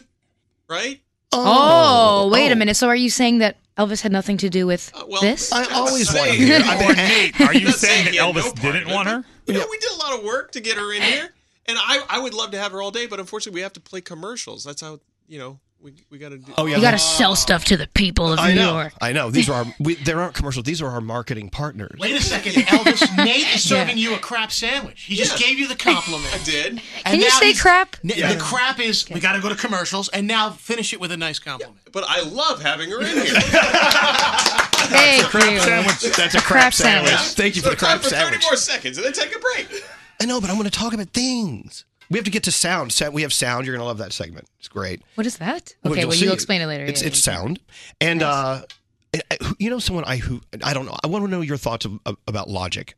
S6: right?
S21: Oh, wait a minute. So are you saying that Elvis had nothing to do with this?
S3: Uh, I always
S6: Say
S3: wanted
S6: it.
S3: her.
S6: Or
S3: I've been-
S6: Nate,
S7: Are you
S6: That's
S7: saying that
S6: it, yeah, no
S7: Elvis
S6: part
S7: didn't want her?
S6: Yeah, we did a lot of work to get her in here, and I, I would love to have her all day, but unfortunately, we have to play commercials. That's how you know we, we got to do.
S3: Oh, yeah,
S21: you got to
S3: that's-
S21: sell stuff to the people of
S3: I
S21: New
S3: know.
S21: York.
S3: I know. These are our, we, there aren't commercials. These are our marketing partners.
S7: Wait a second, Elvis. Nate is
S21: Yeah.
S7: serving you a crap sandwich. He just gave you the compliment. I
S6: did.
S21: Can you say crap?
S7: The crap is we got to go to commercials, and now finish it with a nice compliment.
S6: But I love having her in here. Uh,
S21: Thank you.
S3: That's a crap,
S21: Crap
S3: sandwich.
S21: sandwich.
S3: Thank you for the crap
S6: for
S3: sandwich.
S6: Thirty more seconds, and then take a break.
S3: I know, but I'm going to talk about things. We have to get to sound. Sa- We have sound. You're going to love that segment. It's great.
S21: What is that? Okay,
S3: you'll
S21: well,
S3: see.
S21: you'll explain it later.
S3: It's,
S21: Yeah,
S3: it's
S21: yeah.
S3: sound, and uh, I- I- who- you know someone I who I don't know. I want to know your thoughts of, of- about logic.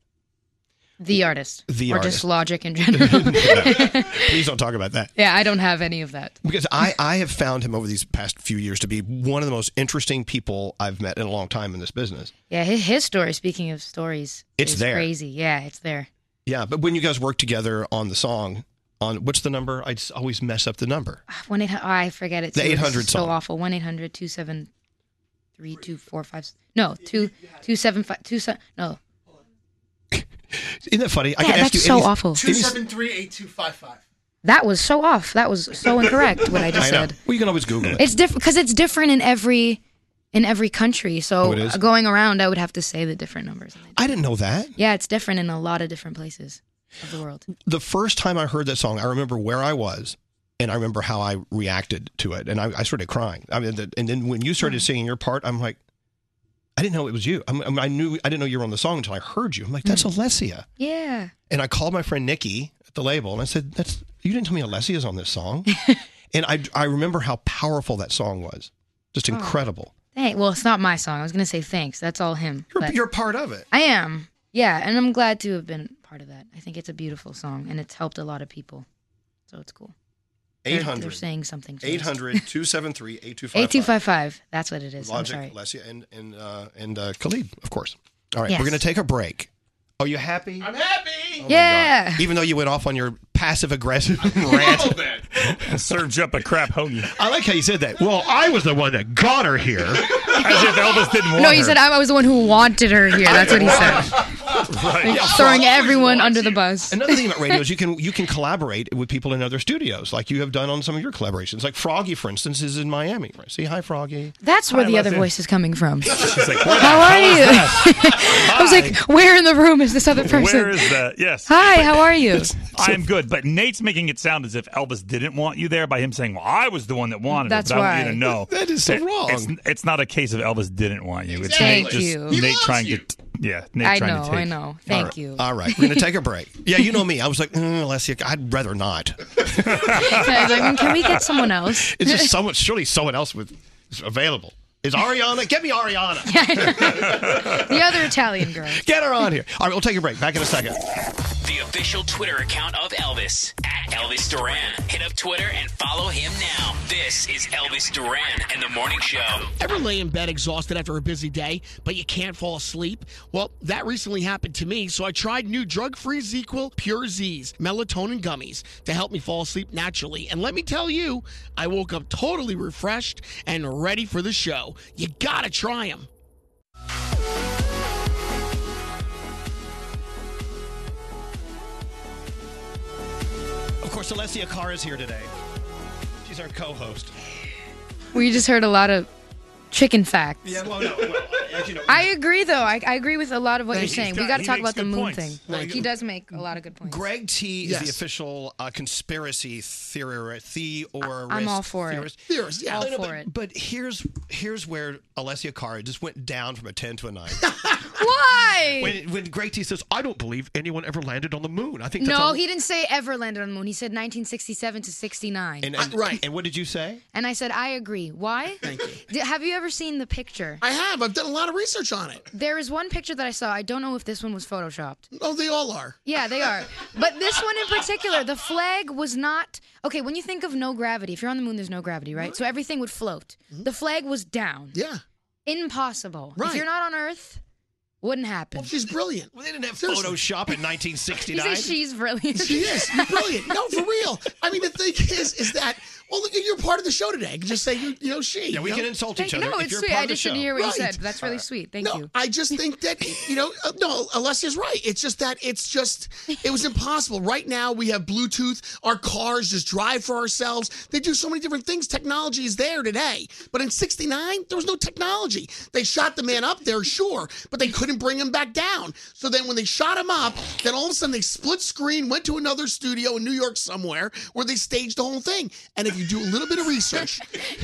S21: The artist.
S3: The
S21: or
S3: artist.
S21: just logic in general.
S3: Please don't talk about that.
S21: yeah, I don't have any of that.
S3: Because I, I have found him over these past few years to be one of the most interesting people I've met in a long time in this business.
S21: Yeah, his, his story, speaking of stories,
S3: It's
S21: is
S3: there.
S21: crazy. Yeah, it's there.
S3: Yeah, but when you guys work together on the song, on what's the number? I just always mess up the number.
S21: Ah, One eight hundred. I forget it.
S3: The
S21: too. It's
S3: 800
S21: So
S3: song.
S21: awful. One 273 245 No, two two seven five two seven. No,
S3: Isn't that funny? I
S21: Yeah,
S3: can ask
S21: that's
S3: you
S21: so
S3: any-
S21: awful.
S3: any-
S7: Two seven three eight two five five.
S21: that was so off. That was so incorrect. What I just
S3: know.
S21: said.
S3: Well, you can always Google it.
S21: It's different because it's different in every in every country.
S3: Oh,
S21: So
S3: it is?
S21: going around, I would have to say the different numbers.
S3: I didn't know that.
S21: Yeah, it's different in a lot of different places of the world.
S3: the first time I heard that song, I remember where I was and I remember how I reacted to it. And I, I started crying. I mean, the, and then when you started
S21: Mm.
S3: singing your part, I'm like, I didn't know it was you. I'm, I'm- I knew I didn't know you were on the song until I heard you. I'm like, that's
S21: Mm.
S3: Alessia.
S21: Yeah.
S3: And I called my friend Nikki at the label and I said, that's you didn't tell me Alessia's on this song. and I, I remember how powerful that song was. Just
S21: Oh.
S3: incredible.
S21: Hey, well, it's not my song. I was gonna say thanks. That's all him.
S3: You're,
S21: but-
S3: you're part of it.
S21: I am. Yeah, and I'm glad to have been part of that. I think it's a beautiful song and it's helped a lot of people. So it's cool. They're-
S3: 800.
S21: They're saying something. to us.
S3: 800 273 8255.
S21: 8255. That's what it is.
S3: Logic,
S21: I'm sorry.
S3: Alessia, and and uh, and uh, Khalid, of course. All right,
S21: Yes.
S3: we're going to take a break. Are you happy? Oh
S6: I'm happy.
S21: yeah.
S3: Even though you went off on your passive aggressive rant,
S7: serves you up a crap hoagie.
S3: I like how you said that. Well, I was the one that got her here, as if Elvis didn't want
S21: No, he
S3: her.
S21: said I I was the one who wanted her here. That's what he said.
S3: Right.
S21: Like,
S3: Yeah,
S21: throwing
S3: well,
S21: everyone under the bus.
S3: Another thing about radio is you can you can collaborate with people in other studios, like you have done on some of your collaborations. Like Froggy, for instance, is in Miami. Right? See, hi Froggy.
S21: That's where
S3: Hi,
S21: the other
S3: Leslie.
S21: voice is coming from.
S7: She's like, "Where the
S21: How are
S7: hell is
S21: you? I was like, where in the room is this other person?
S7: Where is that? Yes.
S21: Hi, how are you?
S7: I am good, but Nate's making it sound as if Elvis didn't want you there by him saying, "Well, I was the one that wanted
S21: That's
S7: it." but I want you
S21: why.
S7: to know
S3: That is so wrong.
S7: It's, it's not a case of Elvis didn't want you. It's
S21: Exactly.
S7: Nate
S21: Thank
S7: just
S21: you. He
S7: Nate
S21: loves
S7: trying to yeah. Nate
S21: I
S7: trying
S21: know,
S7: to take.
S21: I know. Thank
S3: All right.
S21: you.
S3: All right, we're gonna take a break. Yeah, you know me. I was like, mm, Alessia, I'd rather not.
S21: I was like, can we get someone else?
S3: It's just someone, surely someone else with is available. Is Ariana? Get me Ariana.
S21: the other Italian girl.
S3: Get her on here. All right, we'll take a break. Back in a second.
S8: The official Twitter account of Elvis, at Elvis Duran. Hit up Twitter and follow him now. This is Elvis Duran and the Morning Show.
S7: Ever lay in bed exhausted after a busy day, but you can't fall asleep? Well, that recently happened to me, so I tried new drug free ZQL Pure Z's melatonin gummies to help me fall asleep naturally. And let me tell you, I woke up totally refreshed and ready for the show. You gotta try them.
S3: Of course, Alessia Carr is here today. She's our co-host.
S21: We just heard a lot of chicken facts.
S3: Yeah, well, no, well, as you know,
S21: I agree, though. I, I agree with a lot of what
S3: Thank
S21: you're
S3: you.
S21: saying.
S3: He's
S21: We
S3: got-
S21: got to
S3: he
S21: talk
S3: makes
S21: about the
S3: good
S21: moon
S3: points.
S21: thing.
S3: Thank
S21: he
S3: you.
S21: does make a lot of good points.
S3: Greg T is
S21: Yes.
S3: the official uh, conspiracy theorist. theorist
S21: I'm all for it.
S3: theorist.
S21: Theorist, yeah. All
S3: I know,
S21: for
S3: but,
S21: it.
S3: But here's here's where Alessia Cara just went down from a ten to a nine.
S21: Why?
S3: when when Greg T says, "I don't believe anyone ever landed on the moon," I think that's
S21: no,
S3: all-
S21: he didn't say ever landed on the moon. He said 1967 to 69.
S3: And, and- and what did you say?
S21: And I said, I agree. Why? Thank you. have you ever ever seen the picture?
S16: I have. I've done a lot of research on it.
S21: There is one picture that I saw. I don't know if this one was photoshopped.
S16: Oh, they all are.
S21: Yeah, they are. But this one in particular, the flag was not. Okay, when you think of no gravity, if you're on the moon, there's no gravity, right? So everything would float. The flag was down.
S16: Mm-hmm. Yeah.
S21: Impossible.
S16: Right.
S21: If you're not on Earth, wouldn't happen.
S16: she's brilliant.
S3: Well, they didn't have Photoshop in 1969.
S21: You say she's brilliant.
S16: She is. You're brilliant. No, for real. I mean, the thing is, is that well, look, you're part of the show today. Just say you, you know, she.
S3: Yeah, we
S16: you know?
S3: can insult
S21: Thank- no, it's sweet. I just didn't hear what you said. but That's really sweet. Thank
S16: no,
S21: you.
S16: I just think that you know, uh, no, Alessia's right. It's just that it's just it was impossible. Right now, we have Bluetooth. Our cars just drive for ourselves. They do so many different things. Technology is there today, but in '69 there was no technology. They shot the man up there, sure, but they couldn't bring him back down. So then, when they shot him up, then all of a sudden they split screen, went to another studio in New York somewhere where they staged the whole thing. And if you do a little bit of research,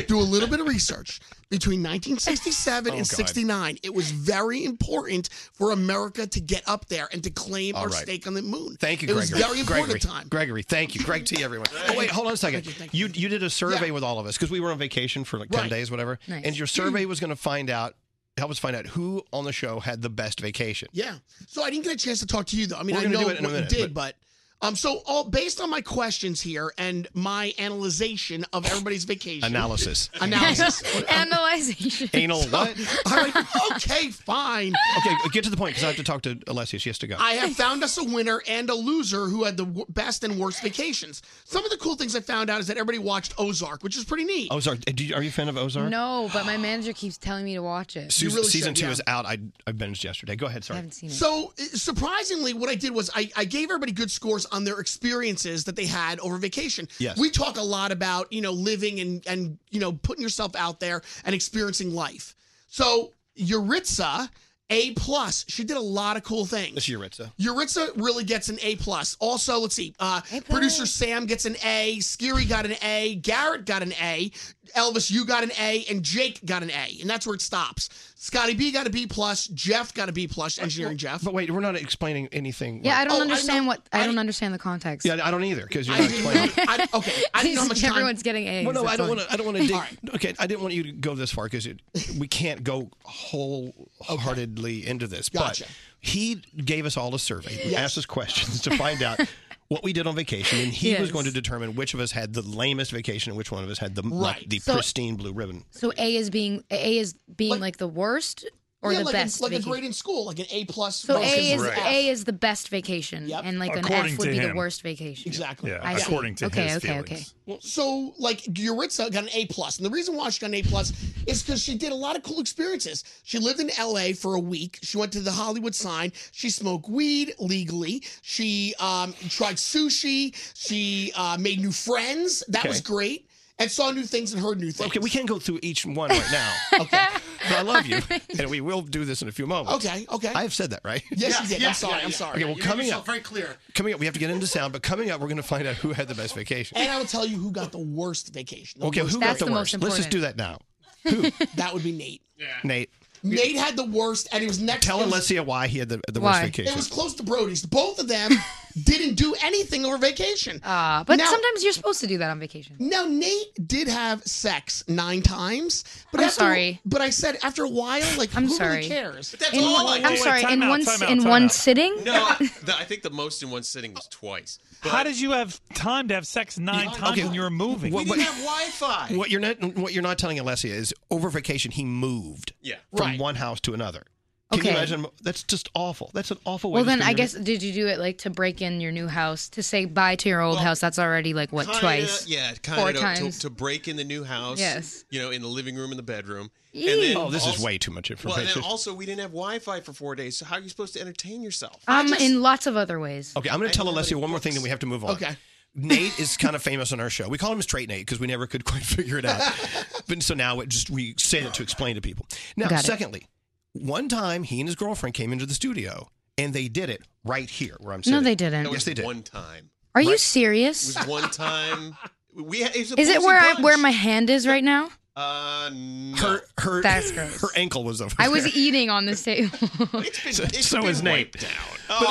S16: do a little bit of research between 1967
S3: Oh,
S16: and
S3: God.
S16: 69 it was very important for america to get up there and to claim
S3: All
S16: our
S3: right.
S16: stake on the moon
S3: Thank you,
S16: it
S3: Gregory.
S16: was very important
S3: Gregory.
S16: time
S3: Gregory, thank you. Greg T, everyone. Oh, wait, hold on a second. You, you did a survey with all of us because we were on vacation for like 10
S16: Right.
S3: days, whatever.
S16: Nice.
S3: And your survey was going to find out, help us find out who on the show had the best vacation.
S16: yeah so i didn't get a chance to talk to you though i mean
S3: We're
S16: i
S3: gonna
S16: know
S3: do it in a
S16: what
S3: minute,
S16: you did but, um, so all based on my questions here and my analyzation of everybody's vacation
S3: Analysis.
S16: analysis
S21: Analyzation.
S3: Anal what?
S16: all right okay fine
S3: Okay, get to the point because I have to talk to Alessia. She has to go.
S16: I have found us a winner and a loser who had the w- best and worst vacations. Some of the cool things I found out is that everybody watched Ozark, which is pretty neat.
S3: Ozark. eh, Do you, are you a fan of Ozark?
S21: No, but my manager keeps telling me to watch it.
S3: Season, season two is out. I, I binged yesterday. Go ahead. Sorry.
S16: So uh, surprisingly, what I did was I, I gave everybody good scores on their experiences that they had over vacation.
S3: Yes.
S16: We talk a lot about, you know, living and and you know, putting yourself out there and experiencing life. So Yuritsa, A plus, she did a lot of cool things.
S3: This is Yuritsa.
S16: Yuritsa really gets an A plus. Also, let's see. Uh, producer Sam gets an A. Skiri got an A. Garrett got an A. Elvis, you got an A, and Jake got an A, and that's where it stops. Scotty B got a B plus. Jeff got a B plus. Engineering Jeff.
S3: But wait, we're not explaining anything.
S21: Yeah, I don't
S16: Oh,
S21: understand
S16: know-
S21: what I don't understand the context.
S3: Yeah, I don't either because you're not explaining.
S16: I, okay, I didn't know how much time.
S21: Everyone's getting A's.
S3: Well, no, I
S21: that's
S3: don't
S21: all.
S3: want to. I don't want to dig. Okay, I didn't want you to go this far because we can't go wholeheartedly into this.
S16: Gotcha.
S3: But he gave us all a survey,
S16: Yes.
S3: asked us questions to find out what we did on vacation, and he was
S21: Yes.
S3: going to determine which of us had the lamest vacation and which one of us had the like,
S21: Right.
S3: the
S21: So-
S3: pristine blue ribbon.
S21: So A is being A is being like, the worst or
S16: yeah,
S21: the
S16: like
S21: best.
S16: A, like a
S21: vacation.
S16: grade in school, like an A plus.
S21: so A is
S16: versus F.
S21: A is the best vacation, and like an
S27: According
S21: F would
S27: to
S21: be the
S27: him.
S21: worst vacation.
S16: Exactly.
S27: Yeah,
S21: I see.
S27: according to
S21: okay,
S27: his
S21: okay,
S27: feelings.
S21: okay.
S16: Well, So, like, Yuritsa got an A plus, and the reason why she got an A plus is because she did a lot of cool experiences. She lived in L.A. for a week. She went to the Hollywood sign. She smoked weed legally. She um, tried sushi. She uh, made new friends. That
S3: Okay.
S16: was great, and saw new things and heard new things.
S3: Okay, we can't go through each one right now. okay, but I love you, and we will do this in a few moments.
S16: Okay, okay.
S3: I've said that right.
S16: Yes, you did. I'm sorry. I'm sorry.
S3: Okay, well, coming up,
S16: clear.
S3: coming up, we have to get into sound, but coming up, we're going to find out who had the best vacation.
S16: And I will tell you who got the worst vacation. The
S3: Okay,
S16: worst
S3: who got the, worst? Let's just do that now.
S16: That would be Nate.
S3: Nate,
S16: Nate had the worst, and he was next.
S3: tell
S16: it was-
S3: Alessia why he had the, the worst vacation.
S16: It was close to Brody's. Both of them didn't do anything over vacation.
S21: Uh, but sometimes you're supposed to do that on vacation.
S16: Now Nate did have sex nine times, but
S21: I'm
S16: after,
S21: sorry.
S16: But I said after a while, like
S21: I'm
S16: who
S21: sorry.
S16: really cares?
S21: In- I'm sorry. in one s- in one sitting.
S12: No, the, I think the most in one sitting was twice.
S27: How did you have time to have sex nine times when you were moving?
S3: What- We didn't what-
S12: Wi-Fi.
S3: What you're not what you're not telling Alessia is over vacation he moved.
S12: Yeah.
S3: From
S21: Right.
S3: one house to another. Can you
S21: Okay.
S3: imagine? That's just awful. That's an awful way.
S21: Well,
S3: to
S21: then
S3: spend
S21: I
S3: your-
S21: guess did you do it like to break in your new house to say bye to your old house? That's already like what
S12: Kinda-
S21: twice?
S12: Yeah,
S21: four
S12: kind of to,
S21: times.
S12: to break in the new house.
S21: Yes.
S12: You know, in the living room and the bedroom.
S21: Ew.
S12: And then
S3: Oh, this is
S12: also-
S3: way too much
S12: Well, and
S3: information.
S12: then also we didn't have Wi-Fi for four days, so how are you supposed to entertain yourself?
S21: Um, in lots of other ways.
S3: Okay, I'm going to tell Alessia one more thing, then we have to move on.
S21: Okay.
S3: Nate is kind of famous on our show. We call him Straight Nate because we never could quite figure it out. but so now it just we say it to explain to people. Now,
S21: Got it.
S3: secondly, one time he and his girlfriend came into the studio and they did it right here where I'm
S21: No,
S3: sitting.
S21: they didn't. That
S3: Yes,
S21: was
S3: they did.
S12: One time.
S21: Are you
S12: Right.
S21: serious?
S12: It was one time. We had, it was a
S21: Is it
S12: ballsy
S21: where I,
S12: bunch.
S21: where my hand is right now?
S12: Uh, no.
S3: Her her
S21: That's gross.
S3: her ankle was over.
S21: I was e-
S3: there.
S21: eating on this table.
S3: so, so is Nate. Down.
S21: Oh.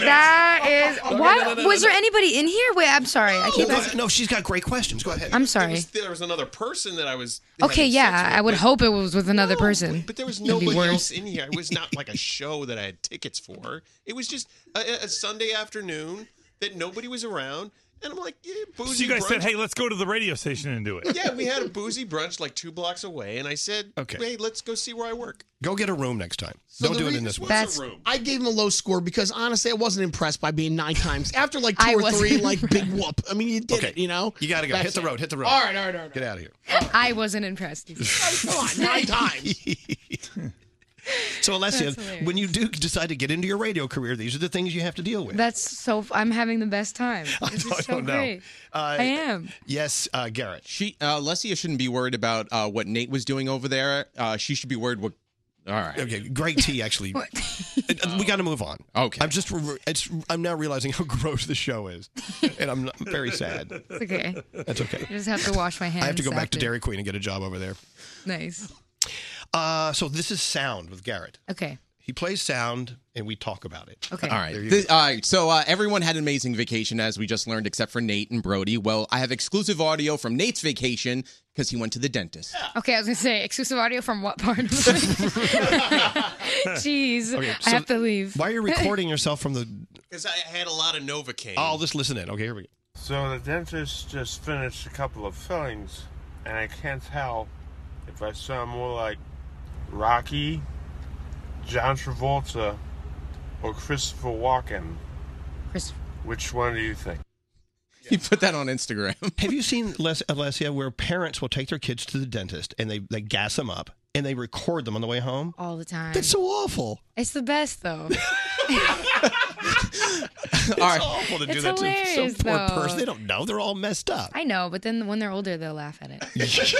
S21: that is
S3: No, no,
S21: why
S12: no, no,
S21: was
S12: no.
S21: there anybody in here? Wait, I'm sorry. I keep
S3: No,
S21: asking.
S3: no, she's got great questions. Go ahead.
S21: I'm sorry.
S12: There was another person that I was.
S21: Okay,
S12: having
S21: yeah,
S12: sex with,
S21: I would
S12: but-
S21: hope it was with another person.
S12: But there was
S21: It'd be
S12: nobody
S21: worse.
S12: else in here. It was not like a show that I had tickets for. It was just a, a- a Sunday afternoon that nobody was around, and I'm like, yeah, boozy.
S28: So you guys
S12: brunch.
S28: said, "Hey, let's go to the radio station and do it."
S12: Yeah, we had a boozy brunch like two blocks away, and I said,
S3: Okay.
S12: hey, let's go see where I work."
S3: Go get a room next time.
S16: So
S3: Don't
S16: the
S3: do it in
S16: reason-
S3: this one.
S16: I gave him a low score because honestly, I wasn't impressed by being nine times after like
S21: I
S16: two or three,
S21: wasn't.
S16: like big whoop. I mean, you did
S3: Okay.
S16: it, you know.
S3: You got to go. Hit
S16: That's
S3: the
S16: it.
S3: road. Hit the road.
S16: All right, all right, all right.
S3: Get out of here.
S21: I wasn't impressed.
S16: Come on, nine times.
S3: So, Alessia,
S21: That's hilarious.
S3: when you do decide to get into your radio career, these are the things you have to deal with.
S21: That's so. f- I'm having the best time. This
S3: I
S21: is so
S3: don't know. Uh,
S21: great. I am.
S3: Yes, uh, Garrett.
S29: She uh, Leslie shouldn't be worried about uh, what Nate was doing over there. Uh, she should be worried what. All right.
S3: Okay. Great tea, actually. Uh, we got to move on. Okay. I'm just. re- It's. I'm now realizing how gross the show is, and I'm not- very sad.
S21: It's okay.
S3: That's okay.
S21: I just have to wash my hands.
S3: I have to go back
S21: after.
S3: to Dairy Queen and get a job over there.
S21: Nice.
S3: Uh, so this is sound with Garrett.
S21: Okay.
S3: He plays sound, and we talk about it.
S21: Okay.
S29: All right.
S3: There you
S29: This- all right. So uh, everyone had an amazing vacation, as we just learned, except for Nate and Brody. Well, I have exclusive audio from Nate's vacation because he went to the dentist.
S21: Okay, I was gonna say exclusive audio from what part of the Jeez, I
S3: so
S21: have to leave.
S3: Why are you recording yourself from the?
S12: Because I had a lot of Novocaine.
S3: I'll just listen in. Okay, here we go.
S20: So the dentist just finished a couple of fillings, and I can't tell if I sound more like Rocky, John Travolta, or Christopher Walken.
S21: Christopher.
S20: Which one do you think?
S29: You put that on Instagram.
S3: Have you seen Les- Alessia where parents will take their kids to the dentist and they, they gas them up and they record them on the way home?
S21: All the time.
S3: That's so awful.
S21: It's the best though.
S3: It's awful to do
S21: It's
S3: that to some
S21: hilarious,
S3: poor
S21: though.
S3: person. They don't know. They're all messed up.
S21: I know, but then when they're older, they'll laugh at it.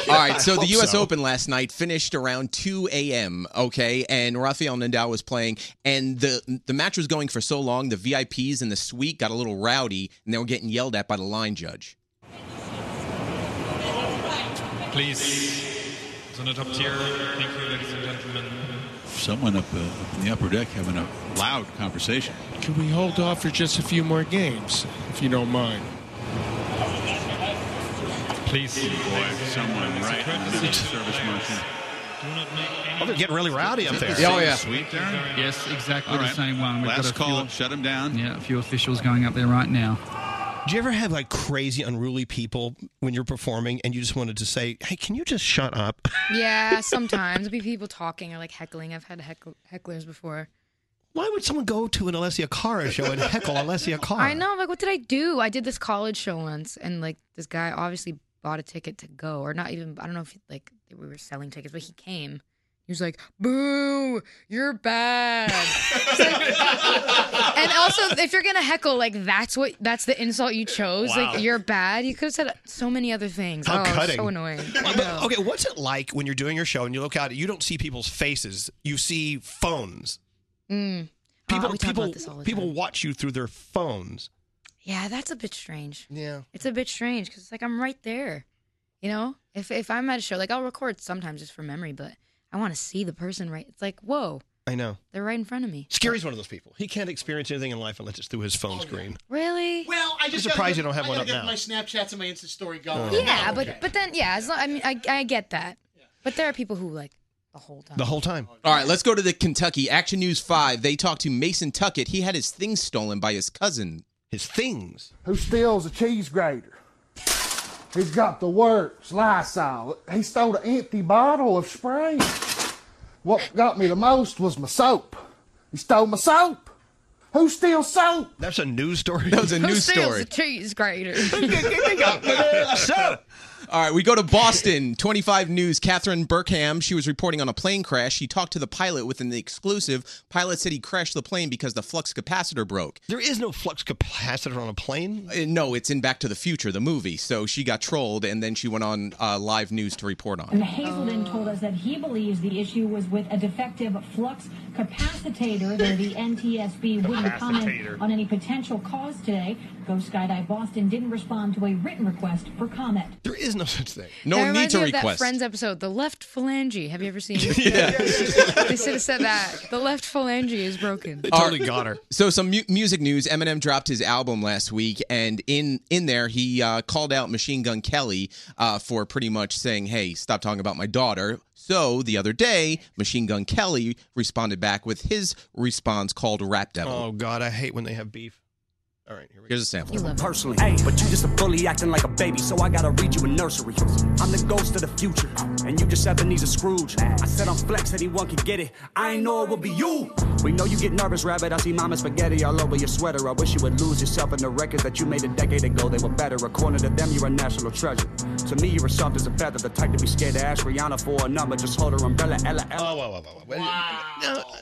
S29: All right, so
S3: I
S29: the
S3: hope
S29: U.S.
S3: so.
S29: Open last night finished around 2 a.m. Okay, and Rafael Nadal was playing, and the the match was going for so long, the VIPs in the suite got a little rowdy, and they were getting yelled at by the line judge.
S7: Please, it's on the top tier. Thank you, ladies and gentlemen.
S2: Someone up uh, in the upper deck having a loud conversation.
S7: Can we hold off for just a few more games, if you don't mind?
S2: Please, boy, someone right in the middle of service motion.
S3: Oh, they're getting really rowdy up there. Oh,
S2: Sweet there.
S30: Yes, exactly
S2: All
S30: the
S2: right.
S30: same one. We've got a
S2: Last call.
S30: Few,
S2: Shut him down.
S30: yeah, a few officials going up there right now.
S3: Do you ever have like crazy, unruly people when you're performing and you just wanted to say, hey, can you just shut up?
S21: yeah, sometimes there'll be people talking or like heckling. I've had heckl- hecklers before.
S3: Why would someone go to an Alessia Cara show and heckle Alessia Cara?
S21: I know. I'm like, what did I do? I did this college show once, and like this guy obviously bought a ticket to go, or not even. I don't know if like we were selling tickets, but he came. He was like, "Boo, you're bad." It's like- and also, if you're gonna heckle, like that's what that's the insult you chose.
S3: Wow.
S21: Like you're bad. You could have said so many other things.
S3: How
S21: oh,
S3: cutting.
S21: so annoying.
S3: Uh, but- okay, what's it like when you're doing your show and you look out, you don't see people's faces, you see phones.
S21: Mm. Uh,
S3: People,
S21: we talk
S3: people,
S21: about this all the
S3: people
S21: time.
S3: watch you through their phones.
S21: Yeah, that's a bit strange.
S3: Yeah.
S21: It's a bit strange because it's like I'm right there. You know, if if I'm at a show, like I'll record sometimes just for memory, but I want to see the person right. It's like, whoa,
S3: I know.
S21: they're right in front of me.
S3: Scary's one of those people. He can't experience anything in life unless it's through his
S21: Oh,
S3: phone screen.
S21: Really?
S6: Well, I
S3: I'm
S6: just
S3: surprised
S6: gotta get,
S3: you don't have
S6: I
S3: one
S6: gotta
S3: up
S6: get
S3: now.
S6: My Snapchats and my Insta story going.
S3: Oh.
S21: Yeah,
S3: Okay.
S21: but but then yeah, as long, I mean, I I get that, but there are people who like the whole time.
S3: The whole time.
S29: All right, let's go to the Kentucky Action News Five. They talked to Mason Tuckett. He had his things stolen by his cousin.
S3: His things.
S31: who steals a cheese grater. He's got the works, Lysol. He stole an empty bottle of spray. What got me the most was my soap. He stole my soap. Who steals soap?
S3: That's a news story.
S29: That was a news story.
S21: cheese grater?
S3: so,
S29: All right, we go to Boston. 25 News. Catherine Burkham. She was reporting on a plane crash. She talked to the pilot within the exclusive. Pilot said he crashed the plane because the flux capacitor broke. Uh,
S3: There is no flux capacitor on a plane.
S29: No, it's in Back to the Future, the movie. So she got trolled, and then she went on uh, live news to report on.
S32: And Hazelden told us that he believes the issue was with a defective flux
S2: capacitator, though the NTSB wouldn't
S5: Capacitator.
S2: comment on any potential cause today, Go Skydive Boston didn't respond to a written request for comment.
S3: There is no such thing.
S21: that reminds me Of that Friends episode, the left phalange. Have you ever seen it?
S9: Yeah.
S21: they should have said that. The left phalange is broken.
S9: Our- So some mu- music news: Eminem dropped his album last week, and in in there he uh, called out Machine Gun Kelly uh, for pretty much saying, "Hey, stop talking about my daughter." So the other day, Machine Gun Kelly responded back with his response called "Rap Devil."
S3: Oh God, I hate when they have beef. All right, here we go.
S9: Here's a sample.
S10: Personally, hey, but you just a bully acting like a baby, so I gotta read you a nursery. I'm the ghost of the future, and you just Ebenezer Scrooge. I said I'm flex, anyone can get it. I ain't know it would be you. We know you get nervous, rabbit. I see mama spaghetti all over your sweater. I wish you would lose yourself in the records that you made a decade ago. They were better. According to them, you're a national treasure. To me, you're as soft as a feather, the type to be scared to ask Rihanna for a number. Just hold her umbrella, Ella, Ella.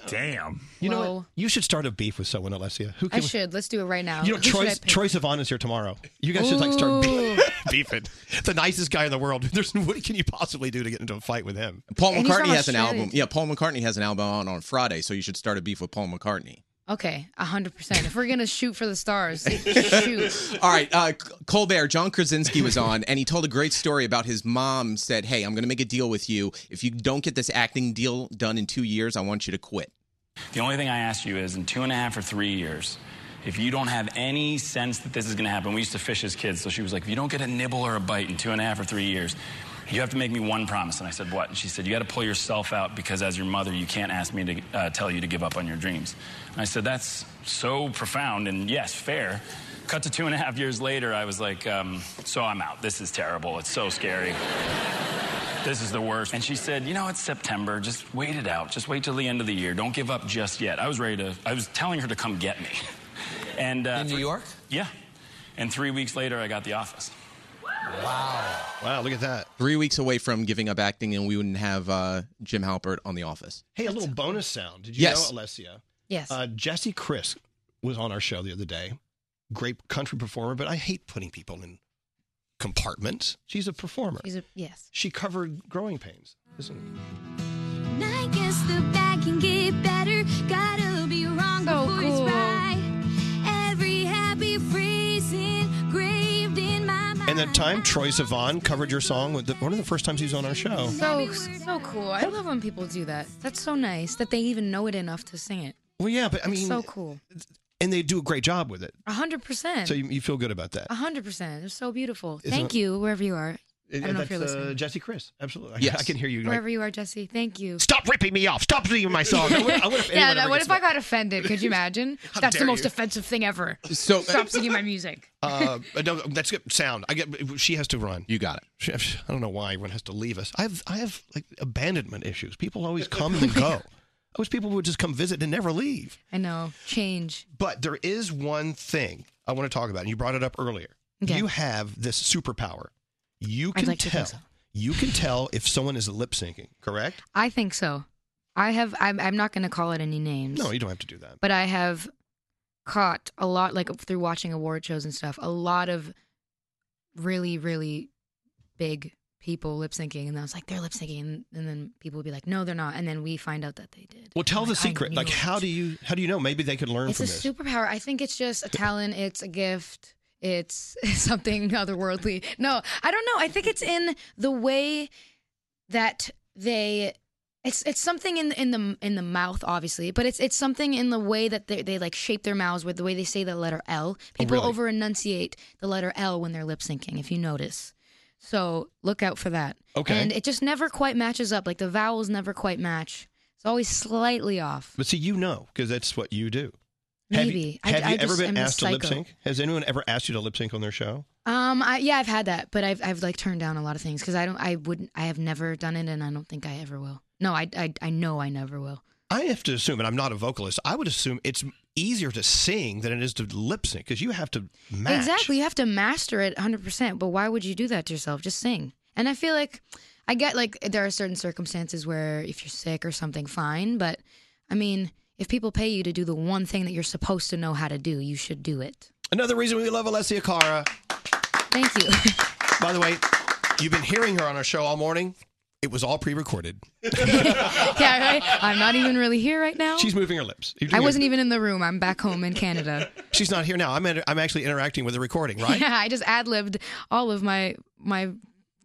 S3: Damn. You know what?
S21: Whoa.
S3: You should start a beef with someone, Alessia. Who
S21: I
S3: can?
S21: should. Let's do it right now.
S3: You know,
S21: Who should I
S3: Troy
S21: pick?
S3: Troy Sivan is here tomorrow. You guys should like start beef, beefing. The nicest guy in the world. There's what can you possibly do to get into a fight with him?
S9: Paul McCartney has an album. Yeah, Paul McCartney has an album on on Friday, so you should start a beef with Paul McCartney.
S21: Okay, hundred percent. If we're gonna shoot for the stars, shoot.
S9: All right, uh, C- Colbert, John Krasinski was on, and he told a great story about his mom said, Hey, I'm going to make a deal with you. If you don't get this acting deal done in two years, I want you to quit.
S11: The only thing I ask you is in two and a half or three years, if you don't have any sense that this is going to happen, we used to fish as kids, so she was like, if you don't get a nibble or a bite in two and a half or three years, you have to make me one promise. And I said, what? And she said, you got to pull yourself out because as your mother, you can't ask me to uh, tell you to give up on your dreams. And I said, that's so profound and yes, fair. Cut to two and a half years later, I was like, um, so I'm out. This is terrible. It's so scary. This is the worst. And she said, You know, it's September. Just wait it out. Just wait till the end of the year. Don't give up just yet. I was ready to, I was telling her to come get me. And, uh, In New York? Yeah. And three weeks later, I got the office.
S9: Wow.
S3: Wow, look at that.
S9: Three weeks away from giving up acting, and we wouldn't have uh, Jim Halpert on The Office.
S3: Hey, a little bonus sound. Did you
S9: Yes.
S3: know, Alessia?
S21: Yes.
S3: Uh, Jesse Chris was on our show the other day. Great country performer, but I hate putting people in compartments. She's a performer.
S21: She's a- yes.
S3: She covered Growing Pains. Isn't
S10: I guess the bad can get better. Gotta be wrong before it's right. Every happy phrase engraved in my mind.
S3: And that time Troy Sivan covered your song with the, one of the first times he was on our show.
S21: So so cool. I love when people do that. That's so nice that they even know it enough to sing it.
S3: Well, yeah, but I
S21: It's
S3: mean,
S21: so cool.
S3: and they do a great job with it.
S21: hundred percent.
S3: So you, you feel good about that.
S21: hundred percent. It's so beautiful.
S3: Isn't
S21: Thank
S3: it-
S21: you, wherever you are. I
S3: And-
S21: don't know if
S3: and
S21: you're
S3: that's, uh,
S21: listening.
S3: Jesse Chris, absolutely. I-
S9: Yes.
S3: I can hear you. like,
S21: Wherever you are, Jesse. Thank you.
S3: Stop ripping me off. Stop singing my song. I wonder- I wonder if
S21: yeah,
S3: anyone
S21: no,
S3: ever
S21: what
S3: gets
S21: if I got offended? Could you imagine?
S3: How
S21: That's the
S3: dare
S21: most
S3: you.
S21: offensive thing ever.
S9: So-
S21: stop singing my music.
S3: Uh, no, that's good. Sound. I get. She has to run.
S9: You got it.
S3: She, I don't know why everyone has to leave us. I have. I have like abandonment issues. People always come and go. I wish people would just come visit and never leave.
S21: I know. Change.
S3: But there is one thing I want to talk about, and you brought it up earlier.
S21: Okay.
S3: You have this superpower. You
S21: I'd
S3: can
S21: like to
S3: tell.
S21: think so.
S3: You can tell if someone is lip syncing. Correct?
S21: I think so. I have. I'm, I'm not going to call it any names.
S3: No, you don't have to do that.
S21: But I have caught a lot, like through watching award shows and stuff, a lot of really, really big people lip syncing, and I was like, they're lip syncing, and, and then people would be like, no, they're not, and then we find out that they did.
S3: Well, tell the
S21: Like, I
S3: secret.
S21: knew
S3: Like,
S21: it.
S3: how do you how do you know? Maybe they could learn
S21: It's a
S3: from this.
S21: superpower. I think it's just a talent. It's a gift. It's something otherworldly. No, I don't know. I think it's in the way that they. It's it's something in in the in the mouth, obviously, but it's it's something in the way that they, they like shape their mouths with the way they say the letter
S3: Oh,
S21: L. People
S13: really?
S21: over enunciate the letter L when they're lip syncing. If you notice. So look out for that.
S3: Okay.
S21: And it just never quite matches up. Like the vowels never quite match. It's always slightly off.
S3: But see, you know, because that's what you do. Have you,
S21: Maybe. I-
S3: have
S21: I
S3: you ever
S21: just
S3: been
S21: am a
S3: asked to lip
S21: psycho.
S3: sync? Has anyone ever asked you to lip sync on their show?
S21: Um, I, yeah, I've had that, but I've I've like turned down a lot of things because I don't, I wouldn't, I have never done it, and I don't think I ever will. No, I, I, I know I never will.
S3: I have to assume, and I'm not a vocalist. I would assume it's easier to sing than it is to lip sync because you have to match.
S21: Exactly, you have to master it 100. percent But why would you do that to yourself? Just sing. And I feel like I get like there are certain circumstances where if you're sick or something, fine. But I mean, if people pay you to do the one thing that you're supposed to know how to do, you should do it.
S3: Another reason we love Alessia Cara.
S21: Thank you.
S3: By the way, you've been hearing her on our show all morning. It was all pre-recorded.
S21: yeah, right? I'm not even really here right now.
S3: She's moving her lips.
S21: I wasn't even in the room. I'm back home in Canada.
S3: She's not here now. I'm in, I'm actually interacting with the recording, right?
S21: Yeah, I just ad libbed all of my my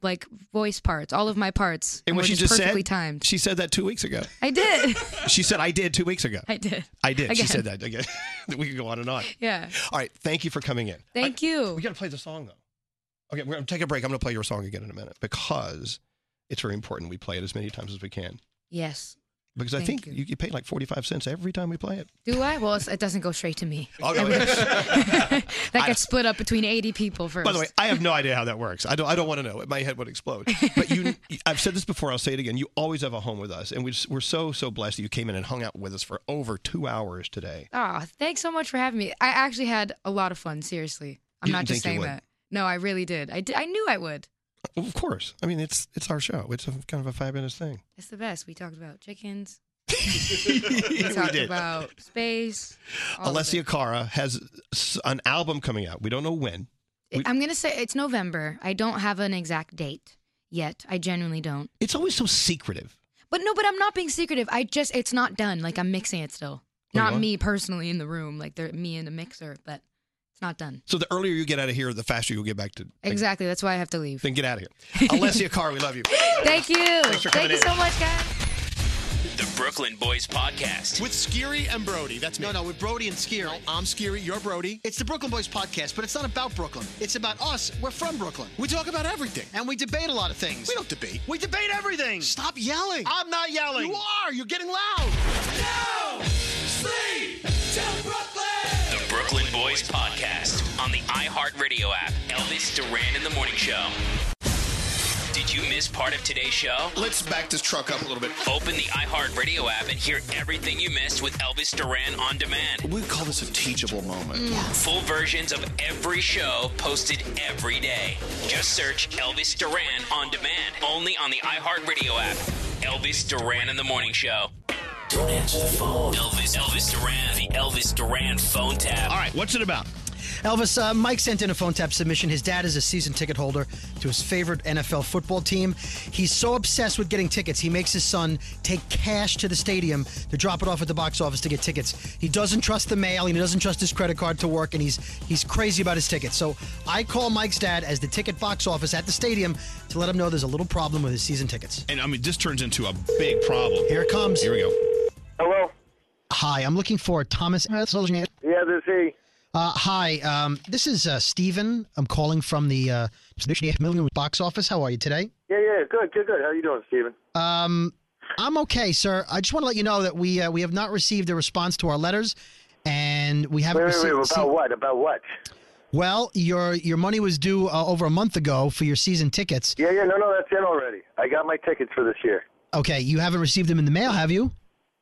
S21: like voice parts, all of my parts.
S3: And what
S21: were
S3: she just
S21: perfectly
S3: said,
S21: timed.
S3: she said that two weeks ago.
S21: I did.
S3: She said, I did two weeks ago.
S21: I did.
S3: I did. She
S21: Again.
S3: said that again. we could go on and on.
S21: Yeah.
S3: All right. Thank you for coming in.
S21: Thank you. We
S3: got to play the song though. Okay, we're going to take a break. I'm going to play your song again in a minute because it's very important we play it as many times as we can.
S21: Yes.
S3: Because I
S21: Thank
S3: think you, you pay like 45 cents every time we play it.
S21: Do I? Well, it's, it doesn't go straight to me.
S3: Oh,
S21: I
S3: no.
S21: wish. that gets split up between 80 people first.
S3: By the way, I have no idea how that works. I don't. I don't want to know. My head would explode. But you, I've said this before. I'll say it again. You always have a home with us, and we just, we're so so blessed that you came in and hung out with us for over two hours today.
S21: Oh, thanks so much for having me. I actually had a lot of fun, seriously. I'm
S3: You
S21: not
S3: didn't
S21: just
S3: think you
S21: saying
S3: would.
S21: that. No, I really did. I, did. I knew I would.
S3: Well, of course. I mean, it's it's our show. It's a, kind of a five minutes thing.
S21: That's the best. We talked about chickens. we talked
S3: did.
S21: about space. all of
S3: Alessia Cara has s- an album coming out. We don't know when.
S21: it. I'm going to say it's November. I don't have an exact date yet. I genuinely don't.
S3: It's always so secretive.
S21: But no, but I'm not being secretive. I just, it's not done. Like, I'm mixing it still.
S3: you
S21: Not
S3: are?
S21: me personally in the room, like they're me in a mixer, but it's not done.
S3: So the earlier you get out of here, the faster you'll get back to.
S21: Exactly. That's why I have to leave.
S3: Then get out of here. Alessia Cara, we love you.
S21: Thank you.
S3: Thanks for coming
S21: Thank you
S3: in.
S21: so much, guys.
S8: The Brooklyn Boys Podcast.
S14: With Skiri and Brody. That's me. No, no, with Brody and Skiri. I'm Skiri, you're Brody. It's the Brooklyn Boys podcast, but it's not about Brooklyn. It's about us. We're from Brooklyn. We talk about everything. And we debate a lot of things. We don't debate. We debate everything. Stop yelling. I'm not yelling. You are. You're getting loud.
S8: The Brooklyn Boys Podcast on the iHeartRadio app. Elvis Duran in the Morning Show. Did you miss part of today's show?
S12: Let's back this truck up a little bit.
S8: Open the iHeartRadio app and hear everything you missed with Elvis Duran on demand.
S12: We call this a teachable moment.
S8: Mm. Full versions of every show posted every day. Just search Elvis Duran on demand only on the iHeartRadio app. Elvis Duran in the Morning Show. Don't answer the phone. Elvis, Elvis Duran, the Elvis Duran phone tap. All
S3: right, what's it about?
S14: Elvis, uh, Mike sent in a phone tap submission. His dad is a season ticket holder to his favorite NFL football team. He's so obsessed with getting tickets, he makes his son take cash to the stadium to drop it off at the box office to get tickets. He doesn't trust the mail and he doesn't trust his credit card to work, and he's he's crazy about his tickets. So I call Mike's dad as the ticket box office at the stadium to let him know there's a little problem with his season tickets.
S3: And I mean, this turns into a big problem.
S14: Here it comes.
S3: Here we go.
S14: Hi, I'm looking for Thomas.
S4: Yeah, this he.
S14: Uh, hi, um, this is uh, Steven. I'm calling from the uh, Million box office. How are you today?
S4: Yeah, yeah, good, good, good. How you doing, Steven?
S14: Um, I'm okay, sir. I just want to let you know that we uh, we have not received a response to our letters, and we
S4: Wait,
S14: haven't
S4: wait, wait.
S14: received.
S4: About what? About what?
S14: Well, your your money was due uh, over a month ago for your season tickets.
S4: Yeah, yeah, no, no, that's in already. I got my tickets for this year.
S14: Okay, you haven't received them in the mail, have you?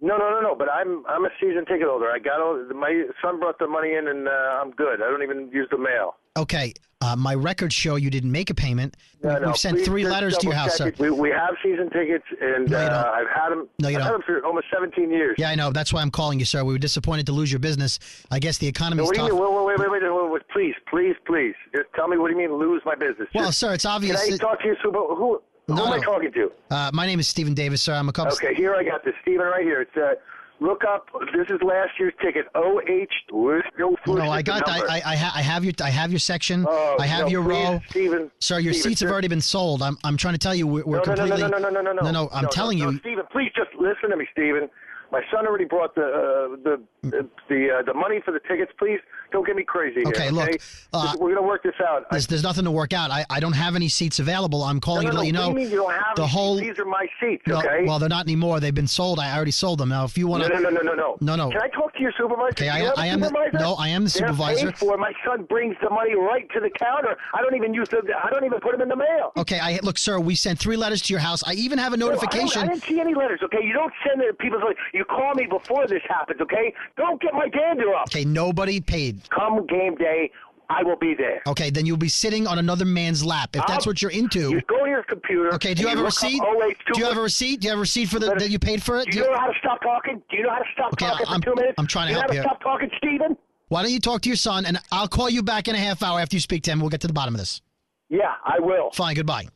S4: No, no, no, no. But I'm I'm a season ticket holder. I got all my son brought the money in, and uh, I'm good. I don't even use the mail.
S14: Okay, uh, my records show you didn't make a payment.
S4: No,
S14: We've
S4: no,
S14: sent
S4: please
S14: three
S4: just
S14: letters to your house, sir.
S4: double-check it. We, we have season tickets, and
S14: No, you
S4: uh,
S14: don't.
S4: I've had them.
S14: No, you
S4: I've
S14: don't.
S4: had them for almost 17 years.
S14: Yeah, I know. That's why I'm calling you, sir. We were disappointed to lose your business. I guess the economy
S4: No,
S14: is
S4: what do you
S14: tough.
S4: mean? Wait, wait, wait, wait, wait, wait, wait, please, please, please. Just tell me what do you mean lose my business?
S14: Well,
S4: Just-
S14: sir, it's obvious
S4: Can I
S14: that-
S4: talk to you? Who, who, who
S14: No,
S4: am I
S14: no.
S4: talking to?
S14: Uh, my name is Stephen Davis, sir. I'm a couple.
S4: Okay, here I got this, Steven, right here. It's uh, look up. This is last year's ticket. O H. No,
S14: No, I got that. I, I, ha- I have your I have your section. I have
S4: Oh, no,
S14: your
S4: please,
S14: row.
S4: Steven,
S14: Sir, your
S4: Steven,
S14: seats have already been sold. I'm, I'm trying to tell you we're, we're
S4: no, no, no,
S14: completely.
S4: no, no, no, no, no, no,
S14: no, I'm telling
S4: no,
S14: you.
S4: Steven, please just listen to me, Steven. My son already brought the uh, the the uh, the money for the tickets. Please don't get me crazy here.
S14: Okay, look, uh,
S4: we're gonna work this out. I-
S14: There's, there's nothing to work out. I, I don't have any seats available. I'm calling
S4: no, no,
S14: you to
S4: no,
S14: let
S4: what do you mean you don't have
S14: the
S4: any
S14: whole.
S4: seats? These are my seats,
S14: no,
S4: okay?
S14: Well, they're not anymore. They've been sold. I already sold them. Now, if you want
S4: no,
S14: to.
S4: no, no, no, no, no.
S14: No, no.
S4: Can I talk to your supervisor?
S14: Okay,
S4: Do
S14: I-
S4: you have a
S14: I am the-
S4: supervisor?
S14: no, I am the
S4: They're
S14: supervisor.
S4: paid for. My son brings the money right to the counter. I don't even use the. I don't even put him in the mail.
S14: Okay, I look, sir. We sent three letters to your house. I even have a
S4: No, I don't-
S14: notification.
S4: I, didn't see any letters. Okay, you don't send it to people's. Like, you call me before this happens. Okay, don't get my dander up.
S14: Okay, nobody paid.
S4: Come game day, I will be there.
S14: Okay, then you'll be sitting on another man's lap if that's
S4: I'll-
S14: what you're into.
S4: Um, You go to your computer.
S14: Okay, do you
S4: and
S14: have a
S4: look up
S14: receipt?
S4: 082
S14: Do you have a receipt? Do you have a receipt for the that you paid for it?
S4: Do you know how to stop talking? Do you know how to stop
S14: Okay,
S4: talking
S14: I'm-
S4: for two minutes?
S14: I'm trying to
S4: Do you
S14: help
S4: know
S14: you.
S4: how to stop talking, Steven?
S14: Why don't you talk to your son and I'll call you back in a half hour after you speak to him. We'll get to the bottom of this.
S4: Yeah, I will.
S14: Fine. Goodbye.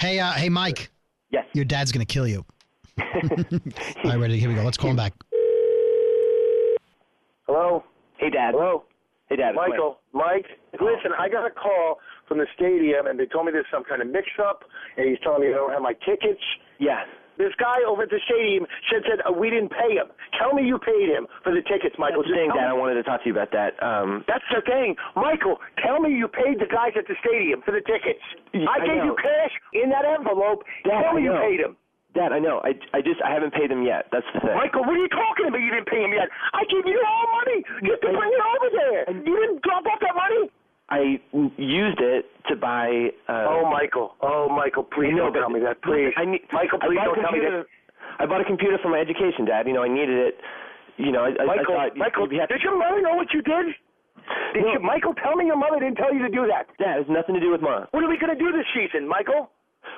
S14: Hey, uh, hey, Mike.
S4: Yes.
S14: Your dad's going to kill you. All right, ready? Here we go. Let's call him back.
S5: Hello?
S4: Hey, Dad.
S5: Hello?
S4: Hey, Dad. it's Mike.
S5: Michael, Mike, listen, I got a call from the stadium and they told me there's some kind of mix up and he's telling me I don't have my tickets.
S4: Yeah.
S5: This guy over at the stadium said, said uh, we didn't pay him. Tell me you paid him for the tickets, Michael.
S4: That's the
S5: Just
S4: thing,
S5: tell
S4: Dad. I
S5: me.
S4: wanted to talk to you about that. Um,
S5: That's the thing. Michael, tell me you paid the guys at the stadium for the tickets. I
S4: I
S5: gave you
S4: know.
S5: cash in that envelope.
S4: Dad,
S5: tell
S4: I
S5: me you
S4: know.
S5: paid him.
S4: Dad, I know. I, I just I haven't paid them yet. That's the thing.
S5: Michael, what are you talking about? You didn't pay him yet. I gave you all money just to bring it over there. You didn't drop off that money?
S4: I used it to buy.
S5: oh,
S4: Uh,
S5: Michael. Oh, Michael, please
S4: I know,
S5: don't tell me
S4: but-
S5: that. Please.
S4: I need,
S5: Michael,
S4: I
S5: please
S4: bought a
S5: don't tell me
S4: computer-
S5: that.
S4: I bought a computer for my education, Dad. You know, I needed it. You know, I, I-
S5: Michael,
S4: I thought
S5: Michael,
S4: you'd be happy.
S5: did your mother know what you did? Did you, Michael, tell me your mother didn't tell you to do that.
S4: Dad, it has nothing to do with mom.
S5: What are we going to do this season, Michael?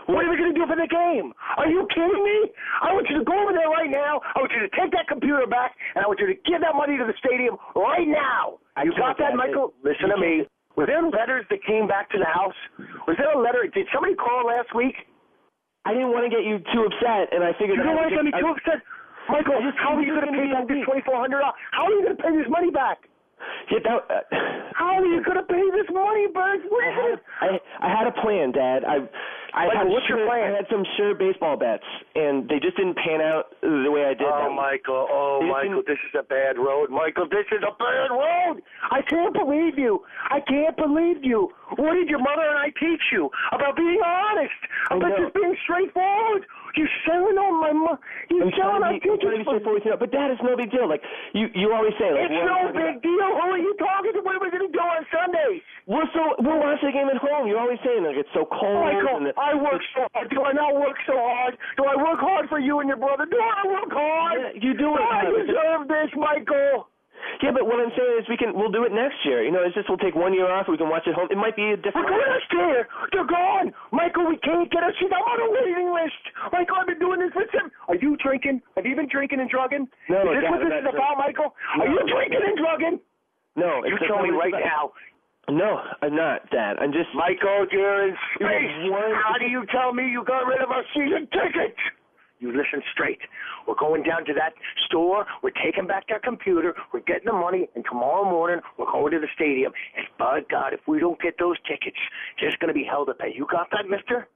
S5: What are we going to do for the game? Are you kidding me? I want you to go over there right now. I want you to take that computer back, and I want you to give that money to the stadium right now. you got that,
S4: Dad.
S5: Michael? Listen to
S4: You
S5: me. Were there letters that came back to the house? Was there a letter? Did somebody call last week?
S4: I didn't want to get you too upset, and I figured.
S5: You don't want
S4: I
S5: to get
S4: would
S5: me
S4: just-
S5: too
S4: I-
S5: upset? Michael,
S4: I just-
S5: how are
S4: this
S5: you
S4: is
S5: going to
S4: gonna
S5: pay
S4: be
S5: back
S4: on
S5: this
S4: me.
S5: $2,400? How are you going to pay this money back?
S4: Yeah, that, uh,
S5: How are you going to pay this money, Burns? What is it?
S4: I I had a plan, Dad. I I
S5: Michael,
S4: had
S5: what's your
S4: sure-
S5: plan?
S4: I had some sure baseball bets, and they just didn't pan out the way I did.
S5: Oh,
S4: them.
S5: Michael. Oh,
S4: They just
S5: Michael, this is a bad road. Michael, this is a bad road. Oh, I can't believe you. I can't believe you. What did your mother and I teach you about being honest, about just being straightforward? You're selling on my mo- You're
S4: I'm
S5: selling
S4: trying
S5: on
S4: to be, I'm trying to be straightforward with you, but Dad, it's no big deal. Like you, you always say, like
S5: It's
S4: we're
S5: no big deal. Who are you talking to? What are we going to do on Sundays?
S4: We're so we're watching the game at home. You're always saying like it's so cold.
S5: Michael,
S4: and the-
S5: I work so hard. Do I not work so hard? Do I work hard for you and your brother? Do I work hard?
S4: you do it
S5: I
S4: hard, but-
S5: deserve this, Michael.
S4: yeah, but what I'm saying is we can we'll do it next year. You know, it's just we'll take one year off. We can watch it home. It might be a
S5: We're
S4: different.
S5: going upstairs. They're gone. Michael, we can't get her. She's I'm on a waiting list. Michael, I've been doing this for seven. Are you drinking? Have you been drinking and drugging?
S4: No,
S5: Is this
S4: Dad,
S5: what this is
S4: I'm not
S5: about, Michael? Are you
S4: No.
S5: drinking and drugging?
S4: No,
S5: You
S4: it's-
S5: tell
S4: it's
S5: me
S4: not
S5: right now.
S4: about- No, I'm not, Dad. I'm just
S5: Michael, you're in
S4: You have
S5: space.
S4: one-
S5: How do you tell me you got rid of our season ticket? You listen straight. We're going down to that store. We're taking back that computer. We're getting the money, and tomorrow morning we're going to the stadium. And by God, if we don't get those tickets, there's going to be hell to pay. You got that, Mister?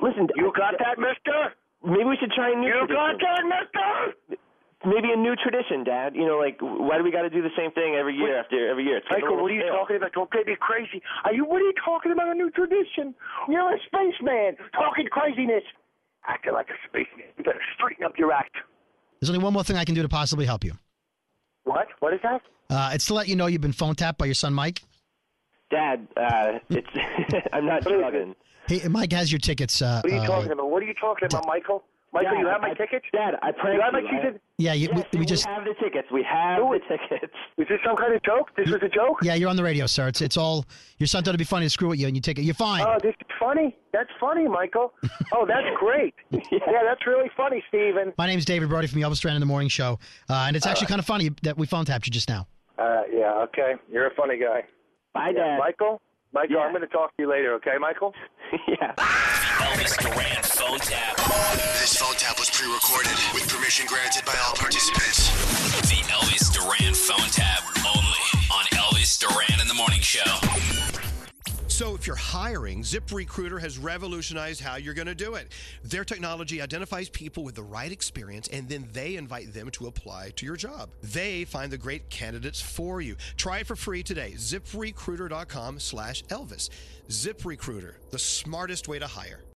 S4: Listen,
S5: You got that, Mister?
S4: Maybe we should try a new
S5: You
S4: tradition.
S5: got that, Mister?
S4: Maybe a new tradition, Dad. You know, like why do we got to do the same thing every year after every year? It's getting a
S5: Michael,
S4: little
S5: what are you
S4: stale.
S5: talking about? Don't get me crazy. Are you? What are you talking about? A new tradition? You're a spaceman talking craziness, acting like a spaceman. You better straighten up your act.
S14: There's only one more thing I can do to possibly help you.
S5: What? What is that?
S14: Uh, it's to let you know you've been phone tapped by your son, Mike.
S4: Dad, uh, it's I'm not drugging.
S14: Hey, Mike has your tickets. Uh,
S5: What are you
S14: uh,
S5: talking about? What are you talking about, Michael? Michael,
S4: Dad,
S5: you have my
S4: I-
S5: tickets?
S4: Dad, I pray.
S5: You have my
S4: to,
S5: season?
S14: yeah, you, we, we
S4: We
S14: just.
S4: have the tickets. We have the tickets.
S5: Is this some kind of joke? This was a joke?
S14: Yeah, you're on the radio, sir. It's it's all your son thought it'd be funny to screw with you, and you take it. You're fine.
S5: Oh, this is funny. That's funny, Michael. Oh, that's great. yeah. that's really funny, Steven.
S14: My name's David Brody from the Elvis Strand in the Morning Show, uh, and it's actually kind of funny that we phone tapped you just now.
S5: Uh, yeah, okay. You're a funny guy.
S4: Bye,
S5: Dad. Michael? Michael, I'm going to talk to you later, okay, Michael?
S4: yeah.
S8: Elvis Duran phone tap.
S33: This phone tap was pre-recorded with permission granted by all participants.
S8: The Elvis Duran phone tap only on Elvis Duran in the Morning Show.
S3: So if you're hiring, ZipRecruiter has revolutionized how you're going to do it. Their technology identifies people with the right experience and then they invite them to apply to your job. They find the great candidates for you. Try it for free today. ZipRecruiter.com slash Elvis. ZipRecruiter, the smartest way to hire.